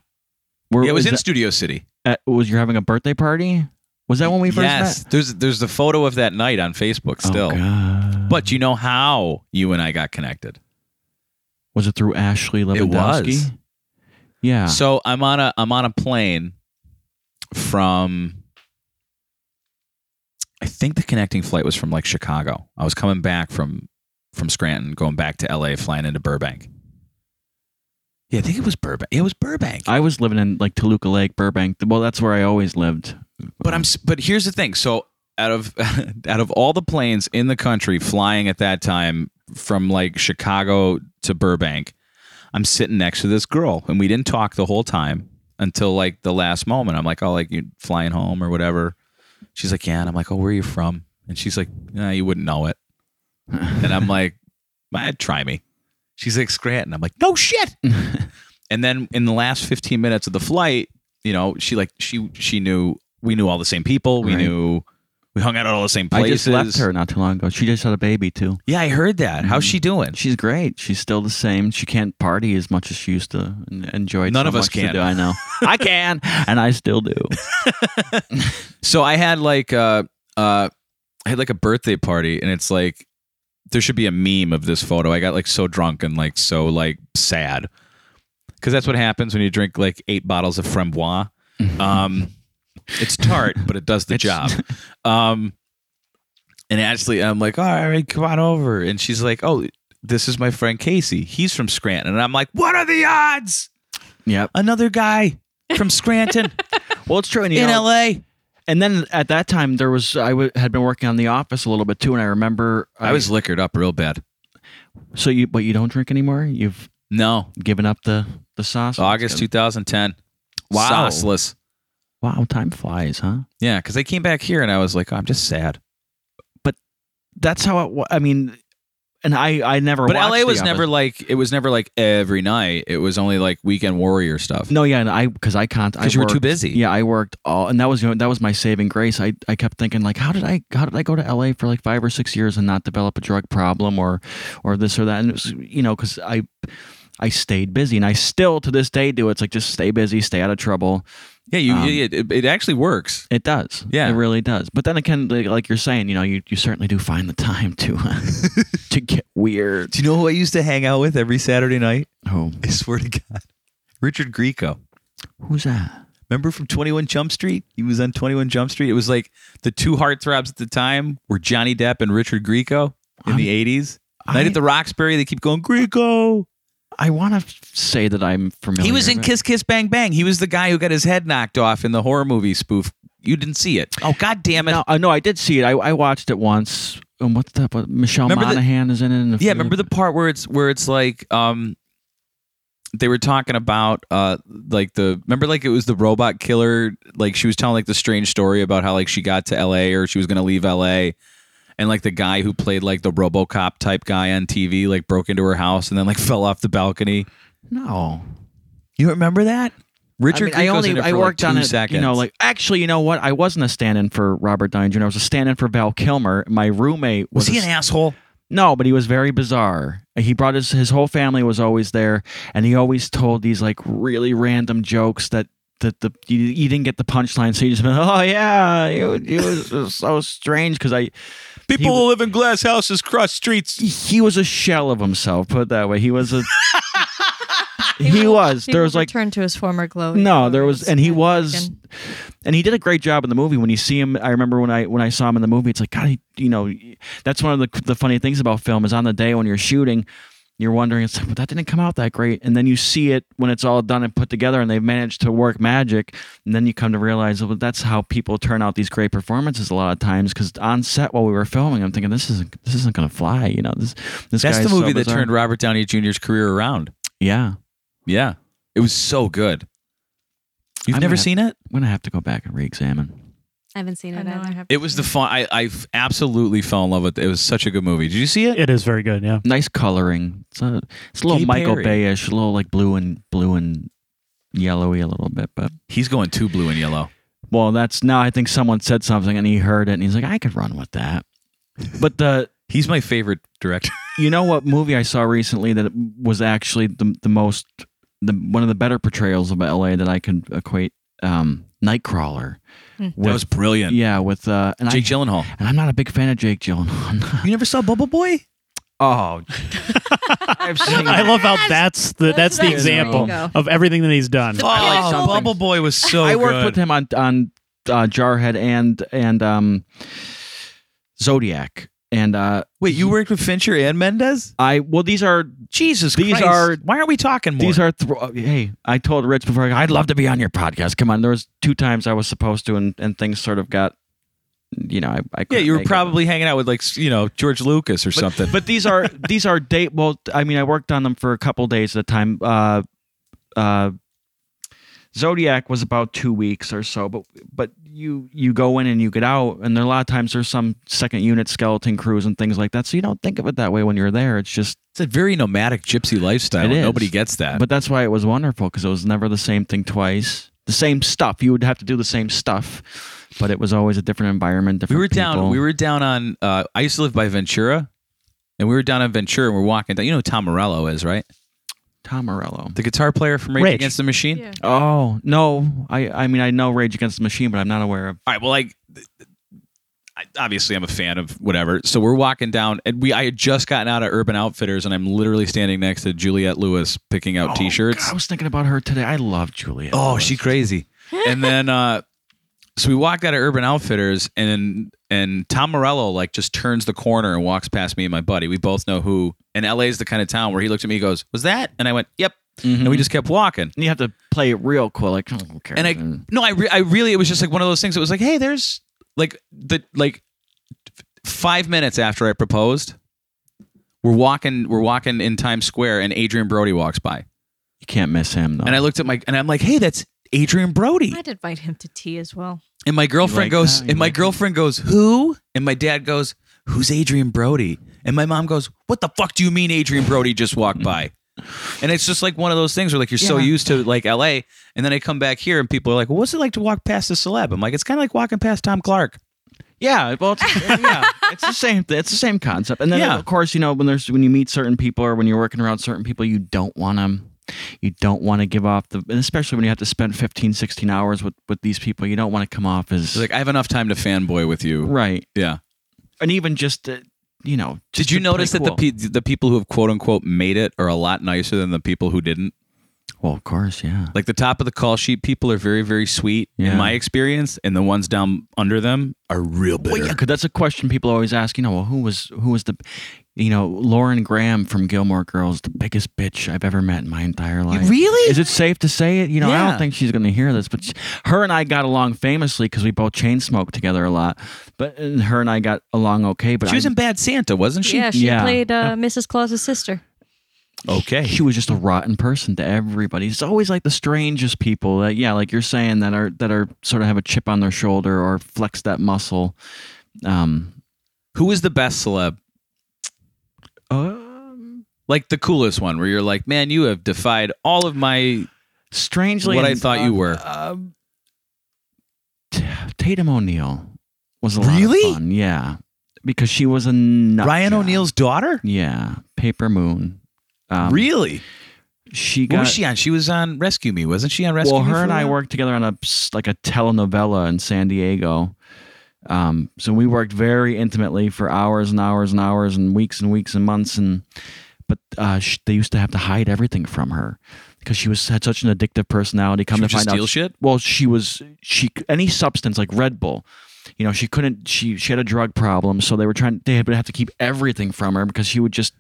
Where Yeah, it was in that- Studio City. uh, was you having a birthday party? Was that when we first yes. met? There's there's the photo of that night on Facebook still. Oh, God. but you know how you and I got connected. was it through Ashley It Lewandowski? was. Yeah. So I'm on a I'm on a plane from I think the connecting flight was from like Chicago. I was coming back from from Scranton, going back to LA, flying into Burbank. Yeah, I think it was Burbank. It was Burbank. I was living in like Toluca Lake, Burbank. Well, that's where I always lived. But I'm s- but here's the thing. So out of out of all the planes in the country flying at that time from like Chicago to Burbank, I'm sitting next to this girl and we didn't talk the whole time until like the last moment. I'm like, "Oh, like you flying home or whatever." She's like, "Yeah." And I'm like, "Oh, where are you from?" And she's like, "Nah, you wouldn't know it." and I'm like, "Ah, "Try me." She's like, "Scranton." I'm like, "No shit." and then in the last 15 minutes of the flight, you know, she like she she knew we knew all the same people. We Right. knew we hung out at all the same I places. just left her Mm-hmm. not too long ago. She just had a baby too. Yeah, I heard that. How's she doing? She's great. She's still the same. She can't party as much as she used to and enjoy. None so of us much to can. do. I know. I can, and I still do. So I had like uh uh I had like a birthday party and it's like there should be a meme of this photo. I got like so drunk and like so like sad. Cuz that's what happens when you drink like 8 bottles of framboise. Um it's tart, but it does the job. Um and actually I'm like, "All right, come on over." And she's like, "Oh, this is my friend Casey. He's from Scranton." And I'm like, "What are the odds? Yep. Another guy from Scranton Well, it's true. And, you in know, LA." and then at that time there was I w- had been working on the office a little bit too, and I remember I was liquored up real bad. so you but you don't drink anymore. You've No, given up the the sauce. August 2010. Wow. Sauceless. Wow, time flies, huh? Yeah, because I came back here and I was like, I'm just sad. That's how it. wa- I mean, and I I never. But watched LA The was Office. never like it was never like every night. It was only like weekend warrior stuff. No, yeah, and I because I can't. because you were too busy. Yeah, I worked all, and that was you know, that was my saving grace. I, I kept thinking like, how did I how did I go to L.A. for like five or six years and not develop a drug problem or or this or that? And it was you know because I I stayed busy, and I still to this day do. It's like just stay busy, stay out of trouble. yeah. You, Um, it, it- it actually works. It does, Yeah. it really does. But then again, like, like you're saying, you know, you, you certainly do find the time to uh, to get weird. Do you know who I used to hang out with every Saturday night? Oh, I swear to God, Richard Grieco. who's that? Remember from 21 Jump Street? He was on 21 Jump Street. It was like the two heartthrobs at the time were Johnny Depp and Richard Grieco in I'm- the 80s. Night I- at the Roxbury, they keep going, Grieco. I want to say that I'm familiar. He was in with- Kiss Kiss Bang Bang. He was the guy who got his head knocked off in the horror movie spoof. You didn't see it. Oh god damn it. No, uh, no, I did see it. I, I watched it once. And what's that? What, Michelle Remember the- Monaghan is in it. and a few Yeah, remember the part where it's where it's like um they were talking about uh like the remember like it was the robot killer like she was telling like the strange story about how like she got to LA or she was going to leave LA and like the guy who played like the RoboCop type guy on TV like broke into her house and then like fell off the balcony. No, You remember that? Richard I, mean, I Grieco's only in it I for, like, worked on two it. seconds. You know, like actually, you know what? I wasn't a stand-in for Robert Downey Jr. I was a stand-in for Val Kilmer. My roommate was was, he a an asshole? No, but he was very bizarre. He brought his his whole family was always there, and he always told these like really random jokes that that the you, you didn't get the punchline, so you just went, "Oh yeah, it, it was- it was so strange." Because I People He- who live in glass houses cross streets. he was a shell of himself. Put it that way, he was a he, will- was. he There will was like return to his former glow. no, there was, glories and he and was, again. and he did a great job in the movie. When you see him, I remember when I when I saw him in the movie, it's like God, he, you know, that's one of the the funny things about film is on the day when you're shooting, you're wondering, it's like, well, that didn't come out that great, and then you see it when it's all done and put together, and they've managed to work magic, and then you come to realize, well, that's how people turn out these great performances a lot of times. Because on set while we were filming, I'm thinking this isn't this isn't gonna fly, you know, this this That's guy the is so movie that bizarre. turned Robert Downey Jr.'s career around. yeah. Yeah. It was so good. You've I'm never gonna- seen it? I'm gonna have to go back and re-examine. I haven't seen I it know I either. have It was the fun. I, I absolutely fell in love with it. It was such a good movie. Did you see it? It is very good. Yeah. Nice coloring. It's a, it's a little Katy Michael Perry. Bayish, a little like blue and blue and yellowy a little bit, but He's going too blue and yellow. well, that's now I think someone said something and he heard it and he's like, I could run with that. But the He's my favorite director. you know what movie I saw recently that was actually the the most the one of the better portrayals of LA that I could equate um, Nightcrawler. Hmm. that was brilliant. yeah with uh and Jake I, Gyllenhaal. and I'm not a big fan of Jake Gyllenhaal. You never saw Bubble Boy? oh, I've seen I love how that's the that's the That's the example lingo. of everything that he's done. The pinnacle. Oh, Bubble Boy was so I worked good. with him on on uh, Jarhead and and um, Zodiac and uh, Wait, you worked with Fincher and Mendez? I well these are Jesus These Christ. are- Why aren't we talking more? these are thr- uh, hey I told Rich before I'd love to be on your podcast. Come on, there was two times I was supposed to and and things sort of got you know I, I yeah, couldn't you were make it. probably hanging out with like you know George Lucas or something. But these are these are date. Well, I mean, I worked on them for a couple days at a time. Uh, uh, Zodiac was about two weeks or so, but but you you go in and you get out, and there a lot of times there's some second unit skeleton crews and things like that. So you don't think of it that way when you're there. It's just, it's a very nomadic gypsy lifestyle. It is. Nobody gets that. but that's why it was wonderful because it was never the same thing twice. The same stuff. You would have to do the same stuff, but it was always a different environment. we Different were down. people. We were down on. Uh, I used to live by Ventura, and we were down on Ventura, and we're walking down. You know who Tom Morello is, right? Tom Morello. The guitar player from Rage Rage. Against the Machine. Yeah. Oh no! I I mean I know Rage Against the Machine, but I'm not aware of. All right. Well, like, th- th- I, obviously, I'm a fan of whatever. So we're walking down, and we. I had just gotten out of Urban Outfitters, and I'm literally standing next to Juliette Lewis picking out Oh, T-shirts. God, I was thinking about her today. I love Julia. Oh, Lewis. she crazy. and then uh so we walked out of Urban Outfitters and and Tom Morello like just turns the corner and walks past me and my buddy. We both know who and LA is the kind of town where he looked at me and goes, Was that? And I went, Yep. And we just kept walking. And you have to play it real quick. Like, oh, okay. And I no, I re- I really it was just like one of those things that was like, hey, there's like the like f- five minutes after I proposed, we're walking we're walking in Times Square and Adrian Brody walks by. you can't miss him though. And I looked at my and I'm like, hey, that's Adrian Brody. I'd invite him to tea as well. And my girlfriend like goes, that? You and my like that? girlfriend goes, who? And my dad goes, who's Adrian Brody? And my mom goes, what the fuck do you mean Adrian Brody just walked by? And it's just like one of those things where like you're so Yeah. used to like LA, and then I come back here and people are like, well, what's it like to walk past a celeb? I'm like, it's kind of like walking past Tom Clark. yeah, well, it's, yeah, it's the same. thi- It's the same concept. And then Yeah. of course, you know, when there's when you meet certain people or when you're working around certain people, you don't want them. You don't want to give off the, and especially when you have to spend 15, 16 hours with with these people, you don't want to come off as It's like I have enough time to fanboy with you. right. Yeah. And even just, uh, you know, just Did you to play notice that cool. the pe- the people who have quote unquote made it are a lot nicer than the people who didn't? Well, of course, yeah. Like the top of the call sheet people are very very sweet Yeah. in my experience, and the ones down under them are real bitter. Well, yeah, 'cause that's a question people always ask. You know, well, who was who was the, you know, Lauren Graham from Gilmore Girls, the biggest bitch I've ever met in my entire life. Really? Is it safe to say it? You know, I Yeah. don't think she's going to hear this, but she- her and I got along famously because we both chain smoked together a lot. But and her and I got along okay. But She was I- in Bad Santa, wasn't she? yeah, she yeah. played uh, Mrs. Claus's sister. Okay. she was just a rotten person to everybody. It's always like the strangest people that, yeah, like you're saying that are that are sort of have a chip on their shoulder or flex that muscle. Um, Who is the best celeb? Uh, um Like the coolest one where you're like, man, you have defied all of my. strangely What I and, thought you uh, were. uh, T- Tatum O'Neill was a lot Really? of fun. Yeah, because she was a nut Ryan job. O'Neill's daughter? Yeah, Paper Moon. Um, really? She What got. was she on? She was on Rescue Me, wasn't she on Rescue well, Me? her for and a I while? worked together on a ps- like a telenovela in San Diego. Um, so we worked very intimately for hours and hours and hours and weeks and weeks and months and. But uh, sh- they used to have to hide everything from her because she was had such an addictive personality. Come She to would just find out, steal shit? well she was she any substance like red bull you know she couldn't she she had a drug problem so they were trying they would have to keep everything from her because she would just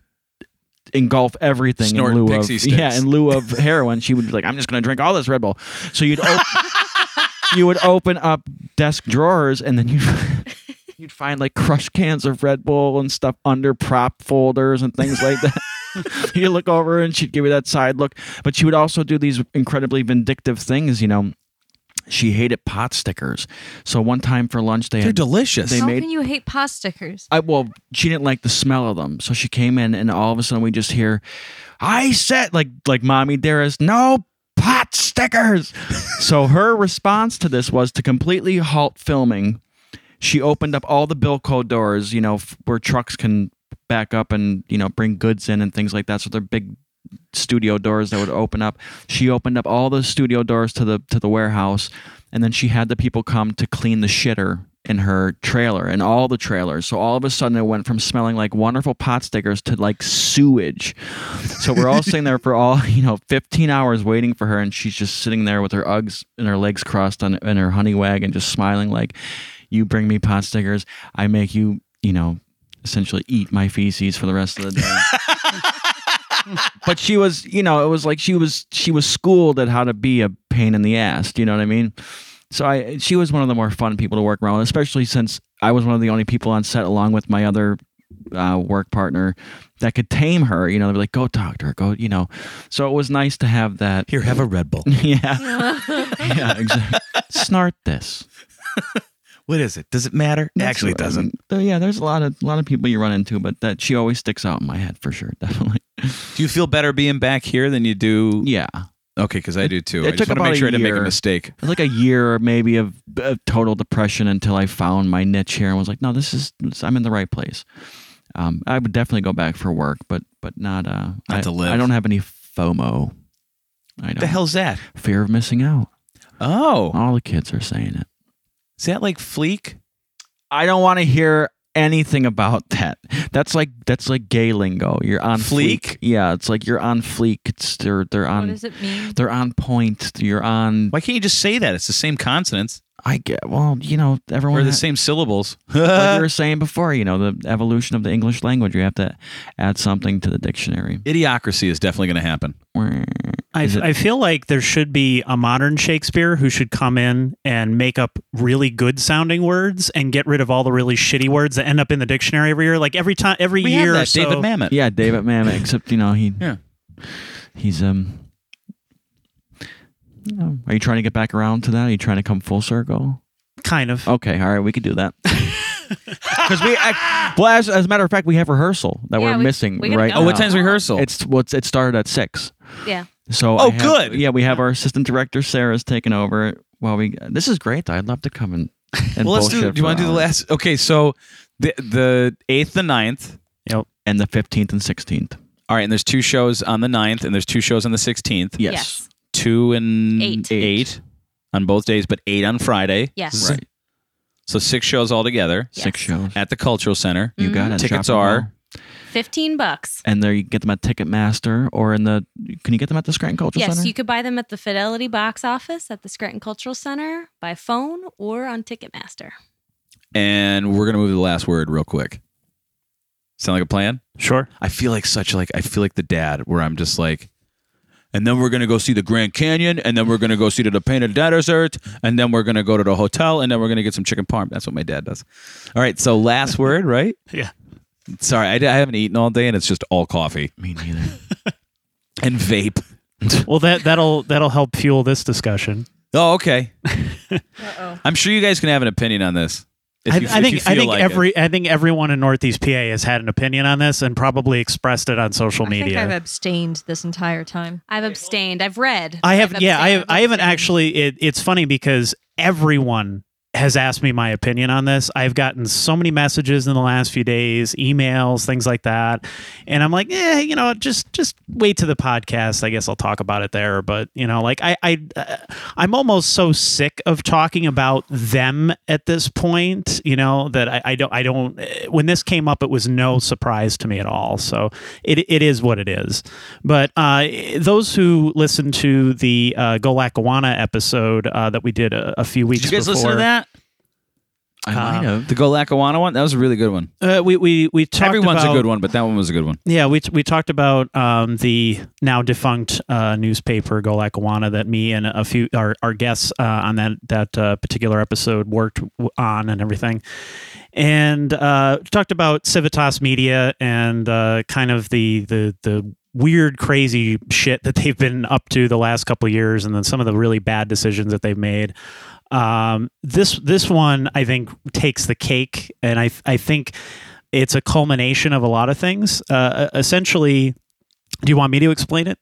engulf everything Snort in lieu pixie of sticks. yeah in lieu of heroin she would be like i'm just going to drink all this red bull so you'd op- you would open up desk drawers and then you you'd find like crushed cans of red bull and stuff under prop folders and things like that you look over and she'd give you that side look. But she would also do these incredibly vindictive things, you know. She hated pot stickers. So one time for lunch, they They're had, delicious. They How made- can you hate pot stickers? I, well, she didn't like the smell of them, so she came in, and all of a sudden we just hear, "I said," like like mommy dearest, no pot stickers. so her response to this was to completely halt filming. She opened up all the Bilco doors, you know, f- where trucks can back up and you know bring goods in and things like that. So they're big studio doors that would open up. She opened up all the studio doors to the to the warehouse, and then she had the people come to clean the shitter in her trailer and all the trailers. So all of a sudden it went from smelling like wonderful pot stickers to like sewage. So we're all sitting there for all, you know, 15 hours waiting for her and she's just sitting there with her Uggs and her legs crossed on in her honey wagon just smiling like you bring me pot stickers, I make you, you know, essentially eat my feces for the rest of the day but she was you know it was like she was she was schooled at how to be a pain in the ass do you know what i mean so i she was one of the more fun people to work around with, especially since i was one of the only people on set along with my other uh, work partner that could tame her you know they were like go talk to her go you know so it was nice to have that Here, have a Red Bull. yeah yeah exactly snart this What is it? Does it matter? Actually, it That's- doesn't. uh, yeah there's a lot of a lot of people you run into but that she always sticks out in my head for sure definitely Do you feel better being back here than you do? yeah Okay, because I do too. it I just took want to about make a sure I didn't make a year. mistake. It was like a year maybe of, of total depression until I found my niche here and was like, no, this is this- I'm in the right place. Um, I would definitely go back for work, but but not uh, I, to live. I don't have any FOMO. I don't. The hell's that? Fear of missing out. Oh, All the kids are saying it. is that like Fleek? I don't want to hear anything about that. That's like that's like gay lingo. You're on Fleek? fleek. Yeah, it's like you're on fleek. It's they're they're What on does it mean? they're on point. You're on. Why can't you just say that? It's the same consonants I get well. You know everyone. or the ha- same syllables. like you were saying before, you know, the evolution of the English language, you have to add something to the dictionary. Idiocracy is definitely going to happen. I, Is it- I feel like there should be a modern Shakespeare who should come in and make up really good sounding words and get rid of all the really shitty words that end up in the dictionary every year. Like every time, every We year, have or that, so, David Mamet. Yeah, David Mamet, except, you know, he Yeah. he's um you know, are you trying to get back around to that? Are you trying to come full circle? kind of. Okay, all right, we could do that. Because we, act, well, as, as a matter of fact, we have rehersal that Yeah, we're we- missing we gotta right go. Oh, what No. now. time's rehearsal? It's what's it started at six. Yeah. So Oh, I have- good. Yeah, we have our assistant director Sarah's taking over while we. This is great. though. I'd love to come and. and well, let's do. bullshit Do you for want to do the hours. last? Okay, so the the eighth, the 9th. and the fifteenth and sixteenth? All right, and there's two shows on the 9th, and there's two shows on the sixteenth. Yes. Yes. Two and Eight. eight on both days, but eight on Friday. Yes. Right. So six shows altogether Six shows. at the Cultural Center. You got it. Tickets Shop 'em are- all. 15 bucks. And there you can get them at Ticketmaster or in the. Can you get them at the Scranton Culture yes, Center? you could buy them at the Fidelity box office at the Scranton Cultural Center by phone or on Ticketmaster. Mm-hmm. and we're gonna move to the last word real quick. Sound like a plan? Sure. I feel like such like I feel like the dad where I'm just like, and then we're gonna go see the Grand Canyon, and then we're gonna go see to the Painted Desert, and then we're gonna go to the hotel, and then we're gonna get some chicken parm. That's what my dad does. All right, so last word, right? Yeah. Sorry, I, I haven't eaten all day, and it's just all coffee Me neither. and vape. Well, that that'll that'll help fuel this discussion. Oh, okay. Uh-oh. I'm sure you guys can have an opinion on this. If I, you- I if you think I feel think like it. every I think everyone in Northeast PA has had an opinion on this and probably expressed it on social I think I've media. abstained this entire time. I've abstained. I've read. I I've have yeah I abstained. have I've I haven't abstained. actually. It, it's funny because everyone has asked me my opinion on this. I've gotten so many messages in the last few days, emails, things like that, and I'm like, eh, you know, just just wait to the podcast. I guess I'll talk about it there. But you know, like I I uh, I'm almost so sick of talking about them at this point. You know that I, I don't I don't. eh, When this came up, it was no surprise to me at all. So it it is what it is. But uh, those who listened to the uh, Go Lackawanna episode uh, that we did a, a few weeks, Did you guys before, listen to that? Uh, I might have. The Go Lackawanna one? That was a really good one. Uh, we we we talked Everyone's about, a good one, but that one was a good one. Yeah, we, we talked about um, the now defunct uh, newspaper Go Lackawanna that me and a few our, our guests uh, on that that uh, particular episode worked w- on and everything, and uh, talked about Civitas Media and uh, kind of the the the weird, crazy shit that they've been up to the last couple of years, and then some of the really bad decisions that they've made. Um, this this one, I think, takes the cake, and I I think it's a culmination of a lot of things. Uh, essentially, do you want me to explain it?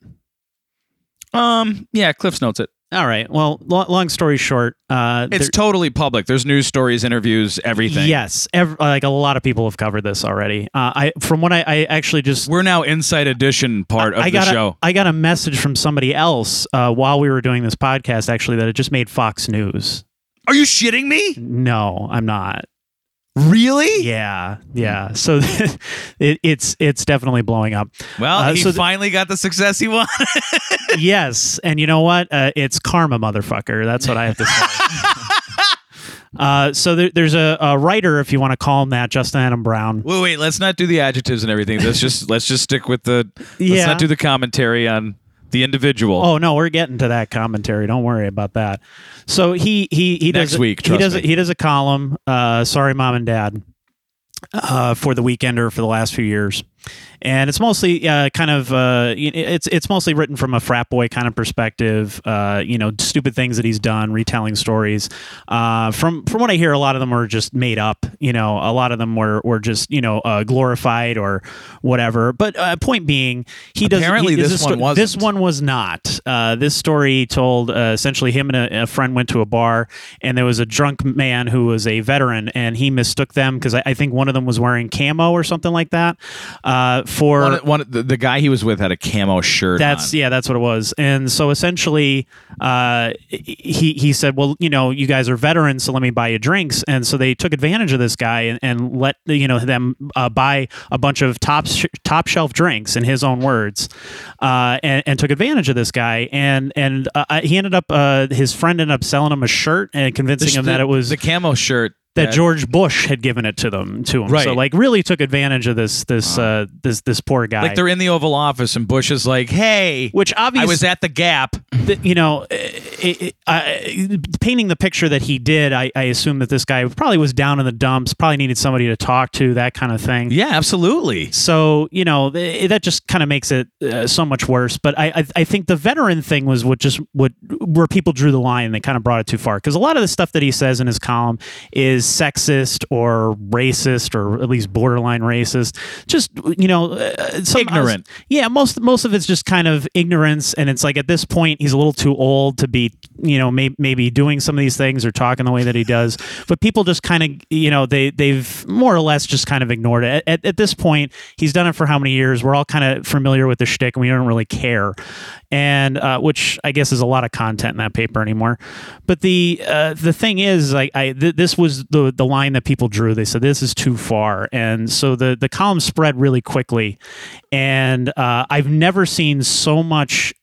Um, yeah, Cliff's notes it. All right. Well, lo- long story short, uh, It's there- totally public. There's news stories, interviews, everything. Yes, ev- like a lot of people have covered this already. Uh, I from what I, I actually just We're now inside edition part of I the got show. A, I got a message from somebody else uh, while we were doing this podcast, actually, that it just made Fox News. Are you shitting me? No, I'm not. Really? Yeah, yeah. So it, it's it's definitely blowing up. Well, Uh, he so th- finally got the success he wanted. yes, and you know what? Uh, it's karma, motherfucker. That's what I have to say. Uh, so there, there's a, a writer, if you want to call him that, Justin Adam Brown. Wait, wait. Let's not do the adjectives and everything. Let's just let's just stick with the. Let's Yeah. not do the commentary on the individual. Oh no, we're getting to that commentary. Don't worry about that. So he he he Next does week, he trust does me. he does a column. Uh, sorry, mom and dad. Uh, for the Weekender for the last few years, and it's mostly uh, kind of uh, y- it's it's mostly written from a frat boy kind of perspective. Uh, you know, stupid things that he's done, retelling stories. Uh, from from what I hear, a lot of them were just made up. You know, a lot of them were were just you know uh, glorified or whatever. But uh, point being, he does Apparently he, is this a sto- one wasn't. This one was not. Uh, this story told uh, essentially him and a, a friend went to a bar, and there was a drunk man who was a veteran, and he mistook them because I, I think one of them was wearing camo or something like that. Uh, for One, one, the, the guy he was with had a camo shirt. that's on. yeah, that's what it was. And so essentially, uh, he he said, well, you know, you guys are veterans, so let me buy you drinks. And so they took advantage of this guy and, and let you know them uh, buy a bunch of top sh- top shelf drinks, in his own words, uh, and, and took advantage of this guy. And and uh, uh, he ended up uh, his friend ended up selling him a shirt and convincing him that it was the camo shirt that George Bush had given it to them to him. Right. So like really took advantage of this this uh, this this poor guy. Like they're in the Oval Office, and Bush is like, "Hey, which I obviously was at the Gap." that, you know, it, it, I- painting the picture that he did, I, I assume that this guy probably was down in the dumps, probably needed somebody to talk to, that kind of thing. Yeah, absolutely. So you know th- that just kind of makes it uh, so much worse. But I, I I think the veteran thing was what just what where people drew the line. They kind of brought it too far because a lot of the stuff that he says in his column is sexist or racist or at least borderline racist. Just you know, uh, some, Ignorant. yeah, most most of it's just kind of ignorance, and it's like at this point he's a little too old to be you know may, maybe doing some of these things or talking the way that he does. But people just kind of you know they they've more or less just kind of ignored it. At, at this point, he's done it for how many years? We're all kind of familiar with the shtick, and we don't really care. And uh, which I guess is a lot of content in that paper anymore. But the uh, the thing is, like I th- this was the the line that people drew. They said this is too far, and so the the column spread really quickly and uh, I've never seen so much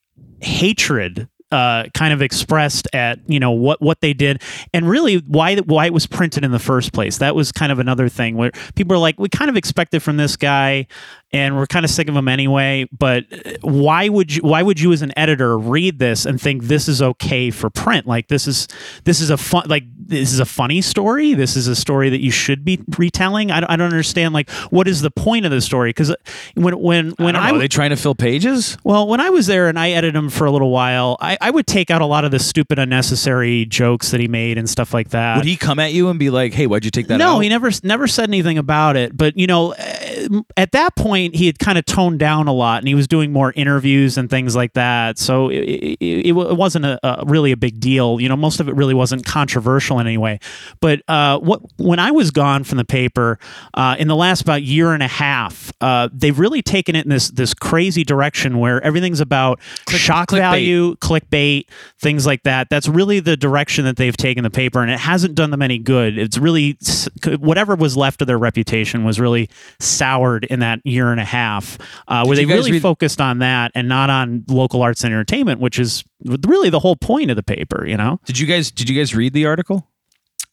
hatred. Uh, kind of expressed at you know what what they did and really why why it was printed in the first place that was kind of another thing where people are like we kind of expected from this guy and we're kind of sick of him anyway but uh, why would you why would you as an editor read this and think this is okay for print like this is this is a fun like this is a funny story this is a story that you should be retelling I don't, I don't understand like what is the point of the story because when when when I don't know, I, w- are they trying to fill pages? well, when I was there and I edited him for a little while, I, I would take out a lot of the stupid, unnecessary jokes that he made and stuff like that. Would he come at you and be like, "Hey, why'd you take that?" no, out? he never never said anything about it. But you know, eh, at that point, he had kind of toned down a lot, and he was doing more interviews and things like that. So it, it, it wa- it wasn't a, a really a big deal. You know, most of it really wasn't controversial in any way. But uh, what when I was gone from the paper uh, in the last about year and a half, uh, they've really taken it in this this crazy direction where everything's about shock clickbait. value you, clickbait, things like that. That's really the direction that they've taken the paper, and it hasn't done them any good. It's really s- whatever was left of their reputation was really soured in that year and a half, uh, where Did they you guys really read- focused on that and not on local arts and entertainment, which is really the whole point of the paper. You know, Did you guys? Did you guys read the article?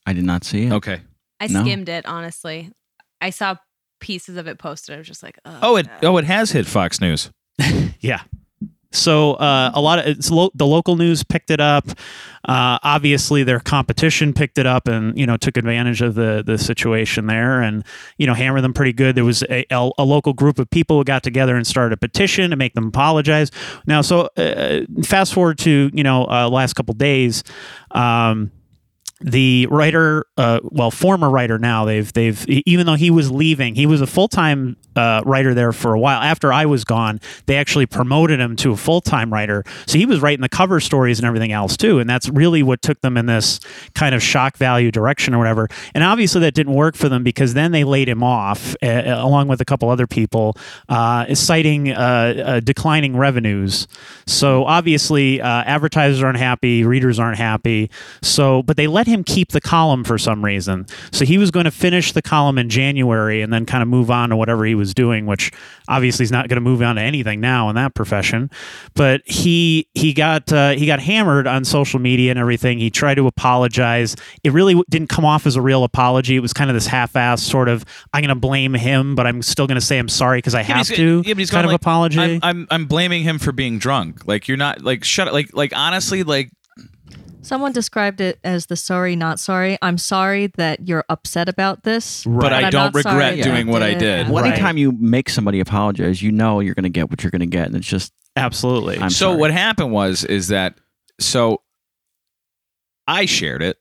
I did not see it. Okay. I No. skimmed it honestly. I saw pieces of it posted. I was just like, oh, Oh, it God. oh it has hit Fox News. yeah, So uh, a lot of it's lo- the local news picked it up. Uh, obviously, their competition picked it up and you know took advantage of the the situation there and you know hammered them pretty good. There was a, a a local group of people who got together and started a petition to make them apologize. Now, so uh, fast forward to you know uh, last couple days. Um, the writer, uh, well, former writer now, they've they've e, even though he was leaving, he was a full time uh, writer there for a while. After I was gone, they actually promoted him to a full time writer, so he was writing the cover stories and everything else too. And that's really what took them in this kind of shock value direction or whatever. And obviously that didn't work for them because then they laid him off uh, along with a couple other people, uh, citing uh, uh, declining revenues. So obviously, uh, advertisers aren't happy, readers aren't happy. So, but they let him keep the column for some reason. So he was going to finish the column in January and then kind of move on to whatever he was doing, which obviously he's not going to move on to anything now in that profession. But he he got uh, he got hammered on social media and everything. He tried to apologize. It really w- didn't come off as a real apology. It was kind of this half-ass sort of I'm going to blame him, but I'm still going to say I'm sorry because I have to. kind of apology. I'm, I'm I'm blaming him for being drunk. Like you're not like shut up. Like like honestly like Someone described it as the sorry, not sorry. I'm sorry that you're upset about this. but I I'm don't not sorry regret that doing what I did. Well, Right. anytime you make somebody apologize, you know you're going to get what you're going to get, and it's just Absolutely. I'm so sorry. what happened was is that so I shared it.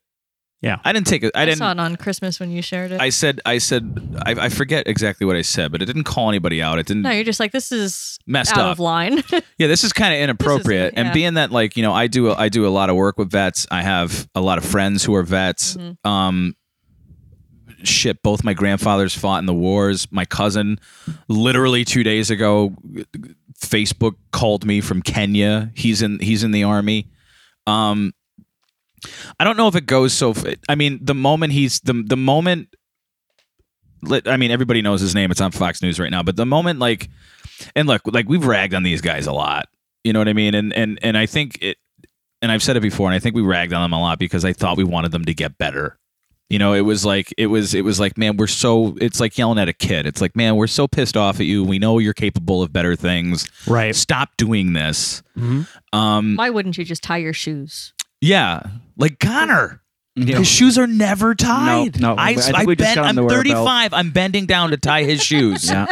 Yeah. I didn't take it. I I didn't saw it on Christmas when you shared it. I said I said I, I forget exactly what I said, but it didn't call anybody out. It didn't no, you're just like this is messed out up. of line. Yeah, this is kind of inappropriate. And yeah. being that like, you know, I do I do a lot of work with vets. I have a lot of friends who are vets. Um shit, both my grandfathers fought in the wars. My cousin literally 2 days ago Facebook called me from Kenya. He's in he's in the army. Um I don't know if it goes so f- I mean, the moment he's the the moment let- I mean, everybody knows his name. It's on Fox News right now. But the moment, like, and look, like we've ragged on these guys a lot. You know what I mean? And and and I think it, and I've said it before, and I think we ragged on them a lot because I thought we wanted them to get better. You know, it was like it was it was like, man, we're so it's like yelling at a kid. It's like, man, we're so pissed off at you. We know you're capable of better things. right. Stop doing this. Mhm. Um, Why wouldn't you just tie your shoes? yeah, like Connor. Yeah. His shoes are never tied. no, I I, think I, we just bend, got him to I'm wear a belt. 35. I'm bending down to tie his shoes. Yeah.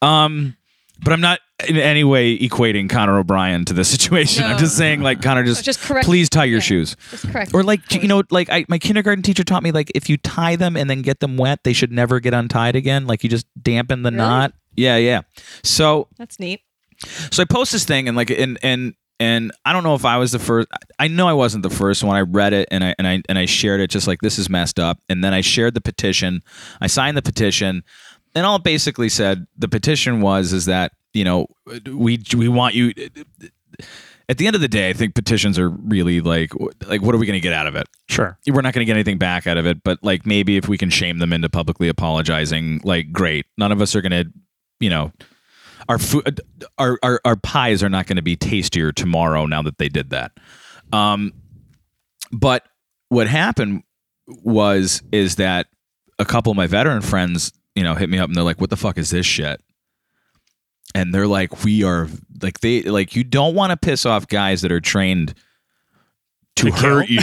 Um, but I'm not in any way equating Connor O'Brien to this situation. I'm No. just saying, like Connor, just, Just correct- Please tie your yeah. shoes, Just correct. or like you know, like I, my kindergarten teacher taught me, like if you tie them and then get them wet, they should never get untied again. Like you just dampen the Really? knot. Yeah, yeah. So That's neat. so I post this thing and like and and and I don't know if I was the first. I know I wasn't the first one. I read it and I and I and I shared it just like this is messed up. And then I shared the petition. I signed the petition, and all it basically said the petition was is that you know we we want you. At the end of the day, I think petitions are really like like what are we going to get out of it? Sure. we're not going to get anything back out of it but like maybe if we can shame them into publicly apologizing like great none of us are going to you know our food our, our our pies are not going to be tastier tomorrow now that they did that um but what happened was is that a couple of my veteran friends you know hit me up and they're like what the fuck is this shit and they're like we are like they like you don't want to piss off guys that are trained to, To kill? hurt you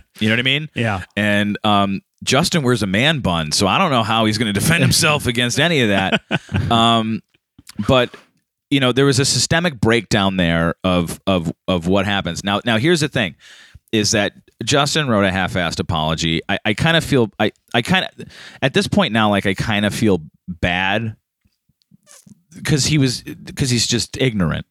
you know what i mean Yeah. and um, Justin wears a man bun, so I don't know how he's going to defend himself against any of that. Um, but you know, there was a systemic breakdown there of of of what happens. Now, now here's the thing: is that Justin wrote a half-assed apology. I, I kind of feel I I kind of at this point now, like I kind of feel bad because he was because he's just ignorant.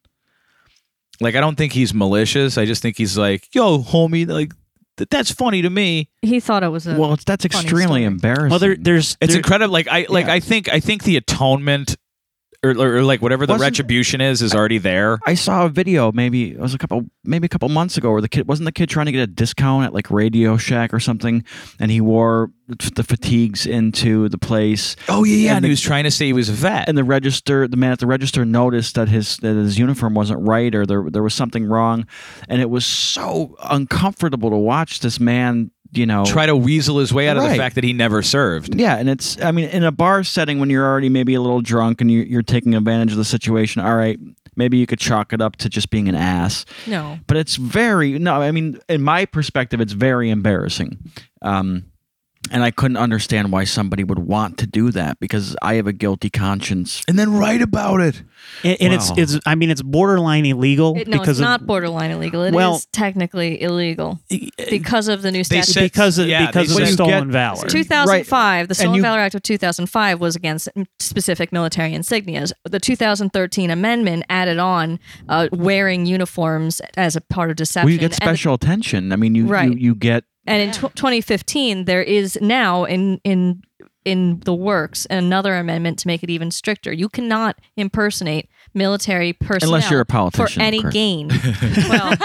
Like I don't think he's malicious. I just think he's like, yo, homie, like th- that's funny to me. He thought it was a well, it's- that's Funny extremely story. embarrassing. Well, there, there's It's there- incredible. Like I like Yeah. I think I think the atonement or, or, or like whatever the Wasn't- retribution is is already there. I saw a video maybe it was a couple maybe a couple months ago where the kid wasn't the kid trying to get a discount at like Radio Shack or something, and he wore f- the fatigues into the place, Oh yeah, yeah. And And the- he was trying to say he was a vet. and the register the man at the register noticed that his that his uniform wasn't right or there there was something wrong, and it was so uncomfortable to watch this man you know try to weasel his way out of the Right. fact that he never served. Yeah, and it's I mean in a bar setting when you're already maybe a little drunk and you, you're taking advantage of the situation. All right, Maybe you could chalk it up to just being an ass. No. But it's very no. I mean, in my perspective, it's very embarrassing. Um, and I couldn't understand why somebody would want to do that because I have a guilty conscience. And then write about it. And, and Wow. it's it's I mean it's borderline illegal It- no, because it's of- not borderline illegal. It is Well- technically illegal because of the new They statute. said- because of, Yeah, they because of said- the Well, you stolen get- valor. 2005, the Stolen you- Valor Act of 2005 was against specific military insignias. The 2013 amendment added on uh, wearing uniforms as a part of deception. Well, you get And- special attention. I mean, you you, Right. you get And in tw 2015, there is now in in in the works another amendment to make it even stricter. You cannot impersonate military personnel you're a politician, for any correct. gain, well,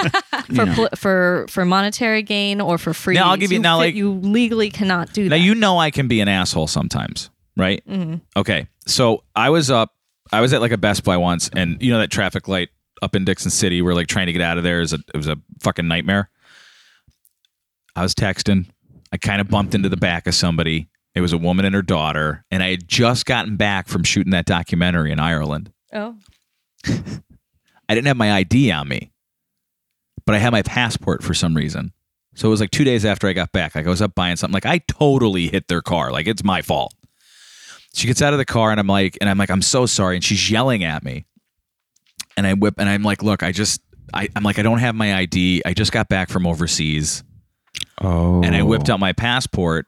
for, poli- for for monetary gain or for free. Now, I'll give you- now, like- you legally cannot do Now that. you know I can be an asshole sometimes, right? Mm-hmm. Okay, so I was up, I was at like a Best Buy once, and you know that traffic light up in Dixon City, we're like trying to get out of there is a it was a fucking nightmare. I was texting, I kind of bumped into the back of somebody. It was a woman and her daughter, and I had just gotten back from shooting that documentary in Ireland. oh, I didn't have my ID on me, but I had my passport for some reason. So it was like two days after I got back. Like I was up buying something. Like I totally hit their car. Like it's my fault. She gets out of the car and I'm like, and I'm like, I'm so sorry. And she's yelling at me. And I whip and I'm like, look, I just, I, I'm like, I don't have my ID. I just got back from overseas. oh, And I whipped out my passport.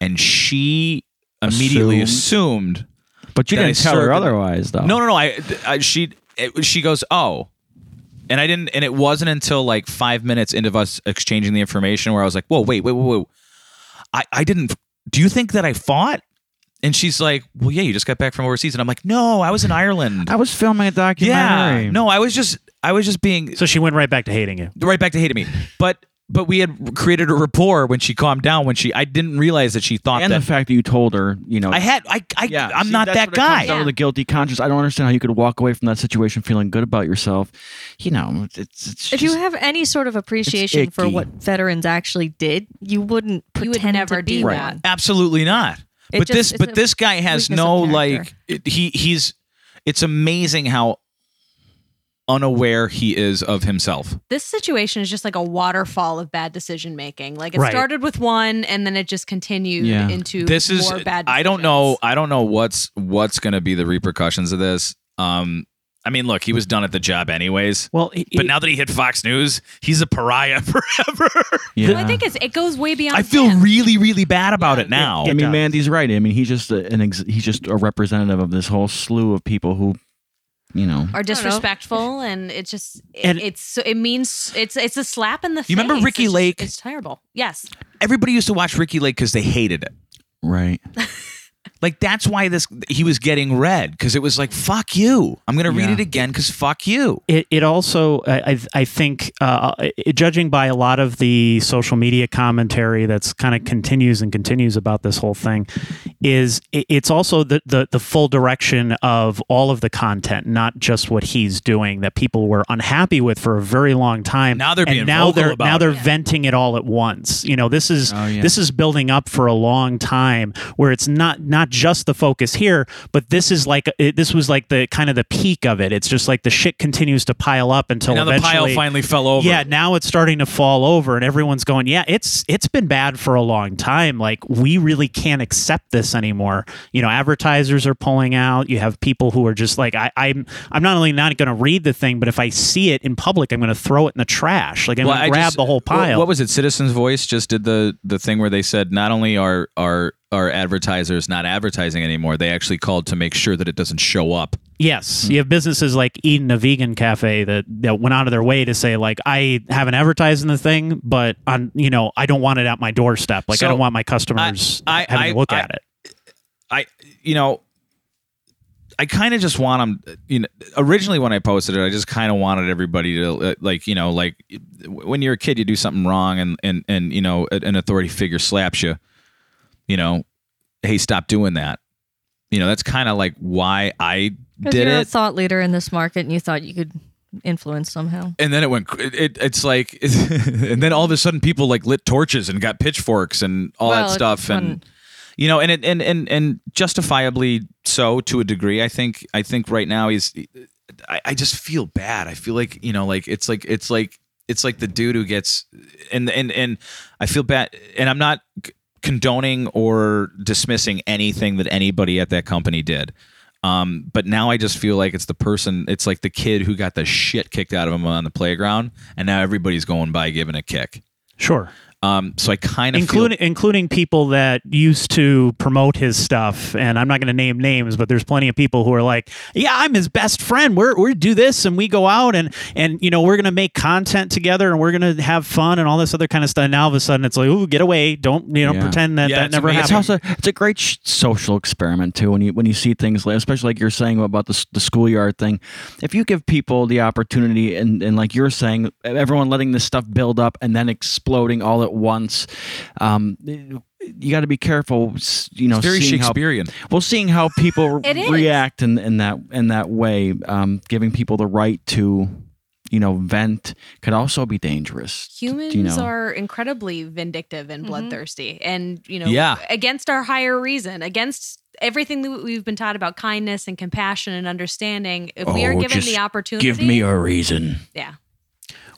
And she immediately assumed But you that I didn't tell her served- otherwise, though. no, no, no. I, I she it, she goes, oh, and I didn't, and it wasn't until like five minutes into us exchanging the information where I was like, whoa, wait, wait, wait, wait. I, I didn't. Do you think that I fought? And she's like, well, yeah, you just got back from overseas, and I'm like, no, I was in Ireland. I was filming a documentary. yeah, no, I was just, I was just being So she went right back to hating you. right back to hating me, but. But we had created a rapport when she calmed down. When she, I didn't realize that she thought and that the fact that you told her, you know, I had. I, I, yeah, I'm see, not that's that what it comes guy. down to the guilty conscience. I don't understand how you could walk away from that situation feeling good about yourself. You know, it's it's. it's if just- you have any sort of appreciation for icky. what veterans actually did, you wouldn't You pretend would never to be do one. that. Absolutely not. It but just- this it's but a this guy has weakness no of like character. it- he he's it's amazing how unaware he is of himself. This situation is just like a waterfall of bad decision making. Like it Right. started with one and then it just continued Yeah. into This is more bad. I don't decisions. know I don't know what's what's going to be the repercussions of this. Um I mean, look, he was done at the job anyways. Well, he- But now that he hit Fox News, he's a pariah forever. yeah. Well, I think it's, it goes way beyond. I feel him. really really bad about it now. yeah. I mean, does. Mandy's right. I mean, he's just a, an ex- he's just a representative of this whole slew of people who, you know, are don't know. disrespectful and it's just it, And- it's so- it means it's it's a slap in the face. You remember Ricky It's just- Lake? It's terrible. Yes. Everybody used to watch Ricky Lake cuz they hated it. right? Like that's why this he was getting red because it was like fuck you. I'm gonna read Yeah. it again because fuck you. It, it also, I, I- I think, uh, it- judging by a lot of the social media commentary that's kind of continues and continues about this whole thing, is it, it's also the, the, the full direction of all of the content, not just what he's doing that people were unhappy with for a very long time. Now they're and being now vocal they're, about now it. they're venting it all at once. You know, this is Oh, yeah. this is building up for a long time where it's not not just the focus here, but this is like it, this was like the kind of the peak of it. It's just like the shit continues to pile up until now the pile eventually. finally fell over. yeah, now it's starting to fall over, and everyone's going, "Yeah, it's it's been bad for a long time. Like we really can't accept this anymore." You know, advertisers are pulling out. You have people who are just like, I, "I'm I'm not only not going to read the thing, but if I see it in public, I'm going to throw it in the trash. Like I'm Well, going I to grab just- the whole well, pile." What was it? Citizens Voice just did the the thing where they said not only are are are advertisers not advertising anymore, they actually called to make sure that it doesn't show up. Hmm. Yes, you have businesses like Eden, a vegan cafe, that, that went out of their way to say like, I haven't advertised in the thing, but on you know, I don't want it at my doorstep. Like, So, I don't want my customers I- I- having I- to look I- at it. I you know I kind of just want them you know originally when I posted it I just kind of wanted everybody to uh, like you know like when you're a kid you do something wrong and and and you know a- an authority figure slaps you you know hey stop doing that you know that's kind of like why I 'Cause did you're a it thought leader in this market, and you thought you could influence somehow. and then it went it, it it's like and then all of a sudden people like lit torches and got pitchforks and all Well, that it's stuff fun. and you know and it and and and justifiably so to a degree i think i think right now he's I, I just feel bad. I feel like you know, like it's like it's like it's like the dude who gets and and and I feel bad, and I'm not c- condoning or dismissing anything that anybody at that company did. Um, but now I just feel like it's the person, it's like the kid who got the shit kicked out of him on the playground, and now everybody's going by giving a kick. Sure. Um, so I kind of including including people that used to promote his stuff and i'm not going to name names but there's plenty of people who are like yeah i'm his best friend we're we do this and we go out and and you know we're going to make content together and we're going to have fun and all this other kind of stuff and now all of a sudden it's like ooh get away don't you know Yeah. pretend that Yeah, that it's never amazing. It's happened also it's a great sh- social experiment too. When you when you see things, like, especially like you're saying about the s- the schoolyard thing, if you give people the opportunity and and like you're saying, everyone letting this stuff build up and then exploding all at once, um, you got to be careful. s- You know, feel it's very seeing how- Shakespearean. well, seeing how people It is. react in, in that in that way, um, giving people the right to, you know, vent could also be dangerous. Humans you know? are incredibly vindictive and Mhm. bloodthirsty, and you know, Yeah. against our higher reason, against everything that we've been taught about kindness and compassion and understanding. If we are Oh, given just the opportunity, Give me a reason. yeah,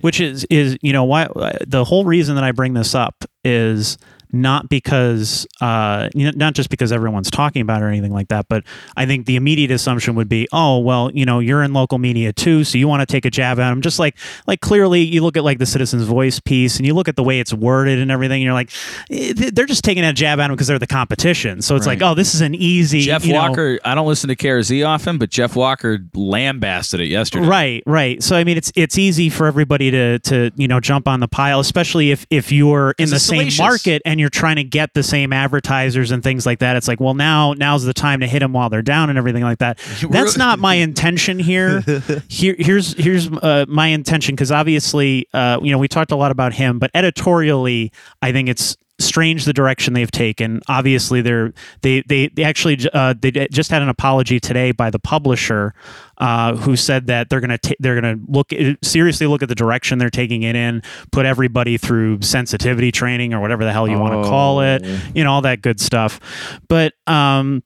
which is is you know why uh, the whole reason that I bring this up is not because uh, you know, not just because everyone's talking about it or anything like that, but I think the immediate assumption would be, oh well, you know, you're in local media too, so you want to take a jab at them. Just like like clearly, you look at like the Citizens Voice piece and you look at the way it's worded and everything, and you're like, eh, they're just taking a jab at them because they're the competition. So it's Right. like, oh, this is an easy Jeff you know- Walker, I don't listen to KRZ often, but Jeff Walker lambasted it yesterday. Right, right. So I mean, it's it's easy for everybody to to you know jump on the pile, especially if if you're in 'Cause the it's same salacious. market and you're trying to get the same advertisers and things like that. It's like, well, now now's the time to hit them while they're down and everything like that. That's not my intention here. here here's here's uh, my intention because obviously, uh, you know, we talked a lot about him, but editorially, I think it's strange the direction they've taken. Obviously, they're they they, they actually uh, they d- just had an apology today by the publisher, uh, who said that they're gonna ta- they're gonna look uh, seriously look at the direction they're taking it in, put everybody through sensitivity training or whatever the hell you want to call it, you know, all that good stuff. But um,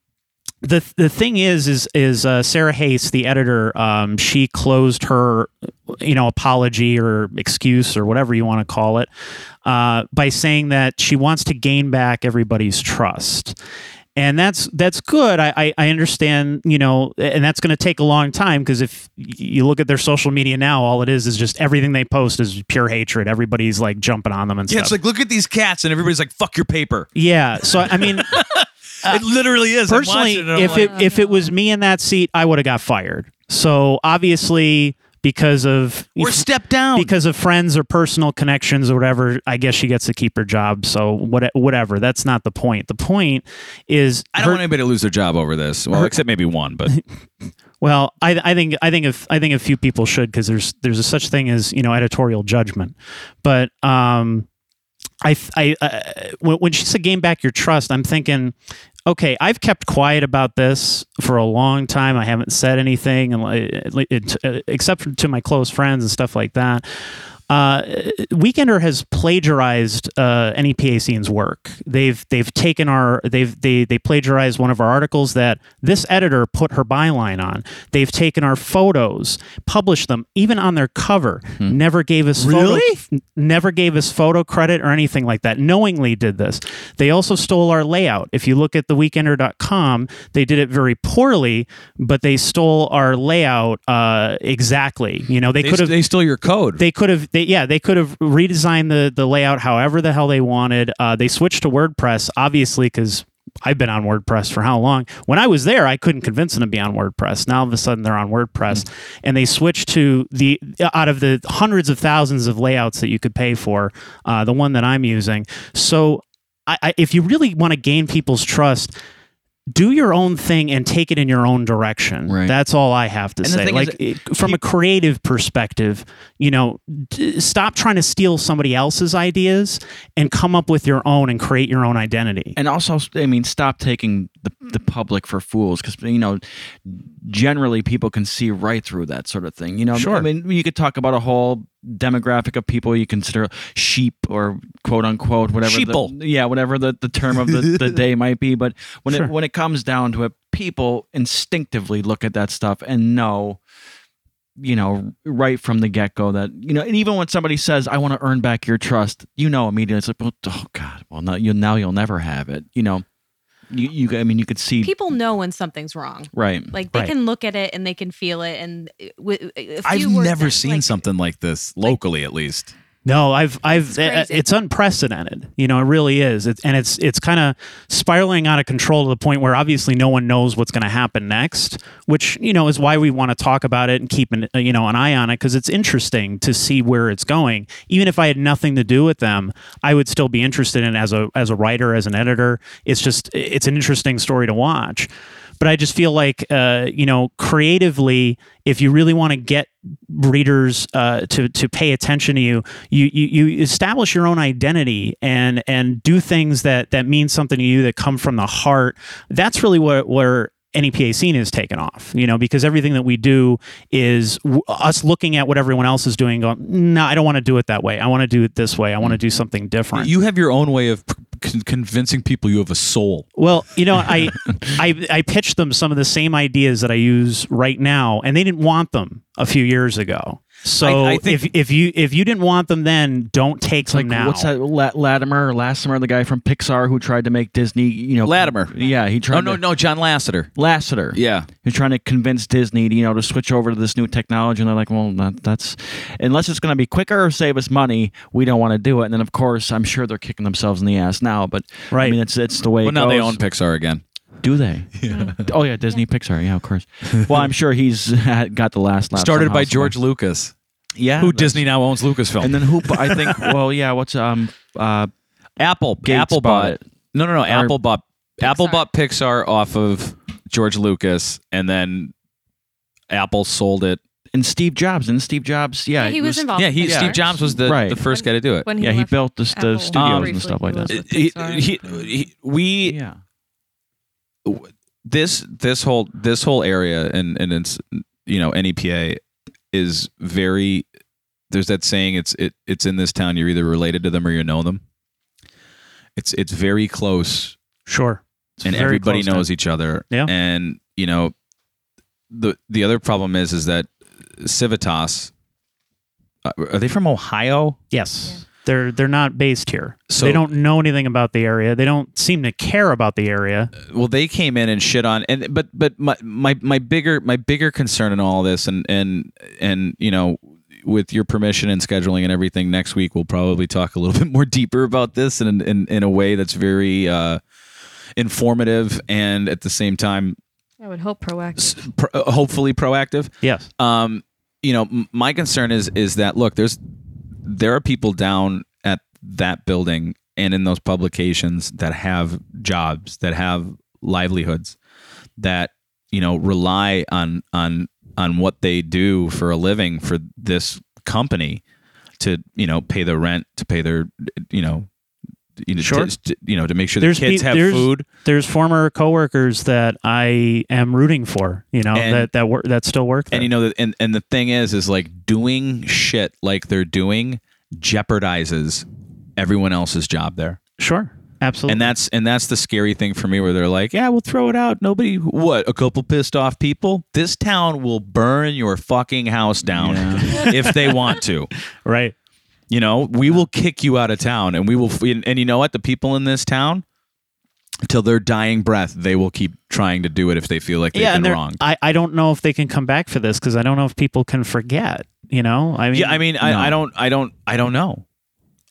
the the thing is is is uh, Sarah Hayes, the editor, um, she closed her you know apology or excuse or whatever you want to call it uh, by saying that she wants to gain back everybody's trust. And that's that's good. I, I, I understand, you know, and that's going to take a long time because if y- you look at their social media now, all it is is just everything they post is pure hatred. Everybody's like jumping on them and Yeah, stuff. it's like look at these cats, and everybody's like, "Fuck your paper." yeah. So I mean, Uh, it literally is. I'm personally, watching it, I'm if like, it if it was me in that seat, I would have got fired. So obviously, because of or step down, because of friends or personal connections or whatever, I guess she gets to keep her job. So what, whatever. That's not the point. The point is, I don't her- want anybody to lose their job over this. Well, except maybe one, but well, I, I think I think if I think a few people should because there's there's a such thing as you know editorial judgment, but um, I th- I uh, when, when she said gain back your trust, I'm thinking, okay, I've kept quiet about this for a long time. I haven't said anything, and like, at le- it, uh, except for- to my close friends and stuff like that. Uh, Weekender has plagiarized uh, NEPACN's work. They've they've taken our they've they they plagiarized one of our articles that this editor put her byline on. They've taken our photos, published them, even on their cover. Never gave us Really? photo, n- never gave us photo credit or anything like that. Knowingly did this. They also stole our layout. If you look at the Weekender.com, they did it very poorly, but they stole our layout uh, exactly. You know they they, could have they steal your code. they could have they yeah they could have redesigned the the layout however the hell they wanted uh, they switched to wordpress obviously because i've been on wordpress for how long when i was there i couldn't convince them to be on wordpress now all of a sudden they're on wordpress Hmm. and they switched to the out of the hundreds of thousands of layouts that you could pay for uh, the one that i'm using so I, I, if you really want to gain people's trust do your own thing and take it in your own direction. Right. That's all I have to And the say. thing is Like it- from a creative perspective, you know, d- stop trying to steal somebody else's ideas and come up with your own and create your own identity. and also i mean stop taking the, the Mm. public for fools because you know generally people can see right through that sort of thing you know Sure. i mean you could talk about a whole demographic of people you consider sheep or quote unquote whatever the- Sheeple. yeah whatever the, the term of the, the day might be but when Sure. it when it comes down to it people instinctively look at that stuff and know you know, right from the get go that, you know, and even when somebody says, I want to earn back your trust, you know, immediately it's like, well, oh God, well, now you'll, now you'll never have it. You know, you, you, I mean, you could see, People know when something's wrong. right. Like they Right. can look at it and they can feel it. And uh, wi- a few I've words never in, seen like, something like this locally, at least. No, I've I've it's, crazy. it's unprecedented. You know, it really is. It's and it's it's kind of spiraling out of control to the point where obviously no one knows what's going to happen next, which, you know, is why we want to talk about it and keep an uh, you know, an eye on it cuz it's interesting to see where it's going. Even if I had nothing to do with them, I would still be interested in it as a as a writer, as an editor. It's just eh, it's an interesting story to watch but I just feel like uh, you know creatively, if you really want to get readers uh, to to pay attention to you, you, you you establish your own identity and and do things that that mean something to you that come from the heart. That's really where where NEPA scene is taken off, you know, because everything that we do is w- us looking at what everyone else is doing, going, no, I don't want to do it that way. I want to do it this way. I want to do something different. You have your own way of p- con- convincing people you have a soul. Well, you know, I, I I pitched them some of the same ideas that I use right now, and they didn't want them a few years ago. So I- I think- if if you if you didn't want them then, don't take It's them like, now. what's that? La- Latimer or Lassimer, the guy from Pixar who tried to make Disney, you know, Latimer. Yeah. He tried Oh no, to, no, John Lasseter. Lassiter. Yeah, who's trying to convince Disney, you know, to switch over to this new technology, and they're like, "Well, that, that's unless it's going to be quicker or save us money, we don't want to do it." And then, of course, I'm sure they're kicking themselves in the ass now, but I Right. mean, it's it's the way. well it now they goes. own Pixar again. Do they? Yeah. Hmm. Oh yeah, Disney, Pixar. Yeah, of course. well, I'm sure he's got the last laugh. Started by somehow, George somewhere. Lucas, Yeah. who that's- Disney now owns Lucasfilm. And then who? bu- I think. Well, yeah. What's um uh Apple, Gates Apple bought bought. it. No, no, no. Apple bought. Apple Pixar. bought Pixar off of George Lucas, and then Apple sold it. and Steve Jobs and Steve Jobs. Yeah, Yeah, he was involved. yeah, he, with Pixar. Steve Jobs was the, Right. the first guy to do it. When he Yeah, he left built the, the Apple studios briefly, and stuff he like was that. with He- Pixar. he- he- we Yeah. this this whole this whole area and and it's you know NEPA is very there's that saying it's it it's in this town you're either related to them or you know them. It's it's very close Sure. It's and very everybody close to- knows each other. Yeah. And you know, the the other problem is is that Civitas uh, are they from Ohio? Yes. They're they're not based here. So- So they don't know anything about the area. They don't seem to care about the area. Well, they came in and shit on and but but my my, my bigger my bigger concern in all this and and and you know with your permission and scheduling and everything next week we'll probably talk a little bit more deeper about this and in, in, in a way that's very uh, informative and at the same time I would hope proactive. s- pro- hopefully proactive Yes. um, you know, m- my concern is is that look, there's there are people down at that building and in those publications that have jobs, that have livelihoods, that you know rely on on on what they do for a living for this company to you know pay their rent, to pay their you know. You know, Sure. to, to- you know, to make sure There's the kids pe- have there's- food. There's former coworkers that I am rooting for, you know, And- that that work that still work there. And you know, the- and and the thing is, is like doing shit like they're doing jeopardizes everyone else's job there, sure. Absolutely. and that's and that's the scary thing for me, where they're like, yeah, we'll throw it out. Nobody, what? A couple pissed off people. This town will burn your fucking house down if they want to. right. You know, we will kick you out of town, and we will. And, and you know what? The people in this town. Till their dying breath, they will keep trying to do it if they feel like they've yeah, and been they're- wronged. I, I don't know if they can come back for this because I don't know if people can forget. You know, I mean, yeah, I mean, no. I, I don't, I don't, I don't know.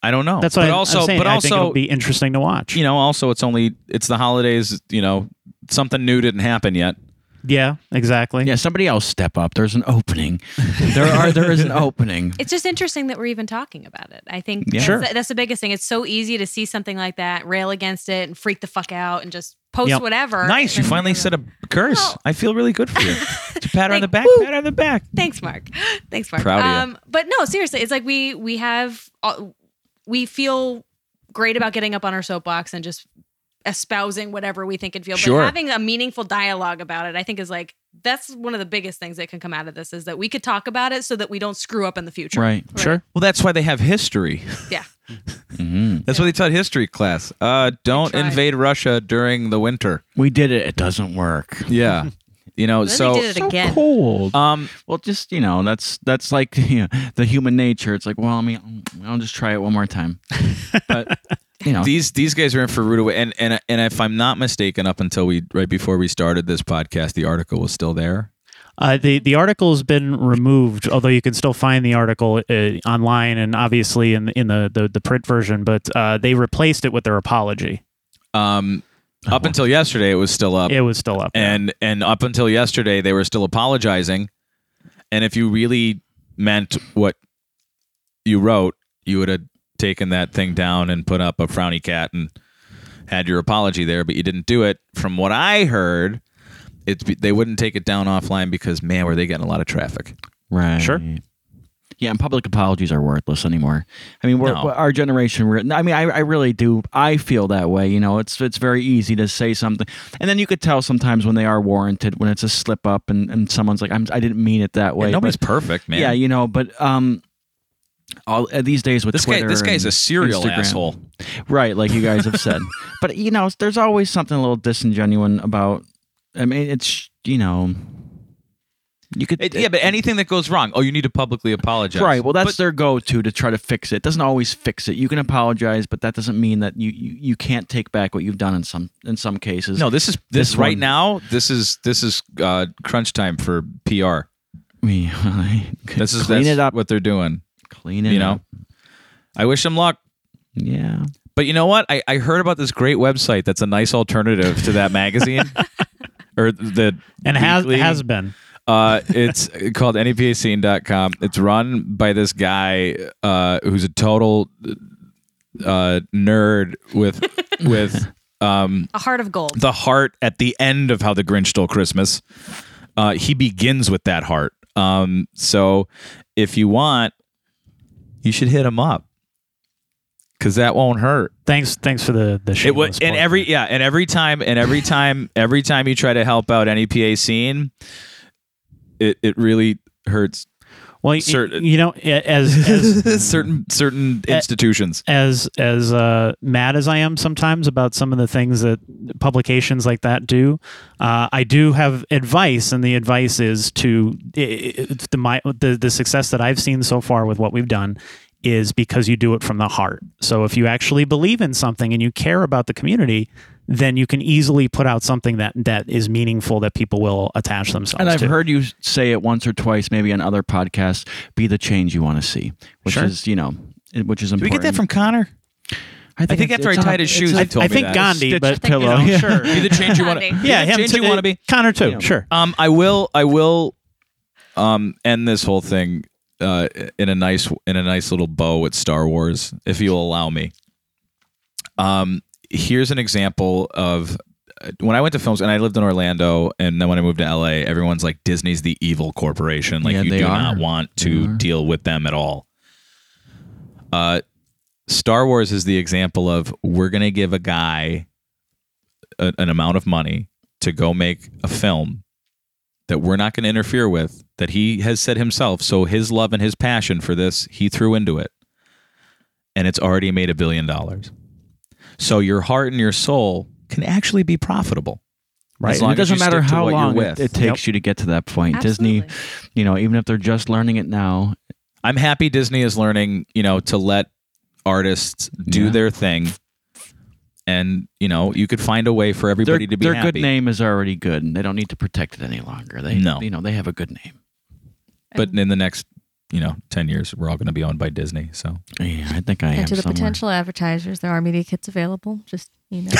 I don't know. that's what but I, also, am saying. but I also, think it'll be interesting to watch. you know, also it's only it's the holidays. You know, something new didn't happen yet. yeah, exactly. Yeah, somebody else step up. There's an opening. There are there is an opening. It's just interesting that we're even talking about it. I think Yeah. that's, Sure. that's the biggest thing. It's so easy to see something like that, rail against it, and freak the fuck out, and just post Yep. whatever. Nice, you And- finally said a curse. Well- I feel really good for you. It's a pat her on Like, the back, woo. pat her on the back. Thanks, Mark. Thanks, Mark. Proud of you. um, But no, seriously, it's like we we have all- we feel great about getting up on our soapbox and just espousing whatever we think and feel. Sure. But having a meaningful dialogue about it, I think, is like that's one of the biggest things that can come out of this is that we could talk about it so that we don't screw up in the future. Right. Sure. Well, that's why they have history. Yeah. hmm That's why they taught history class. Uh, don't tried. invade Russia during the winter. We did it. It doesn't work. Yeah, You know, Then so they did it again. cold. um, well, just you know, that's that's like you know, the human nature. It's like, well, I mean, I'll just try it one more time. But you know, these these guys are in for a rude away. And and and if I'm not mistaken, up until we right before we started this podcast, the article was still there. Uh, the the article has been removed, although you can still find the article uh, online and obviously in in the the, the print version. But uh, they replaced it with their apology. Um, up until yesterday, it was still up. It was still up. there. and and up until yesterday they were still apologizing and if you really meant what you wrote you would have taken that thing down and put up a frowny cat and had your apology there but you didn't do it from what i heard it's be- they wouldn't take it down offline because man were they getting a lot of traffic right? Sure. Yeah, and public apologies are worthless anymore. I mean, we're, No. we're- our generation. We're, I mean, I, I really do. I feel that way. You know, it's it's very easy to say something, and then you could tell sometimes when they are warranted, when it's a slip up, and, and someone's like, I'm, I didn't mean it that way. And nobody's but- perfect man Yeah, you know, but um, all uh, these days with this Twitter, guy this guy's and a serial Instagram. asshole right? Like you guys have said, but you know, there's always something a little disingenuous about. I mean, it's you know, you could It- yeah but anything that goes wrong oh you need to publicly apologize Right. Well, that's But- their go-to to try to fix it. Doesn't always fix it. You can apologize, but that doesn't mean that you you, you can't take back what you've done in some in some cases. no this is this, this right one- now this is this is uh, crunch time for pr Me- This is clean that's it up. what they're doing. Clean it you know? up. I wish them luck. Yeah. But you know what? I, I heard about this great website that's a nice alternative to that magazine. or the and has weekly- has been. uh it's called E nepascene.com. It's run by this guy uh who's a total uh nerd with with um A heart of gold. the heart at the end of how the Grinch stole Christmas. Uh, he begins with that heart. Um, so if you want, you should hit him up because that won't hurt. Thanks thanks for the the It shameless was and plug. every yeah, and every time and every time every time you try to help out any PA scene, it it really hurts well y- certain- you know a- as as certain certain Eh. institutions. as as uh, mad as I am sometimes about some of the things that publications like that do, uh, I do have advice, and the advice is to i- i- the my the, the success that I've seen so far with what we've done is because you do it from the heart. So if you actually believe in something and you care about the community, then you can easily put out something that that is meaningful that people will attach themselves And I've to. heard you say it once or twice, maybe on other podcasts. Be the change you want to see, which Sure. is you know, it- which is Did we important. get that from Connor? I think it's- after I it's on- tied his it's shoes, a- I told I me think that. Gandhi, Stitched but pillow. you know, Yeah. sure, Be the change you want to. Gandhi. yeah, the him change you too. want to be. Connor too, Yeah. sure. Um, I will. I will. Um, end this whole thing. Uh, in a nice in a nice little bow at Star Wars, if you'll allow me. Um, here's an example of uh, when I went to films and I lived in Orlando, and then when I moved to LA, everyone's like Disney's the evil corporation. Like Yeah, you they do are. not want They to are. deal with them at all. Uh, Star Wars is the example of we're gonna give a guy a, an amount of money to go make a film that we're not going to interfere with that he has said himself so his love and his passion for this he threw into it and it's already made a billion dollars so your heart and your soul can actually be profitable Right. as long it doesn't as you matter stick to how what long you're it, with it takes you to get to that point. Disney, Absolutely. you know, even if they're just learning it now, i'm happy disney is learning you know to let artists do Yeah. their thing and you know you could find a way for their, everybody to be their happy good name is already good, and they don't need to protect it any longer. They, No. you know, they have a good name. but in the next you know 10 years we're all going to be owned by disney so Yeah, I think I am And to the somewhere. potential advertisers, there are media kits available. Just you know.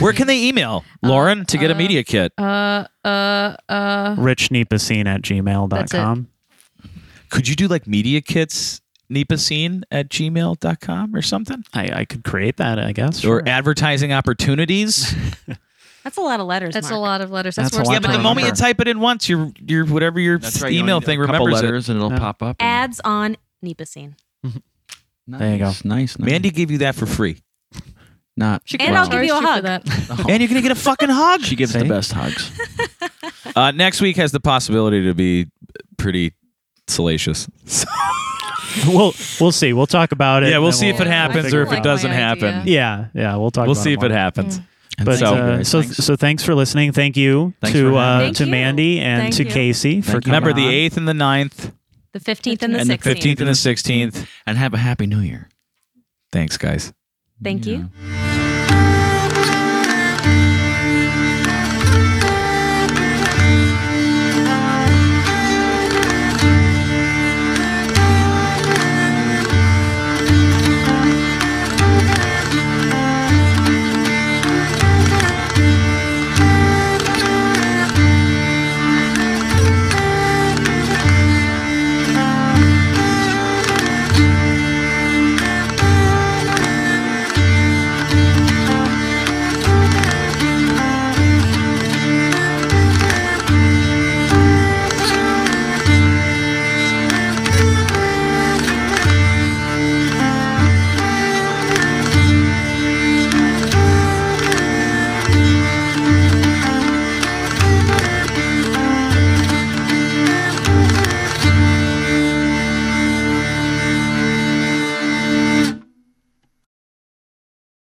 where can they email lauren to get a media kit uh uh uh. richnepasine at gmail.com. Could you do like media kits, nipascene at gmail.com or something? I, I could create that, I guess. Or advertising opportunities? That's a lot of letters. That's a Mark. lot of letters. That's, That's where a it's lot yeah, to but the going. moment you remember. type it in once, your your whatever your That's right, you email only need thing a couple remembers it. letters and it'll Yeah. pop up. Ads on Nipasine. There you go. Nice, Nice, nice. Mandy gave you that for free. not. She And could I'll give charge you a for hug. that. And you're going to get a fucking hug. Oh. She gives See? the best hugs. Uh, next week has the possibility to be pretty salacious. we'll we'll see. We'll talk about it. yeah, we'll and see if it we'll happens figure or if out. it doesn't I like my happen. uh, idea. Yeah, yeah, we'll talk. We'll about see if more. it happens. So- But so, guys. so, Thanks. so thanks for listening. Thank you Thanks for to having uh, Thank to you. Mandy and Thank to you. Casey for Thank you. coming Remember the on. 8th and the 9th, The 15th and the and the 16th. 15th and the 16th. and have a happy new year. Thanks, guys. Thank you. know.